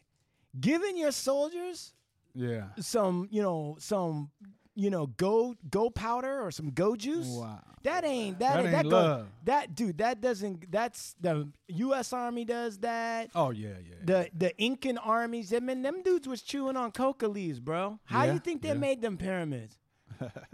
Speaker 4: giving your soldiers
Speaker 6: Yeah.
Speaker 4: some, you know, some, you know, go go powder or some go juice.
Speaker 6: Wow.
Speaker 4: That ain't that,
Speaker 6: That
Speaker 4: ain't, that
Speaker 6: ain't
Speaker 4: go-
Speaker 6: love.
Speaker 4: that dude. That doesn't. That's the U.S. Army does that.
Speaker 6: Oh yeah, yeah.
Speaker 4: The the Incan armies, I mean, them dudes was chewing on coca leaves, bro. How
Speaker 6: Yeah,
Speaker 4: you think they
Speaker 6: yeah.
Speaker 4: made them pyramids?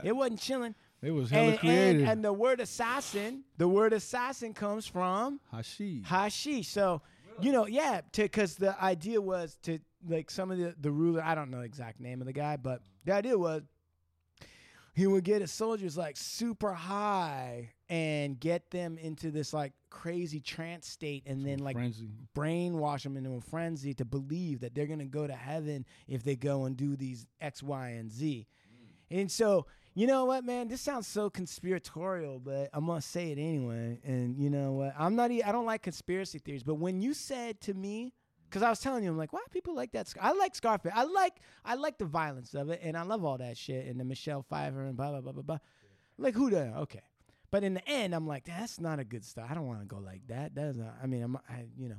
Speaker 4: it wasn't chilling.
Speaker 6: It was hella
Speaker 4: And, and,
Speaker 6: creative.
Speaker 4: and the word assassin, the word assassin comes from
Speaker 6: Hashish.
Speaker 4: hashish. So, you know, yeah, because the idea was to like some of the the ruler. I don't know the exact name of the guy, but the idea was he would get his soldiers like super high and get them into this like crazy trance state and then like
Speaker 6: frenzy.
Speaker 4: brainwash them into a frenzy to believe that they're going to go to heaven if they go and do these X, Y, and Z. And so, you know what, man? This sounds so conspiratorial, but I'm going to say it anyway. And you know what? I'm not, e- I don't like conspiracy theories, but when you said to me, because I was telling you, I'm like, why people like that? Sc- I like Scarface. I like, I like the violence of it, and I love all that shit, and the Michelle Pfeiffer and blah blah blah blah blah. Like who the okay, but in the end, I'm like, that's not a good stuff. I don't want to go like that. That's not. I mean, I'm, I, you know,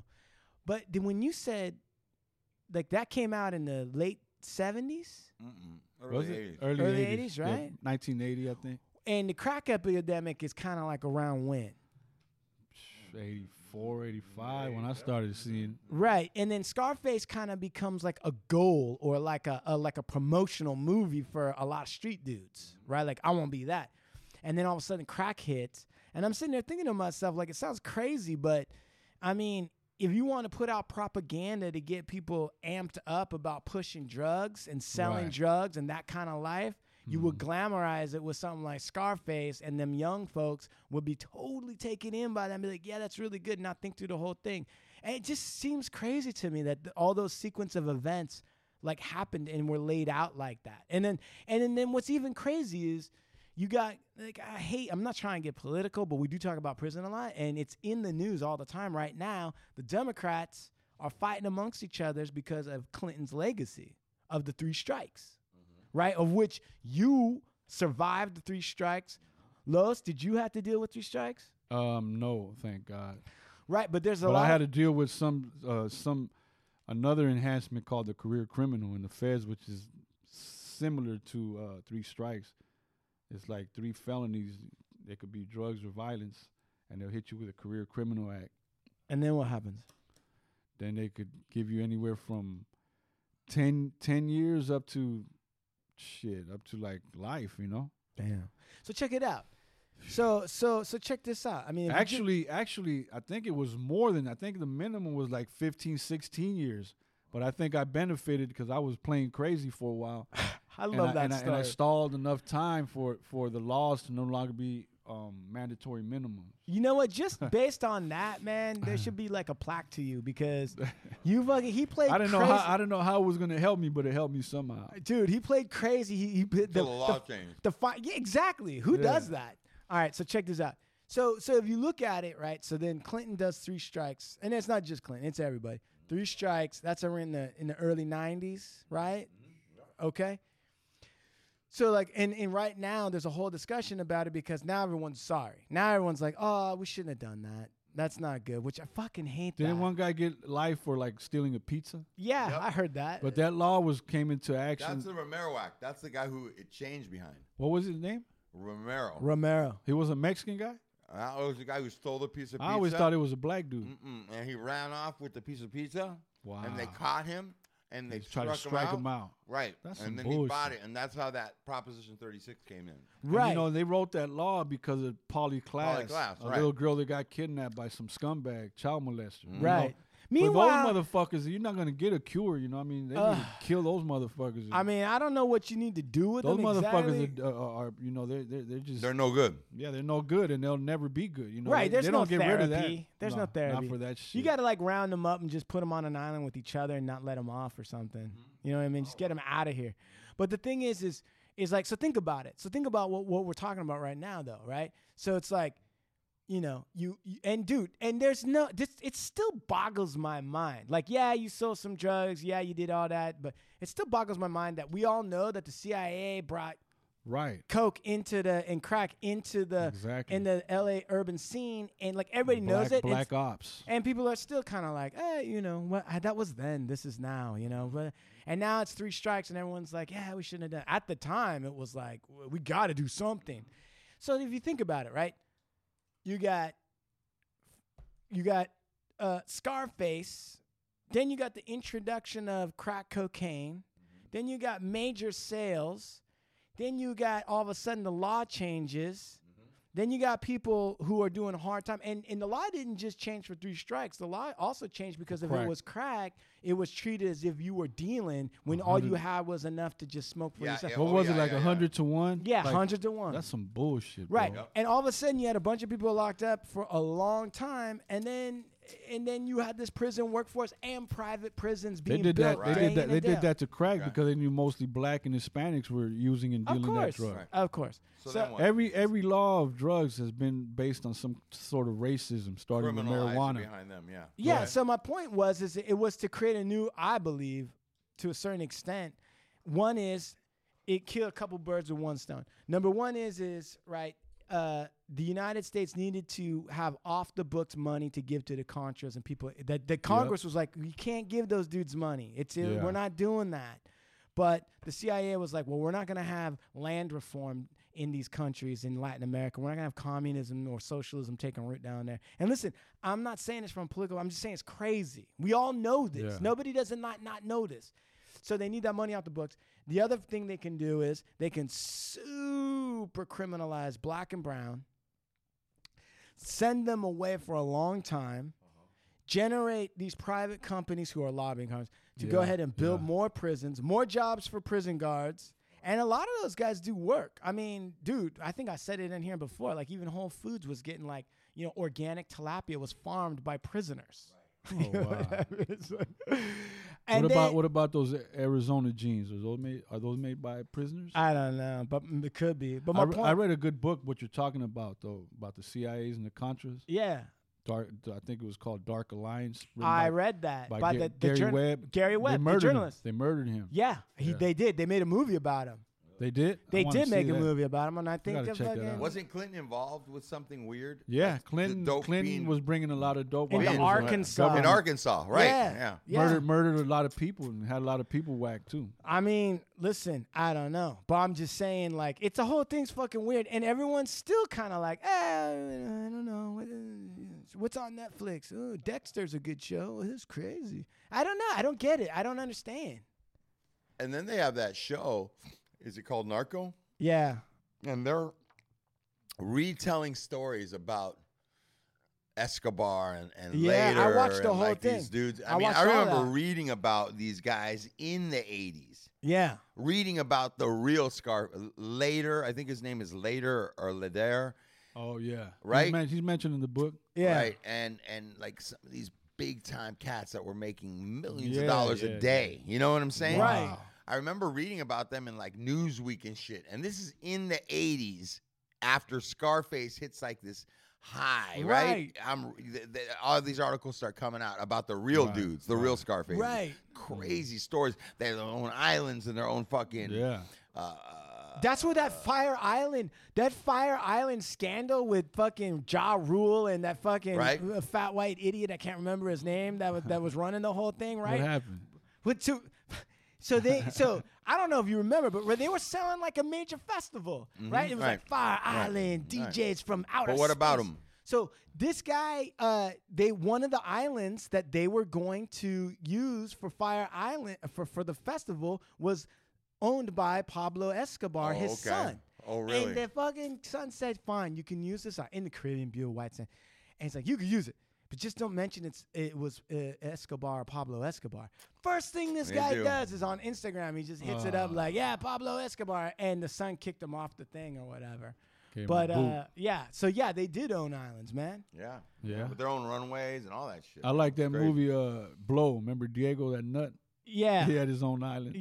Speaker 4: but then when you said, like that came out in the late '70s,
Speaker 6: Was it early,
Speaker 4: Early 80s,
Speaker 6: yeah,
Speaker 4: right?
Speaker 6: 1980, I think.
Speaker 4: and the crack epidemic is kind of like around when,
Speaker 6: 84, 85 when I started seeing.
Speaker 4: right? And then Scarface kind of becomes like a goal or like a, a like a promotional movie for a lot of street dudes, right? Like I want to be that. And then all of a sudden, crack hits, and I'm sitting there thinking to myself, like it sounds crazy, but I mean, if you want to put out propaganda to get people amped up about pushing drugs and selling
Speaker 6: Right.
Speaker 4: drugs and that kind of life, you would glamorize it with something like Scarface, and them young folks would be totally taken in by that and be like, yeah, that's really good, and not think through the whole thing. And it just seems crazy to me that th- all those sequence of events like happened and were laid out like that. And then and then, then what's even crazy is you got like I hate I'm not trying to get political, but we do talk about prison a lot and it's in the news all the time right now. The Democrats are fighting amongst each other because of Clinton's legacy of the three strikes. Right? Of which you survived the three strikes. Los, did you have to deal with three strikes?
Speaker 6: Um, no, thank God.
Speaker 4: Right, but there's a
Speaker 6: but
Speaker 4: lot
Speaker 6: I had
Speaker 4: of,
Speaker 6: to deal with some uh, some another enhancement called the career criminal in the feds, which is similar to uh, three strikes. It's like three felonies. They could be drugs or violence, and they'll hit you with a career criminal act.
Speaker 4: and then what happens?
Speaker 6: Then they could give you anywhere from 10, 10 years up to shit, up to like life. You know.
Speaker 4: Damn. So check it out. So so so check this out. I mean, if you ju-
Speaker 6: Actually, actually, I think it was more than I think the minimum was like 15, 16 years. But I think I benefited because I was playing crazy for a while.
Speaker 4: I
Speaker 6: and
Speaker 4: love
Speaker 6: I,
Speaker 4: that
Speaker 6: and I,
Speaker 4: story.
Speaker 6: and I stalled enough time for for the laws to no longer be um, mandatory minimum.
Speaker 4: you know what? Just based on that, man, there should be like a plaque to you because you fucking he played.
Speaker 6: I didn't know
Speaker 4: crazy.
Speaker 6: how I didn't know how it was gonna help me, but it helped me somehow.
Speaker 4: dude. He played crazy. He, he put the,
Speaker 3: the law
Speaker 4: the,
Speaker 3: changed.
Speaker 4: the fi- yeah, exactly. Who does that? All right, so check this out. So so if you look at it, right? So then Clinton does three strikes, and it's not just Clinton; it's everybody. Three strikes. That's around in the in the early '90s, right?
Speaker 6: Mm-hmm.
Speaker 4: Okay. So like and, and right now there's a whole discussion about it because now everyone's sorry. Now everyone's like, oh, we shouldn't have done that. That's not good. Which I fucking hate.
Speaker 6: Didn't
Speaker 4: that.
Speaker 6: one guy get life for like stealing a pizza?
Speaker 4: yeah,
Speaker 3: Yep.
Speaker 4: I heard that.
Speaker 6: But that law was came into action.
Speaker 3: That's the Romero Act. That's the guy who it changed behind.
Speaker 6: what was his name?
Speaker 3: Romero.
Speaker 4: Romero.
Speaker 6: He was a Mexican guy.
Speaker 3: that was the guy who stole the piece of pizza.
Speaker 6: I always thought it was a black dude.
Speaker 3: Mm-mm. And he ran off with the piece of pizza. And they
Speaker 6: Wow.
Speaker 3: caught him and they
Speaker 6: They tried to
Speaker 3: struck
Speaker 6: strike him out.
Speaker 3: Right.
Speaker 6: That's some
Speaker 3: and then he bought
Speaker 6: bullshit.
Speaker 3: it. And that's how that Proposition 36 came in.
Speaker 6: And,
Speaker 4: Right.
Speaker 6: you know, they wrote that law because of Polly Class,
Speaker 3: Polly Class,
Speaker 6: a
Speaker 3: right.
Speaker 6: little girl that got kidnapped by some scumbag child molester. you know?
Speaker 4: Right.
Speaker 6: For
Speaker 4: Meanwhile-
Speaker 6: those motherfuckers, you're not gonna get a cure. You know, what I mean, they need to kill those motherfuckers.
Speaker 4: I mean, I don't know what you need to do with
Speaker 6: those
Speaker 4: them
Speaker 6: motherfuckers
Speaker 4: exactly.
Speaker 6: are, uh, are, are, you know, they're they're, they're just
Speaker 3: They're no good.
Speaker 6: yeah, they're no good, and they'll never be good. You know,
Speaker 4: right.
Speaker 6: They-
Speaker 4: There's
Speaker 6: they
Speaker 4: no
Speaker 6: don't get
Speaker 4: therapy.
Speaker 6: rid of that.
Speaker 4: There's no,
Speaker 6: Nah,
Speaker 4: therapy.
Speaker 6: Not for that shit.
Speaker 4: You got to like round them up and just put them on an island with each other and not let them off or something. You know what I mean? Just get them out of here. But the thing is, is is like so. Think about it. So think about what what we're talking about right now, though. Right. So it's like you know, you, you and dude, and there's no this it still boggles my mind. Like, yeah, you sold some drugs, yeah, you did all that, but it still boggles my mind that we all know that the CIA brought
Speaker 6: right.
Speaker 4: coke into the and crack into the
Speaker 6: Exactly.
Speaker 4: in the LA urban scene and like everybody knows
Speaker 6: black,
Speaker 4: it.
Speaker 6: Black
Speaker 4: it's-
Speaker 6: ops.
Speaker 4: and people are still kind of like, eh, you know, what I- that was then, this is now, you know. But and now it's three strikes, and everyone's like, yeah, we shouldn't have done. At the time, it was like w- we got to do something. So if you think about it, right, you got you got uh, Scarface, then you got the introduction of crack cocaine,
Speaker 6: Mm-hmm.
Speaker 4: then you
Speaker 6: Mm-hmm.
Speaker 4: got major sales, then you got all of a sudden the law changes. Then you got people who are doing hard time, and and the law didn't just change for three strikes. The law also changed because if it
Speaker 6: Crack.
Speaker 4: was crack, it was treated as if you were dealing when all you had was enough to just smoke for
Speaker 3: Yeah,
Speaker 4: yourself.
Speaker 3: yeah,
Speaker 4: Yeah,
Speaker 6: What
Speaker 3: Oh,
Speaker 6: was
Speaker 3: yeah,
Speaker 6: it like
Speaker 3: yeah,
Speaker 6: a
Speaker 3: yeah.
Speaker 6: hundred to one? Like,
Speaker 4: hundred to one.
Speaker 6: That's some bullshit.
Speaker 4: Right.
Speaker 6: bro.
Speaker 4: And all of a sudden you had a bunch of people locked up for a long time and then and then you had this prison workforce and private prisins
Speaker 6: They
Speaker 4: being
Speaker 6: did that.
Speaker 4: built.
Speaker 6: They
Speaker 4: day
Speaker 6: did that.
Speaker 4: in
Speaker 6: They
Speaker 4: and
Speaker 6: did
Speaker 4: out.
Speaker 6: that to crack because they knew mostly black and Hispanics were using and
Speaker 4: Of
Speaker 6: dealing
Speaker 4: course.
Speaker 6: that drug.
Speaker 4: Of course.
Speaker 3: So,
Speaker 4: So-
Speaker 3: then what?
Speaker 6: Every every law of drugs has been based on some sort of racism, starting with
Speaker 3: Criminalized it
Speaker 6: marijuana.
Speaker 3: behind them, yeah.
Speaker 4: Yeah.
Speaker 6: Right.
Speaker 4: So my point was, is it was to create a new, I believe, to a certain extent. One is, it killed a couple birds with one stone. Number one is, is right. Uh, the United States needed to have off the books money to give to the Contras and people. That the Congress was like, you can't give those dudes money. It's uh,
Speaker 6: Yeah.
Speaker 4: we're not doing that. But the CIA was like, well, we're not going to have land reform in these countries in Latin America. We're not going to have communism or socialism taking root down there. And listen, I'm not saying this from political. I'm just saying it's crazy. We all know this.
Speaker 6: Yeah.
Speaker 4: Nobody doesn't not not know this. So they need that money off the books. The other thing they can do is they can super criminalize black and brown, send them away for a long time, generate these private companies who are lobbying Congress to go
Speaker 6: Yeah,
Speaker 4: ahead and build
Speaker 6: yeah.
Speaker 4: more prisons, more jobs for prison guards. And a lot of those guys do work. I mean, dude, I think I said it in here before. Like even Whole Foods was getting like, you know, organic tilapia was farmed by prisoners. You know what
Speaker 6: Oh, wow.
Speaker 4: I mean? It's like-
Speaker 6: What
Speaker 4: and
Speaker 6: about
Speaker 4: then-
Speaker 6: what about those Arizona jeans? Are those made? Are those made by prisoners?
Speaker 4: I don't know, but m- it could be. But my
Speaker 6: I, re-
Speaker 4: point,
Speaker 6: I read a good book. What you're talking about though, about the CIA's and the Contras.
Speaker 4: yeah,
Speaker 6: Dark, I think it was called Dark Alliance. written
Speaker 4: I
Speaker 6: by-
Speaker 4: read that
Speaker 6: by
Speaker 4: by,
Speaker 6: Ga-
Speaker 4: the, the
Speaker 6: Gary
Speaker 4: journa-
Speaker 6: Webb.
Speaker 4: Gary
Speaker 6: They
Speaker 4: Webb, the
Speaker 6: murdered him.
Speaker 4: journalist.
Speaker 6: They murdered him.
Speaker 4: Yeah, he,
Speaker 6: Yeah.
Speaker 4: they did. They made a movie about him.
Speaker 6: They did. I
Speaker 4: They
Speaker 6: wanna
Speaker 4: did
Speaker 6: see
Speaker 4: make a
Speaker 6: that.
Speaker 4: movie about him, and I think
Speaker 6: gotta
Speaker 4: the
Speaker 6: check that
Speaker 4: fucking
Speaker 6: out.
Speaker 3: Wasn't Clinton involved with something weird?
Speaker 6: Yeah,
Speaker 3: Like, the
Speaker 6: Clinton.
Speaker 3: dope
Speaker 6: Clinton
Speaker 3: being
Speaker 6: was bringing a lot of dope.
Speaker 4: In
Speaker 6: while
Speaker 4: the
Speaker 6: he was
Speaker 3: Arkansas.
Speaker 4: Arkansas.
Speaker 6: um,
Speaker 3: in Arkansas, right?
Speaker 4: Yeah, yeah.
Speaker 6: Murdered, murdered a lot of people and had a lot of people whacked too.
Speaker 4: I mean, listen, I don't know, but I'm just saying, like, it's the whole thing's fucking weird, and everyone's still kind of like, eh, I don't know, what is- what's on Netflix? Ooh, Dexter's a good show. It's crazy. I don't know. I don't get it. I don't understand.
Speaker 3: And then they have that show. Is it called Narco?
Speaker 4: Yeah,
Speaker 3: And they're retelling stories about Escobar and, and
Speaker 4: Yeah, I
Speaker 3: later
Speaker 4: watched the
Speaker 3: and,
Speaker 4: whole
Speaker 3: like, These
Speaker 4: thing.
Speaker 3: dudes. I,
Speaker 4: I
Speaker 3: mean,
Speaker 4: watched
Speaker 3: I
Speaker 4: all
Speaker 3: remember
Speaker 4: that.
Speaker 3: reading about these guys in the '80s.
Speaker 4: yeah.
Speaker 3: Reading about the real Scar later. I think his name is Later or Lader.
Speaker 6: Oh yeah,
Speaker 3: Right?
Speaker 6: He's, men- he's mentioned in the book.
Speaker 4: Yeah.
Speaker 3: Right. And and like some of these big time cats that were making millions of
Speaker 6: Yeah,
Speaker 3: dollars
Speaker 6: yeah,
Speaker 3: a day. You know what I'm saying?
Speaker 4: Right. Wow.
Speaker 3: I remember reading about them in like Newsweek and shit. And this is in the 80s after Scarface hits like this high, right?
Speaker 4: Right.
Speaker 3: I'm th- th- all these articles start coming out about the real
Speaker 6: Right,
Speaker 3: dudes, the real Scarface.
Speaker 4: Right.
Speaker 3: Crazy stories. They have their own islands and their own fucking
Speaker 6: Yeah,
Speaker 3: uh,
Speaker 4: That's where that Fire Island, that Fire Island scandal with fucking Ja Rule and that fucking
Speaker 3: Right.
Speaker 4: uh, fat white idiot, I can't remember his name, that was that was running the whole thing,
Speaker 6: what
Speaker 4: right?
Speaker 6: happened?
Speaker 4: What so, so they so I don't know if you remember, but where they were selling like a major festival, right? It was like
Speaker 3: Mm-hmm. Right.
Speaker 4: Fire
Speaker 3: Right.
Speaker 4: Island,
Speaker 3: Right.
Speaker 4: DJs from outer.
Speaker 3: what about
Speaker 4: space.
Speaker 3: him?
Speaker 4: So this guy, uh, they one of the islands that they were going to use for Fire Island uh, for for the festival was owned by Pablo Escobar,
Speaker 3: Oh,
Speaker 4: his
Speaker 3: okay.
Speaker 4: son.
Speaker 3: Oh, really?
Speaker 4: And the fucking son said, "Fine, you can use this uh, in the Caribbean, Buell White Sand." And he's like, "You can use it." But just don't mention it's it was uh, Escobar, Pablo Escobar. First thing this
Speaker 3: They
Speaker 4: guy
Speaker 3: do.
Speaker 4: does is on Instagram. He just hits it
Speaker 6: Ah.
Speaker 4: up like, "Yeah, Pablo Escobar," and the son kicked him off the thing or whatever.
Speaker 6: Gave him
Speaker 4: But
Speaker 6: a boot.
Speaker 4: uh, yeah, so yeah, they did own islands, man.
Speaker 3: yeah.
Speaker 6: Yeah.
Speaker 3: With their own runways and all that shit.
Speaker 6: I like that
Speaker 3: Crazy.
Speaker 6: movie. Uh, Blow. Remember Diego that nut?
Speaker 4: Yeah,
Speaker 6: He
Speaker 4: yeah,
Speaker 6: had his own island.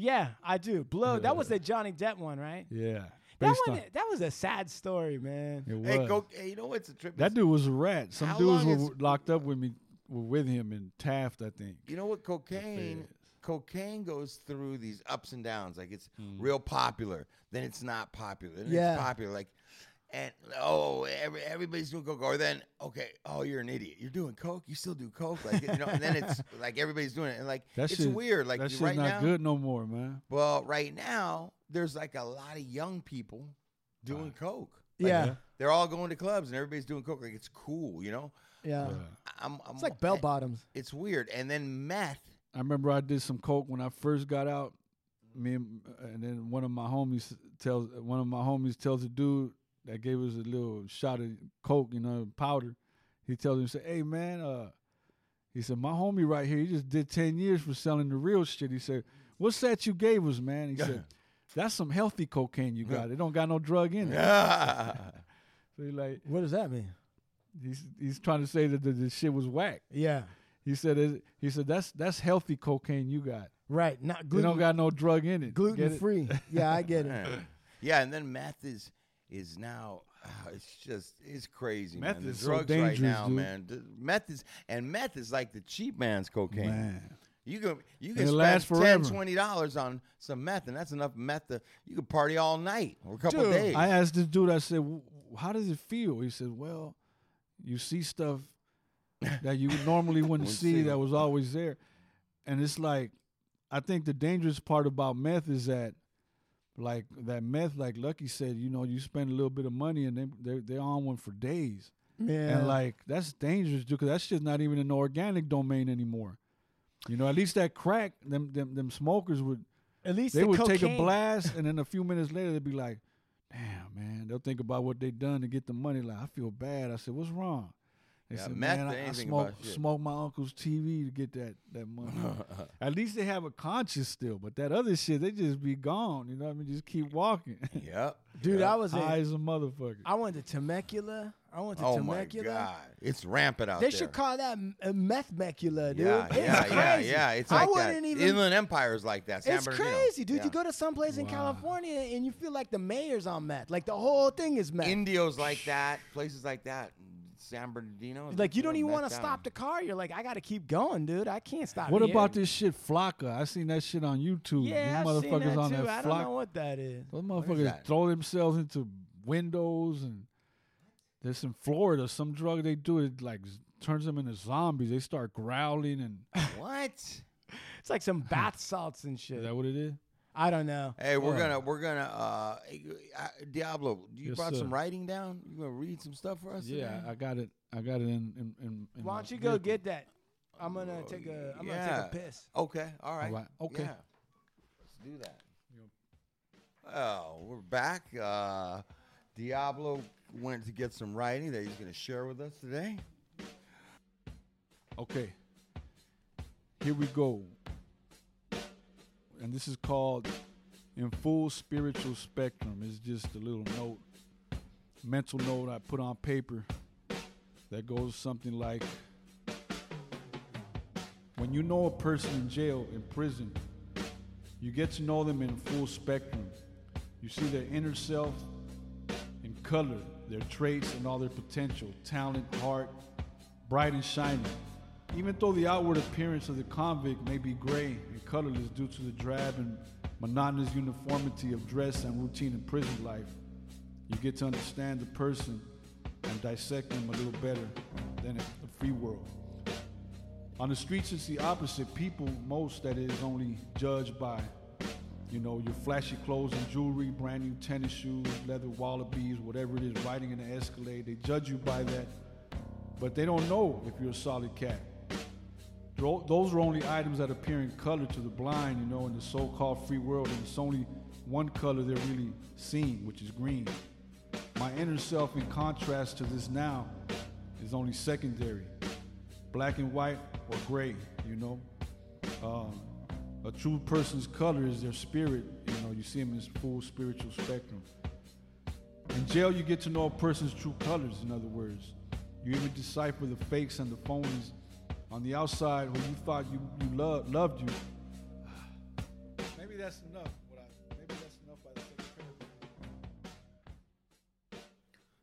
Speaker 4: I do. Blow. That was
Speaker 6: Yeah.
Speaker 4: the Johnny Depp one, right?
Speaker 6: Yeah,
Speaker 4: That
Speaker 6: Based
Speaker 4: one.
Speaker 6: on-
Speaker 4: That was a sad story, man.
Speaker 6: it
Speaker 3: Hey,
Speaker 6: was.
Speaker 3: go, hey, you know what's a trip?
Speaker 6: That dude was a rat. Some
Speaker 3: How
Speaker 6: dudes
Speaker 3: long
Speaker 6: were
Speaker 3: is-
Speaker 6: w- locked up with me, were with him in Taft, I think.
Speaker 3: you know what cocaine
Speaker 6: feds.
Speaker 3: cocaine goes through these ups and downs like it's
Speaker 6: Mm.
Speaker 3: real popular then it's not popular then
Speaker 4: Yeah.
Speaker 3: it's popular like and oh every, everybody's doing coke or then okay oh you're an idiot you're doing coke you still do coke like you know and then it's like everybody's doing it and like
Speaker 6: That
Speaker 3: it's
Speaker 6: shit-
Speaker 3: weird like
Speaker 6: that shit's
Speaker 3: right
Speaker 6: not
Speaker 3: now
Speaker 6: good no more, man.
Speaker 3: well right now there's like a lot of young people doing coke Like,
Speaker 4: Yeah,
Speaker 3: they're all going to clubs and everybody's doing coke like it's cool you know
Speaker 4: yeah.
Speaker 6: Yeah.
Speaker 3: I'm, I'm
Speaker 4: It's like bell bottoms.
Speaker 3: it's weird and then meth
Speaker 6: I remember I did some coke when I first got out. Me and, and then one of my homies tells one of my homies tells a dude that gave us a little shot of coke, you know, powder. He tells him, say, "Hey man, uh, he said my homie right here, he just did ten years for selling the real shit." He said, "What's that you gave us, man?" He said, "That's some healthy cocaine you got. It don't got no drug in it." So he like
Speaker 4: What does that mean?
Speaker 6: he's he's trying to say that the, the shit was whack.
Speaker 4: Yeah.
Speaker 6: He said "Is- he said that's that's healthy cocaine you got.
Speaker 4: Right. Not
Speaker 6: You don't
Speaker 4: gluten
Speaker 6: got no drug in it. Get it?
Speaker 4: gluten free. Yeah, I get it.
Speaker 3: yeah, and then meth is is now. ah, It's just it's crazy,
Speaker 6: Meth
Speaker 3: man. The
Speaker 6: is so
Speaker 3: drugs right
Speaker 6: dangerous,
Speaker 3: now,
Speaker 6: dude.
Speaker 3: man. The meth is and meth is like the cheap man's cocaine.
Speaker 6: Man.
Speaker 3: You can you can
Speaker 6: it
Speaker 3: spend
Speaker 6: lasts
Speaker 3: ten,
Speaker 6: forever.
Speaker 3: twenty dollars on some meth, and that's enough meth to you could party all night or a couple
Speaker 4: Dude,
Speaker 3: days.
Speaker 6: I asked this dude. I said, "W- "How does it feel?" He said, "Well, you see stuff that you normally wouldn't
Speaker 3: Wouldn't
Speaker 6: see
Speaker 3: see.
Speaker 6: that was always there, and it's like, I think the dangerous part about meth is that, like that meth, like Lucky said, you know, you spend a little bit of money and they they're, they're on one for days,
Speaker 4: Yeah.
Speaker 6: and like that's dangerous, dude, because that shit's not even in the organic domain anymore. You know, at least that crack, them them them smokers would."
Speaker 4: at least
Speaker 6: they
Speaker 4: the
Speaker 6: would
Speaker 4: cocaine.
Speaker 6: take a blast, and then a few minutes later, they'd be like, "Damn, man!" They'll think about what they done to get the money. Like, I feel bad. I said, "What's wrong?" They
Speaker 3: Yeah,
Speaker 6: said,
Speaker 3: meth
Speaker 6: "Man,
Speaker 3: ain't
Speaker 6: I, I
Speaker 3: thinking
Speaker 6: smoke
Speaker 3: about shit."
Speaker 6: smoke my uncle's TV to get that that money." At least they have a conscience still, but that other shit, they just be gone. You know what I mean? Just keep walking.
Speaker 3: yep,
Speaker 4: Dude,
Speaker 3: yep.
Speaker 4: I was in,
Speaker 6: High as a motherfucker.
Speaker 4: I went to Temecula. I went to
Speaker 3: Oh my
Speaker 4: Temecula.
Speaker 3: god, it's rampant out
Speaker 4: They
Speaker 3: there.
Speaker 4: should call that m- a meth mecula, dude.
Speaker 3: yeah,
Speaker 4: it's
Speaker 3: yeah,
Speaker 4: crazy.
Speaker 3: yeah, yeah. It's like
Speaker 4: I wouldn't
Speaker 3: that.
Speaker 4: even.
Speaker 3: Inland Empire is like that. San
Speaker 4: it's
Speaker 3: Bernardino.
Speaker 4: crazy, dude.
Speaker 3: Yeah.
Speaker 4: You go to some place in California and you feel like the mayor's on meth. Like the whole thing is meth.
Speaker 3: Indios like that, places like that, San Bernardino.
Speaker 4: like you don't
Speaker 3: they're
Speaker 4: even want to
Speaker 3: messed up.
Speaker 4: stop the car. You're like, I got to keep going, dude. I can't stop.
Speaker 6: what
Speaker 4: here.
Speaker 6: about this shit, Flocka? I seen that shit on YouTube.
Speaker 4: Yeah,
Speaker 6: These
Speaker 4: I've seen
Speaker 6: motherfuckers
Speaker 4: that
Speaker 6: on
Speaker 4: too. I
Speaker 6: that
Speaker 4: don't know
Speaker 6: Flock.
Speaker 4: what that is.
Speaker 6: Those
Speaker 3: is
Speaker 6: motherfuckers
Speaker 3: that?
Speaker 6: throw themselves into windows and there's in Florida some drug they do it like z- turns them into zombies. They start growling and
Speaker 3: What?
Speaker 4: It's like some bath salts and shit.
Speaker 6: is that what it is?
Speaker 4: I don't know.
Speaker 3: Hey, we're
Speaker 6: Oh.
Speaker 3: gonna we're gonna uh, uh Diablo. You
Speaker 6: Yes,
Speaker 3: brought
Speaker 6: sir.
Speaker 3: some writing down. You gonna read some stuff for us?
Speaker 6: Yeah,
Speaker 3: today?
Speaker 6: I, I got it. I got it in. in, in, in
Speaker 4: Why
Speaker 6: my
Speaker 4: don't you go
Speaker 6: vehicle.
Speaker 4: get that? I'm gonna take a. I'm gonna take a
Speaker 3: Oh, yeah.
Speaker 4: piss.
Speaker 3: Okay. All right.
Speaker 6: right, okay.
Speaker 3: Yeah. Let's do that. Oh, we're back. Uh, Diablo went to get some writing that he's gonna share with us today.
Speaker 6: Okay. Here we go. And this is called In Full Spiritual Spectrum. It's just a little note, mental note I put on paper that goes something like When you know a person in jail, in prison, you get to know them in full spectrum. You see their inner self in color, their traits, and all their potential, talent, heart, bright and shining. Even though the outward appearance of the convict may be gray and colorless due to the drab and monotonous uniformity of dress and routine in prison life, you get to understand the person and dissect them a little better than in the free world. On the streets, it's the opposite. People, most that is, only judged by, you know, your flashy clothes and jewelry, brand new tennis shoes, leather wallabies, whatever it is, riding in an Escalade. They judge you by that but they don't know if you're a solid cat. Dro- Those are only items that appear in color to the blind, you know, in the so called free world, and it's only one color they're really seeing, which is green. My inner self, in contrast to this now, is only secondary black and white or gray, you know. Um, a true person's color is their spirit, you know, you see him in his full spiritual spectrum. In jail, you get to know a person's true colors, in other words. You even decipher the fakes and the phonies on the outside who you thought you, you loved, loved you. Maybe that's enough. What I, maybe that's enough by the second paragraph.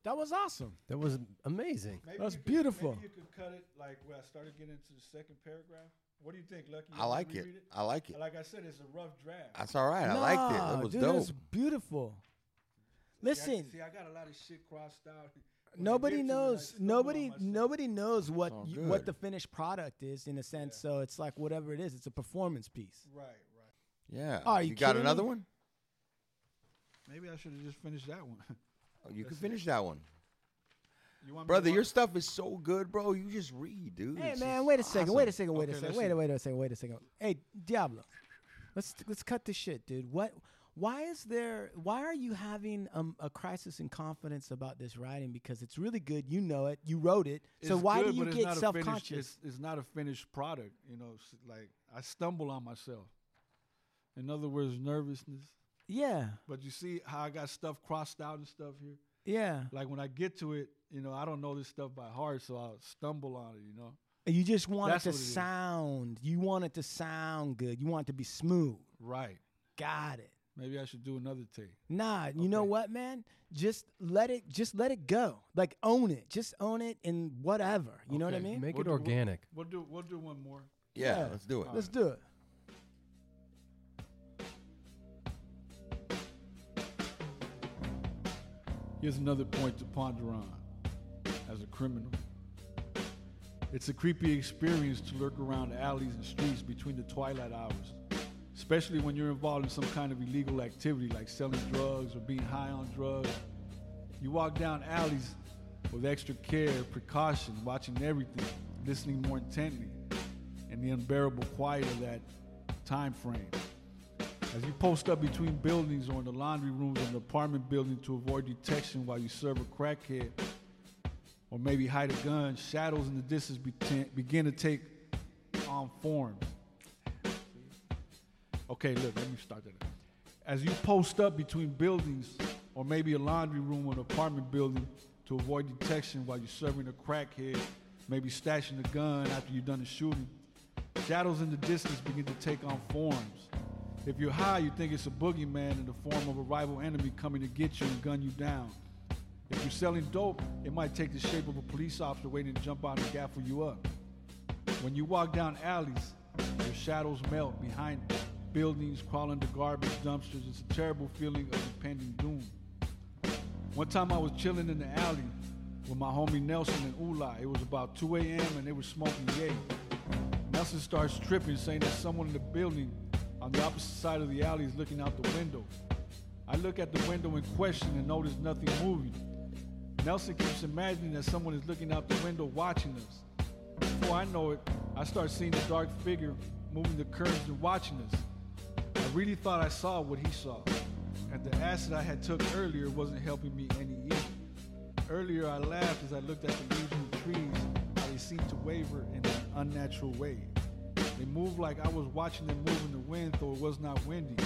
Speaker 4: That was awesome.
Speaker 5: That was amazing.
Speaker 6: Maybe
Speaker 4: That's
Speaker 6: you could-
Speaker 4: beautiful.
Speaker 6: Maybe you could cut it like where I started getting into the second paragraph. What do you think, Lucky? You
Speaker 3: I
Speaker 6: wanna
Speaker 3: like it.
Speaker 6: reread
Speaker 3: I like it.
Speaker 6: Like I said, it's a rough draft.
Speaker 3: That's all right. I liked it. That
Speaker 4: Nah,
Speaker 3: was
Speaker 4: dude,
Speaker 3: dope.
Speaker 4: It's beautiful.
Speaker 6: See, I-
Speaker 4: Listen,
Speaker 6: see, I got a lot of shit crossed out. When I
Speaker 4: nobody
Speaker 6: get to it, I
Speaker 4: knows.
Speaker 6: stumble on
Speaker 4: Nobody,
Speaker 6: myself.
Speaker 4: nobody knows what
Speaker 3: all
Speaker 4: you, what
Speaker 3: good.
Speaker 4: the finished product is in a sense. So it's like whatever it is, it's a performance piece.
Speaker 6: Right, right.
Speaker 3: Yeah.
Speaker 4: Oh, are you
Speaker 3: you, got
Speaker 4: kidding
Speaker 3: another
Speaker 4: me?
Speaker 3: one?
Speaker 6: Maybe I should have just finished that one.
Speaker 3: Oh, you can finish that one.
Speaker 6: you want me to
Speaker 3: Brother,
Speaker 6: walk-
Speaker 3: your stuff is so good, bro. You just read, dude.
Speaker 4: Hey
Speaker 3: It's
Speaker 4: man,
Speaker 3: just
Speaker 4: wait a second, wait a
Speaker 3: awesome.
Speaker 4: second, wait
Speaker 6: Okay,
Speaker 4: a second,
Speaker 6: let's
Speaker 4: wait
Speaker 6: see.
Speaker 4: a wait a second, wait a second. Hey Diablo, let's let's cut this shit, dude. What why is there why are you having um, a crisis in confidence about this writing because it's really good you know it you wrote it so
Speaker 6: It's
Speaker 4: why
Speaker 6: good,
Speaker 4: do
Speaker 6: but
Speaker 4: you
Speaker 6: it's
Speaker 4: get
Speaker 6: not a finished-
Speaker 4: self-conscious
Speaker 6: It's, it's not a finished product, you know. s like I stumble on myself. In other words, nervousness.
Speaker 4: yeah
Speaker 6: But you see how I got stuff crossed out and stuff here.
Speaker 4: yeah
Speaker 6: Like when I get to it, you know, I don't know this stuff by heart, so I'll stumble on it. You know,
Speaker 4: And you just want
Speaker 6: That's
Speaker 4: it to
Speaker 6: what it is.
Speaker 4: sound you want it to sound good you want it to be smooth
Speaker 6: right?
Speaker 4: got it
Speaker 6: Maybe I should do another take.
Speaker 4: Nah, you know
Speaker 6: Okay.
Speaker 4: what, man? Just let it just let it go. Like own it. Just own it and whatever. You know what I
Speaker 6: Okay.
Speaker 4: mean?
Speaker 5: Make
Speaker 6: We'll
Speaker 5: it
Speaker 6: do- we'll-
Speaker 5: organic.
Speaker 6: We'll do we'll do one more.
Speaker 3: Yeah,
Speaker 4: Yeah.
Speaker 3: let's do it.
Speaker 4: Let's do it.
Speaker 6: Here's another point to ponder on as a criminal. It's a creepy experience to lurk around alleys and streets between the twilight hours, especially when you're involved in some kind of illegal activity like selling drugs or being high on drugs. You walk down alleys with extra care, precaution, watching everything, listening more intently, and the unbearable quiet of that time frame. As you post up between buildings or in the laundry rooms of an apartment building to avoid detection while you serve a crackhead, or maybe hide a gun, shadows in the distance beten- begin to take um, on forms. Okay, look, let me start that. As you post up between buildings or maybe a laundry room or an apartment building to avoid detection while you're serving a crackhead, maybe stashing a gun after you've done the shooting, shadows in the distance begin to take on forms. If you're high, you think it's a boogeyman in the form of a rival enemy coming to get you and gun you down. If you're selling dope, it might take the shape of a police officer waiting to jump out and gaffle you up. When you walk down alleys, your shadows melt behind buildings, crawl under garbage dumpsters. It's a terrible feeling of impending doom. One time I was chilling in the alley with my homie Nelson and Ula. It was about 2 a.m. and they were smoking yay. Nelson starts tripping, saying that someone in the building on the opposite side of the alley is looking out the window. I look at the window in question and notice nothing moving. Nelson keeps imagining that someone is looking out the window watching us. Before I know it, I start seeing the dark figure moving the curtains and watching us. I really thought I saw what he saw, and the acid I had took earlier wasn't helping me any either. Earlier, I laughed as I looked at the leaves and the trees, how they seemed to waver in an unnatural way. They moved like I was watching them move in the wind, though it was not windy,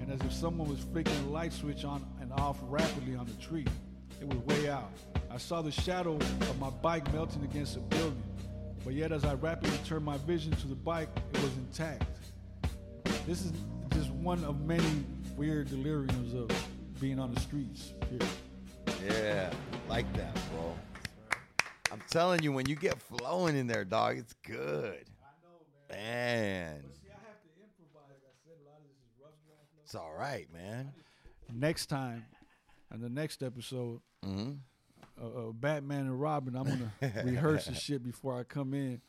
Speaker 6: and as if someone was flicking the light switch on and off rapidly on the tree. It was way out. I saw the shadow of my bike melting against a building, but yet as I rapidly turned my vision to the bike, it was intact. This is just one of many weird deliriums of being on the streets. Here.
Speaker 3: Yeah, like that, bro. I'm telling you, when you get flowing in there, dog, it's good. I know, man. Man, it's all right, man.
Speaker 6: Next time, on the next episode,
Speaker 3: Mm-hmm.
Speaker 6: uh, uh, Batman and Robin, I'm gonna rehearse the shit before I come in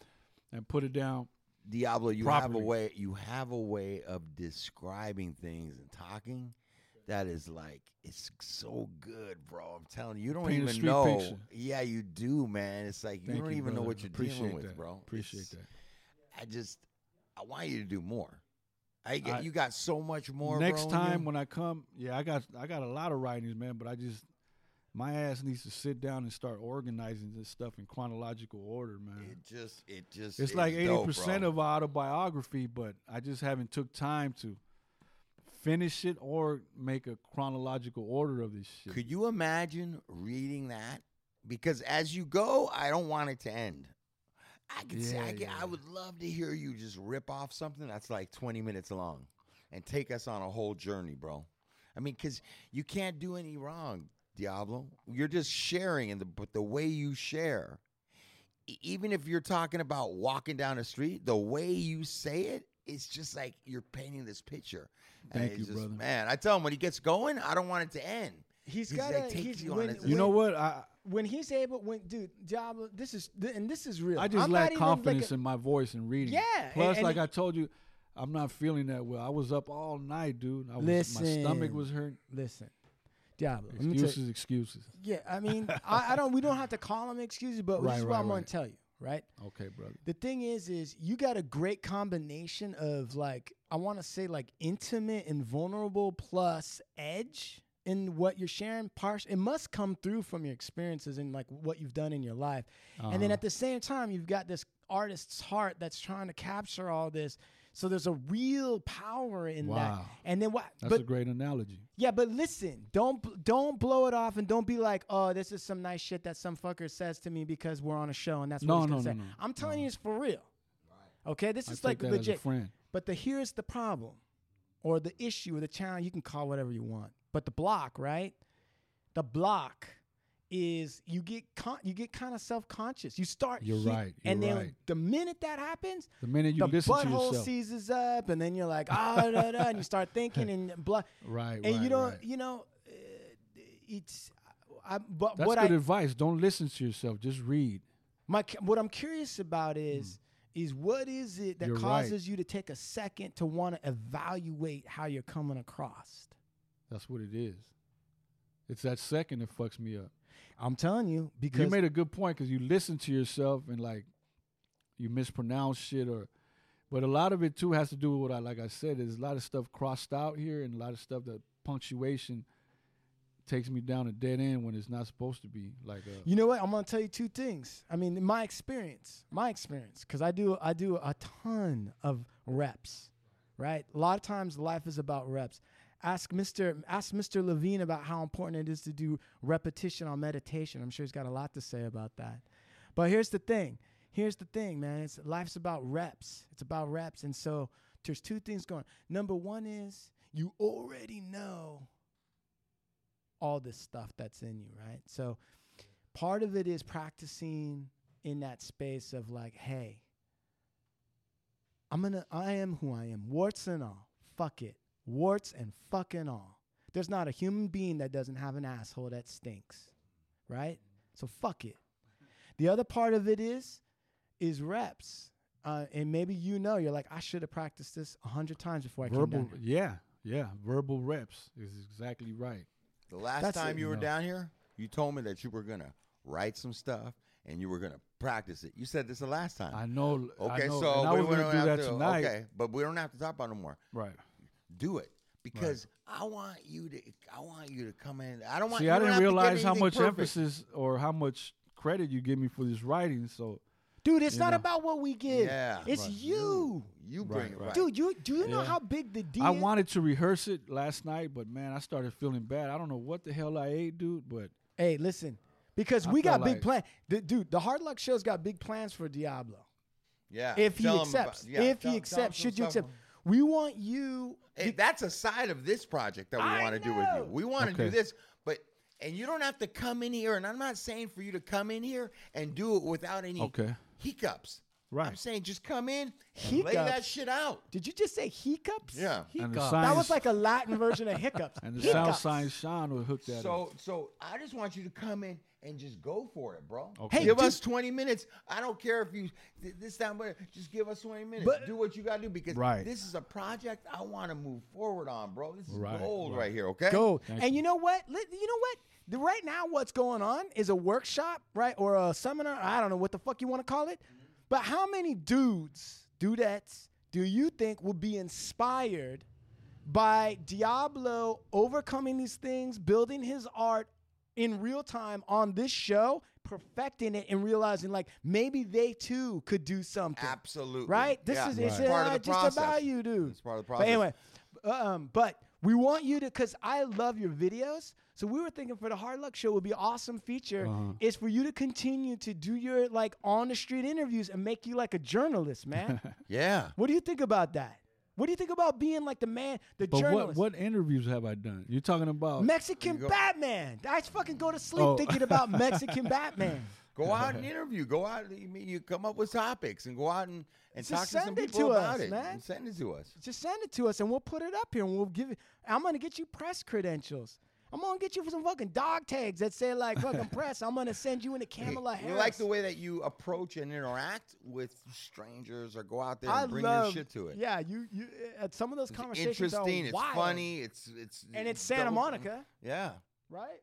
Speaker 6: and put it down.
Speaker 3: Diablo, you have
Speaker 6: Properly.
Speaker 3: a way. You have a way of describing things and talking. That is like it's so good, bro. I'm telling you, you don't
Speaker 6: Paint a
Speaker 3: even
Speaker 6: street
Speaker 3: know.
Speaker 6: picture.
Speaker 3: Yeah, you do, man. It's like
Speaker 6: Thank
Speaker 3: you don't even know
Speaker 6: brother.
Speaker 3: what you're
Speaker 6: Appreciate
Speaker 3: dealing with,
Speaker 6: that.
Speaker 3: bro.
Speaker 6: Appreciate
Speaker 3: It's-
Speaker 6: that.
Speaker 3: I just, I want you to do more. I get
Speaker 6: I-
Speaker 3: you got so much more.
Speaker 6: next
Speaker 3: bro, in you.
Speaker 6: time when I come, yeah, I got I got a lot of writings, man. But I just my ass needs to sit down and start organizing this stuff in chronological order, man.
Speaker 3: It just, it just.
Speaker 6: It's like
Speaker 3: is
Speaker 6: eighty
Speaker 3: dope,
Speaker 6: percent
Speaker 3: bro.
Speaker 6: of autobiography, but I just haven't took time to finish it or make a chronological order of this shit.
Speaker 3: Could you imagine reading that? Because as you go, I don't want it to end. I could say, I,
Speaker 6: Yeah,
Speaker 3: could- I
Speaker 6: yeah.
Speaker 3: would love to hear you just rip off something that's like 20 minutes long and take us on a whole journey, bro. I mean, because you can't do any wrong, Diablo. You're just sharing, and the, but the way you share, e- even if you're talking about walking down the street, the way you say it, it's just like you're painting this picture. And
Speaker 6: Thank
Speaker 3: it's
Speaker 6: you,
Speaker 3: just-
Speaker 6: brother.
Speaker 3: Man, I tell him when he gets going, I don't want it to end.
Speaker 4: He's
Speaker 3: He's
Speaker 4: got
Speaker 3: like,
Speaker 4: to
Speaker 3: take
Speaker 4: he's
Speaker 3: you on
Speaker 4: when,
Speaker 3: his-
Speaker 6: you e-" know
Speaker 4: when-
Speaker 6: what? I
Speaker 4: When he's able when dude, Diablo, this is th- and this is real.
Speaker 6: I just
Speaker 4: I'm not
Speaker 6: lack
Speaker 4: even, like,
Speaker 6: confidence
Speaker 4: a-
Speaker 6: in my voice and reading.
Speaker 4: Yeah, and-
Speaker 6: Plus,
Speaker 4: and
Speaker 6: like
Speaker 4: it-
Speaker 6: I told you, I'm not feeling that well. I was up all night, dude. I was, my stomach
Speaker 4: Listen.
Speaker 6: was hurt.
Speaker 4: Listen. Diablo, let me tell you-
Speaker 6: Excuses, excuses.
Speaker 4: Yeah, I mean, I, I don't. We don't have to call them excuses, but
Speaker 6: Right,
Speaker 4: this is what
Speaker 6: right,
Speaker 4: I'm
Speaker 6: right.
Speaker 4: gonna tell you, right?
Speaker 6: Okay, brother.
Speaker 4: The thing is, is you got a great combination of like I want to say like intimate and vulnerable plus edge in what you're sharing. Part it must come through from your experiences and like what you've done in your life, and
Speaker 6: Uh-huh.
Speaker 4: then at the same time you've got this artist's heart that's trying to capture all this. So there's a real power in that.
Speaker 6: Wow.
Speaker 4: And then what?
Speaker 6: That's
Speaker 4: but
Speaker 6: a great analogy.
Speaker 4: yeah, but listen, don't bl- don't blow it off and don't be like, oh, this is some nice shit that some fucker says to me because we're on a show and that's what
Speaker 6: No,
Speaker 4: he's gonna
Speaker 6: no,
Speaker 4: say.
Speaker 6: no, no,
Speaker 4: I'm telling you, it's for real. Okay, this
Speaker 6: I
Speaker 4: is
Speaker 6: take
Speaker 4: like
Speaker 6: that as a
Speaker 4: legit.
Speaker 6: friend.
Speaker 4: But the here's the problem, or the issue, or the challenge. You can call it whatever you want, but the block, right? The block is you get con- you get kind of self conscious. You start
Speaker 6: You're
Speaker 4: here,
Speaker 6: right,
Speaker 4: and
Speaker 6: you're
Speaker 4: then
Speaker 6: right.
Speaker 4: the minute that happens,
Speaker 6: The minute you
Speaker 4: the
Speaker 6: listen to
Speaker 4: butthole
Speaker 6: yourself.
Speaker 4: seizes up, and then you're like, ah, da, da, and you start thinking and blood,
Speaker 6: Right,
Speaker 4: And you
Speaker 6: right,
Speaker 4: don't,
Speaker 6: right.
Speaker 4: you know, uh, it's. I, but
Speaker 6: That's
Speaker 4: what
Speaker 6: good
Speaker 4: I
Speaker 6: advice. Don't listen to yourself. Just read.
Speaker 4: my cu- what I'm curious about is is what is it that
Speaker 6: Hmm. You're right.
Speaker 4: causes you to take a second to want to evaluate how you're coming across?
Speaker 6: That's what it is. It's that second that fucks me up.
Speaker 4: I'm telling you because
Speaker 6: You made a good point because you listen to yourself and like you mispronounce shit or, but a lot of it too has to do with what I like. I said is a lot of stuff crossed out here and a lot of stuff that punctuation takes me down a dead end when it's not supposed to be. Like uh
Speaker 4: you know what I'm gonna tell you two things. I mean, in my experience, my experience, because I do I do a ton of reps, right? A lot of times life is about reps. Ask Mr. Ask Mr. Levine about how important it is to do repetition on meditation. I'm sure he's got a lot to say about that. But here's the thing. Here's the thing, man. It's life's about reps. It's about reps. And so there's two things going. Number one is you already know all this stuff that's in you, right? So part of it is practicing in that space of like, hey, I'm gonna, I am who I am, warts and all. Fuck it, warts and fucking all. There's not a human being that doesn't have an asshole that stinks, right? So fuck it. The other part of it is, is reps. Uh, and maybe you know you're like I should have practiced this a hundred times before I came
Speaker 6: verbal,
Speaker 4: down. here."
Speaker 6: yeah, yeah, verbal reps is exactly right.
Speaker 3: The last
Speaker 4: That's
Speaker 3: time
Speaker 4: it.
Speaker 3: you were
Speaker 6: No.
Speaker 3: down here, you told me that you were gonna write some stuff and you were gonna practice it. You said this the last time.
Speaker 6: I know. I
Speaker 3: okay,
Speaker 6: know,
Speaker 3: so
Speaker 6: and I
Speaker 3: we,
Speaker 6: was
Speaker 3: we
Speaker 6: gonna
Speaker 3: don't
Speaker 6: do
Speaker 3: have
Speaker 6: that
Speaker 3: to.
Speaker 6: tonight.
Speaker 3: Okay, but we don't have to talk about it no more.
Speaker 6: Right.
Speaker 3: Do it because I want you to. I want you to come in. I don't want.
Speaker 6: See,
Speaker 3: you
Speaker 6: I
Speaker 3: don't
Speaker 6: didn't
Speaker 3: have to give
Speaker 6: realize how
Speaker 3: anything
Speaker 6: much
Speaker 3: perfect.
Speaker 6: emphasis or how much credit you give me for this writing. So
Speaker 4: Dude, it's
Speaker 6: You
Speaker 4: not
Speaker 6: know.
Speaker 4: about what we give.
Speaker 3: Yeah,
Speaker 4: it's
Speaker 3: right.
Speaker 4: you.
Speaker 3: You bring it, right.
Speaker 4: Dude, you do you know
Speaker 6: Yeah.
Speaker 4: how big the deal
Speaker 6: I wanted to rehearse it last night, but man, I started feeling bad. I don't know what the hell I ate, dude. But
Speaker 4: Hey, listen, because
Speaker 6: I
Speaker 4: we
Speaker 6: feel
Speaker 4: got big
Speaker 6: like-
Speaker 4: plans. dude, the Hard Luck Show's got big plans for Diablo.
Speaker 3: Yeah.
Speaker 4: If he
Speaker 3: Uh, tell 'em
Speaker 4: accepts,
Speaker 3: about- yeah,
Speaker 4: if
Speaker 3: tell-
Speaker 4: he
Speaker 3: tell 'em
Speaker 4: accepts,
Speaker 3: some
Speaker 4: should you
Speaker 3: stuff.
Speaker 4: accept? We want you.
Speaker 3: Hey, that's a side of this project that we
Speaker 4: I
Speaker 3: want to do with you.
Speaker 4: know.
Speaker 3: We want to do
Speaker 6: Okay.
Speaker 3: this, but and you don't have to come in here. And I'm not saying for you to come in here and do it without any
Speaker 6: Okay.
Speaker 3: hiccups. I'm
Speaker 6: Right.
Speaker 3: saying just come in and lay that
Speaker 4: Hiccups?
Speaker 3: shit out.
Speaker 4: Did you just say hiccups?
Speaker 3: Yeah.
Speaker 6: and the
Speaker 5: got-
Speaker 6: science
Speaker 4: That was like a Latin version of hiccups.
Speaker 6: and the sound
Speaker 4: Hiccups.
Speaker 6: science Sean will hook that up.
Speaker 3: So so I just want you to come in and just go for it, bro.
Speaker 6: Okay.
Speaker 4: Hey,
Speaker 3: give
Speaker 4: dude.
Speaker 3: us 20 minutes. I don't care if you th- this time, but just give us 20 minutes.
Speaker 4: But-
Speaker 3: do what you gotta do because
Speaker 6: Right.
Speaker 3: this is a project I want to move forward on, bro. This is
Speaker 6: Right,
Speaker 3: gold
Speaker 6: right.
Speaker 3: right here. Okay.
Speaker 4: Go.
Speaker 6: Thank
Speaker 4: and
Speaker 6: you.
Speaker 4: you know what? Li- You know what? The- Right now, what's going on is a workshop, right, or a seminar. I don't know what the fuck you want to call it. But how many dudes, dudettes, do you think will be inspired by Diablo overcoming these things, building his art in real time on this show, perfecting it, and realizing like maybe they too could do something?
Speaker 3: Absolutely.
Speaker 4: right? This
Speaker 3: Yeah.
Speaker 4: is it's
Speaker 3: Right. Part of
Speaker 4: not
Speaker 3: the
Speaker 4: just about
Speaker 3: process.
Speaker 4: you, dude.
Speaker 3: It's part of the
Speaker 4: But
Speaker 3: process.
Speaker 4: anyway, b- um, but we want you to because I love your videos. So we were thinking for the Hard Luck Show would be an awesome feature
Speaker 3: Uh-huh.
Speaker 4: is for you to continue to do your like on the street interviews and make you like a journalist, man.
Speaker 3: Yeah.
Speaker 4: what do you think about that? What do you think about being like the man, the
Speaker 6: But what
Speaker 4: journalist?
Speaker 6: what interviews have I done? You're talking about
Speaker 4: Mexican Batman. I fucking go to sleep
Speaker 6: Oh.
Speaker 4: thinking about Mexican Batman.
Speaker 3: Go out and interview. Go out. I mean, you come up with topics and go out and, and
Speaker 4: Just
Speaker 3: talk to some
Speaker 4: send it
Speaker 3: people
Speaker 4: to
Speaker 3: about
Speaker 4: us,
Speaker 3: it.
Speaker 4: man.
Speaker 3: And send it to us.
Speaker 4: Just send it to us and we'll put it up here and we'll give it. I'm gonna get you press credentials. I'm gonna get you some fucking dog tags that say like fucking press. I'm gonna send you into Kamala
Speaker 3: we
Speaker 4: Harris.
Speaker 3: like the way that you approach and interact with strangers or go out there and
Speaker 4: I
Speaker 3: bring
Speaker 4: love
Speaker 3: your shit to it.
Speaker 4: Yeah, you you uh, some of those
Speaker 3: It's
Speaker 4: conversations
Speaker 3: interesting.
Speaker 4: are
Speaker 3: It's
Speaker 4: wild.
Speaker 3: funny. It's it's
Speaker 4: and it's Santa
Speaker 3: double-
Speaker 4: Monica,
Speaker 3: Yeah.
Speaker 4: right?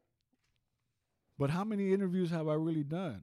Speaker 6: But how many interviews have I really done?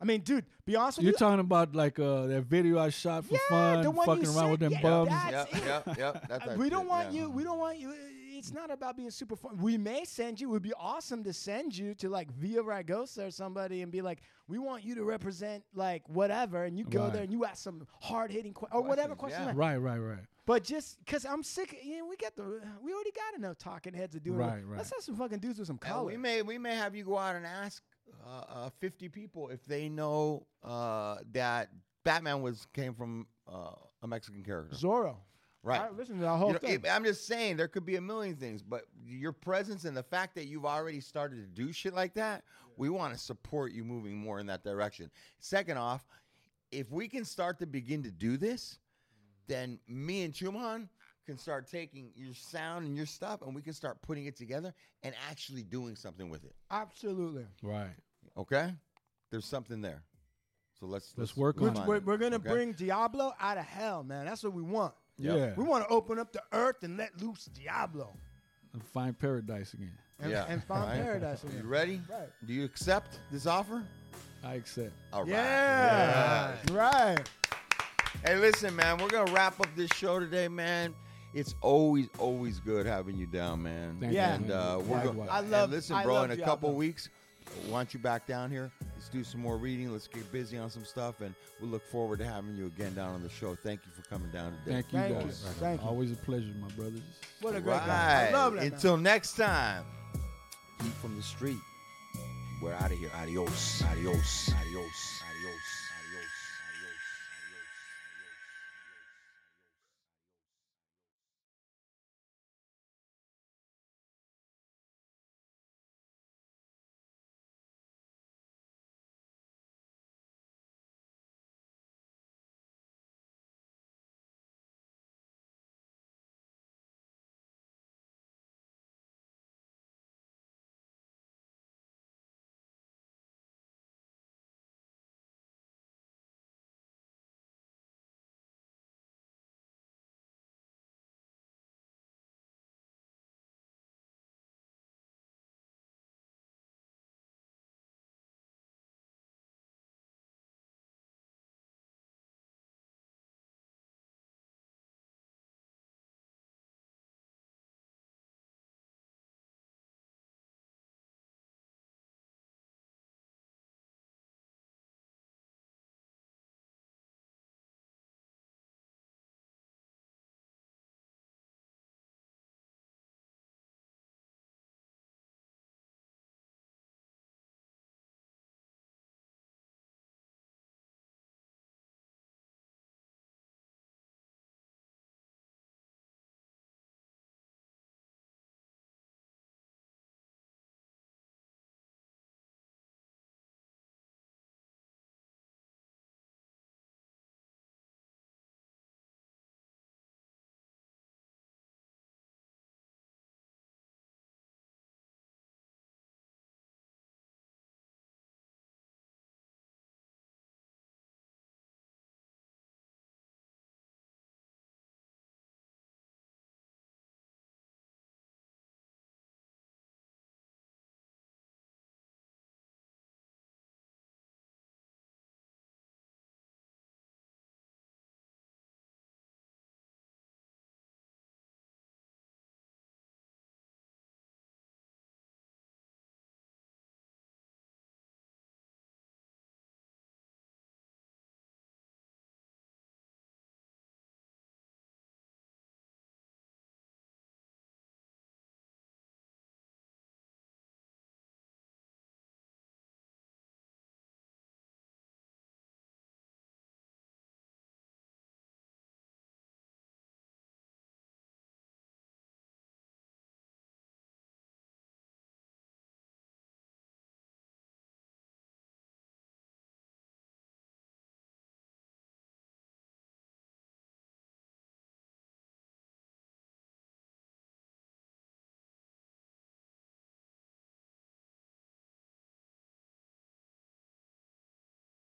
Speaker 4: I mean, dude, be honest with
Speaker 6: You're
Speaker 4: you.
Speaker 6: talking about like uh, that video I shot for
Speaker 4: Yeah,
Speaker 6: fun,
Speaker 4: the one you
Speaker 6: fucking around with
Speaker 4: sent-
Speaker 6: them
Speaker 4: yeah,
Speaker 6: bums.
Speaker 4: that-
Speaker 3: Yep,
Speaker 4: That's it.
Speaker 3: yep, yep. That
Speaker 4: Uh,
Speaker 3: type
Speaker 4: we
Speaker 3: shit,
Speaker 4: don't want
Speaker 3: yeah.
Speaker 4: you. We don't want you. uh, It's not about being super fun. We may send you. It would be awesome to send you to like Via Ragosa or somebody and be like, we want you to represent like whatever, and you go
Speaker 6: Right.
Speaker 4: there and you ask some hard hitting que- or whatever
Speaker 3: Questions,
Speaker 4: question.
Speaker 3: yeah.
Speaker 4: you want.
Speaker 6: Right, right, right.
Speaker 4: But just because I'm sick, you know, we got the we already got enough talking heads to do it.
Speaker 6: Right, right.
Speaker 4: Let's have some fucking dudes with some
Speaker 3: And
Speaker 4: color.
Speaker 3: we may we may have you go out and ask uh, uh, 50 people if they know uh, that Batman was came from uh, a Mexican character.
Speaker 4: Zorro.
Speaker 3: right.
Speaker 4: I listened to that
Speaker 3: You
Speaker 4: whole
Speaker 3: know,
Speaker 4: thing.
Speaker 3: it- I'm just saying there could be a million things, but your presence and the fact that you've already started to do shit like that, we want to support you moving more in that direction. Second off, if we can start to begin to do this,
Speaker 4: Mm-hmm.
Speaker 3: then me and Chumhan can start taking your sound and your stuff and we can start putting it together and actually doing something with it.
Speaker 4: Absolutely.
Speaker 6: Right.
Speaker 3: Okay? There's something there. So let's
Speaker 6: Let's work
Speaker 3: move
Speaker 6: on
Speaker 3: on
Speaker 6: it.
Speaker 4: We're, we're gonna
Speaker 3: okay?
Speaker 4: bring Diablo out of hell, man. That's what we want.
Speaker 3: Yep.
Speaker 4: We
Speaker 6: Yeah.
Speaker 4: want to open up the earth and let loose Diablo
Speaker 6: And find paradise again.
Speaker 4: and,
Speaker 3: Yeah,
Speaker 4: and find
Speaker 3: right.
Speaker 4: paradise. in
Speaker 3: You
Speaker 4: it.
Speaker 3: ready?
Speaker 4: Right.
Speaker 3: Do you accept this offer?
Speaker 6: I accept.
Speaker 3: All right.
Speaker 4: Yeah. Right.
Speaker 3: Hey, listen, man, we're gonna wrap up this show today, man. It's always, always good having you down, man.
Speaker 6: Thank
Speaker 4: Yeah.
Speaker 6: you.
Speaker 3: And
Speaker 6: man.
Speaker 3: uh, we're
Speaker 6: Likewise.
Speaker 3: going
Speaker 4: I love-
Speaker 3: Listen,
Speaker 4: I
Speaker 3: bro,
Speaker 4: love
Speaker 3: in a
Speaker 4: Diablo.
Speaker 3: couple weeks, I want you back down here. Let's do some more reading. Let's get busy on some stuff, and we look forward to having you again down on the show. Thank you for coming down today.
Speaker 6: Thank you
Speaker 4: Thank
Speaker 6: guys.
Speaker 4: you. Thank you.
Speaker 6: Always a pleasure, my brothers.
Speaker 4: What a great guy.
Speaker 3: Right.
Speaker 4: I love that. man.
Speaker 3: Until next time, eat from the street. We're out of here. Adios. Adios. Adios. Adios.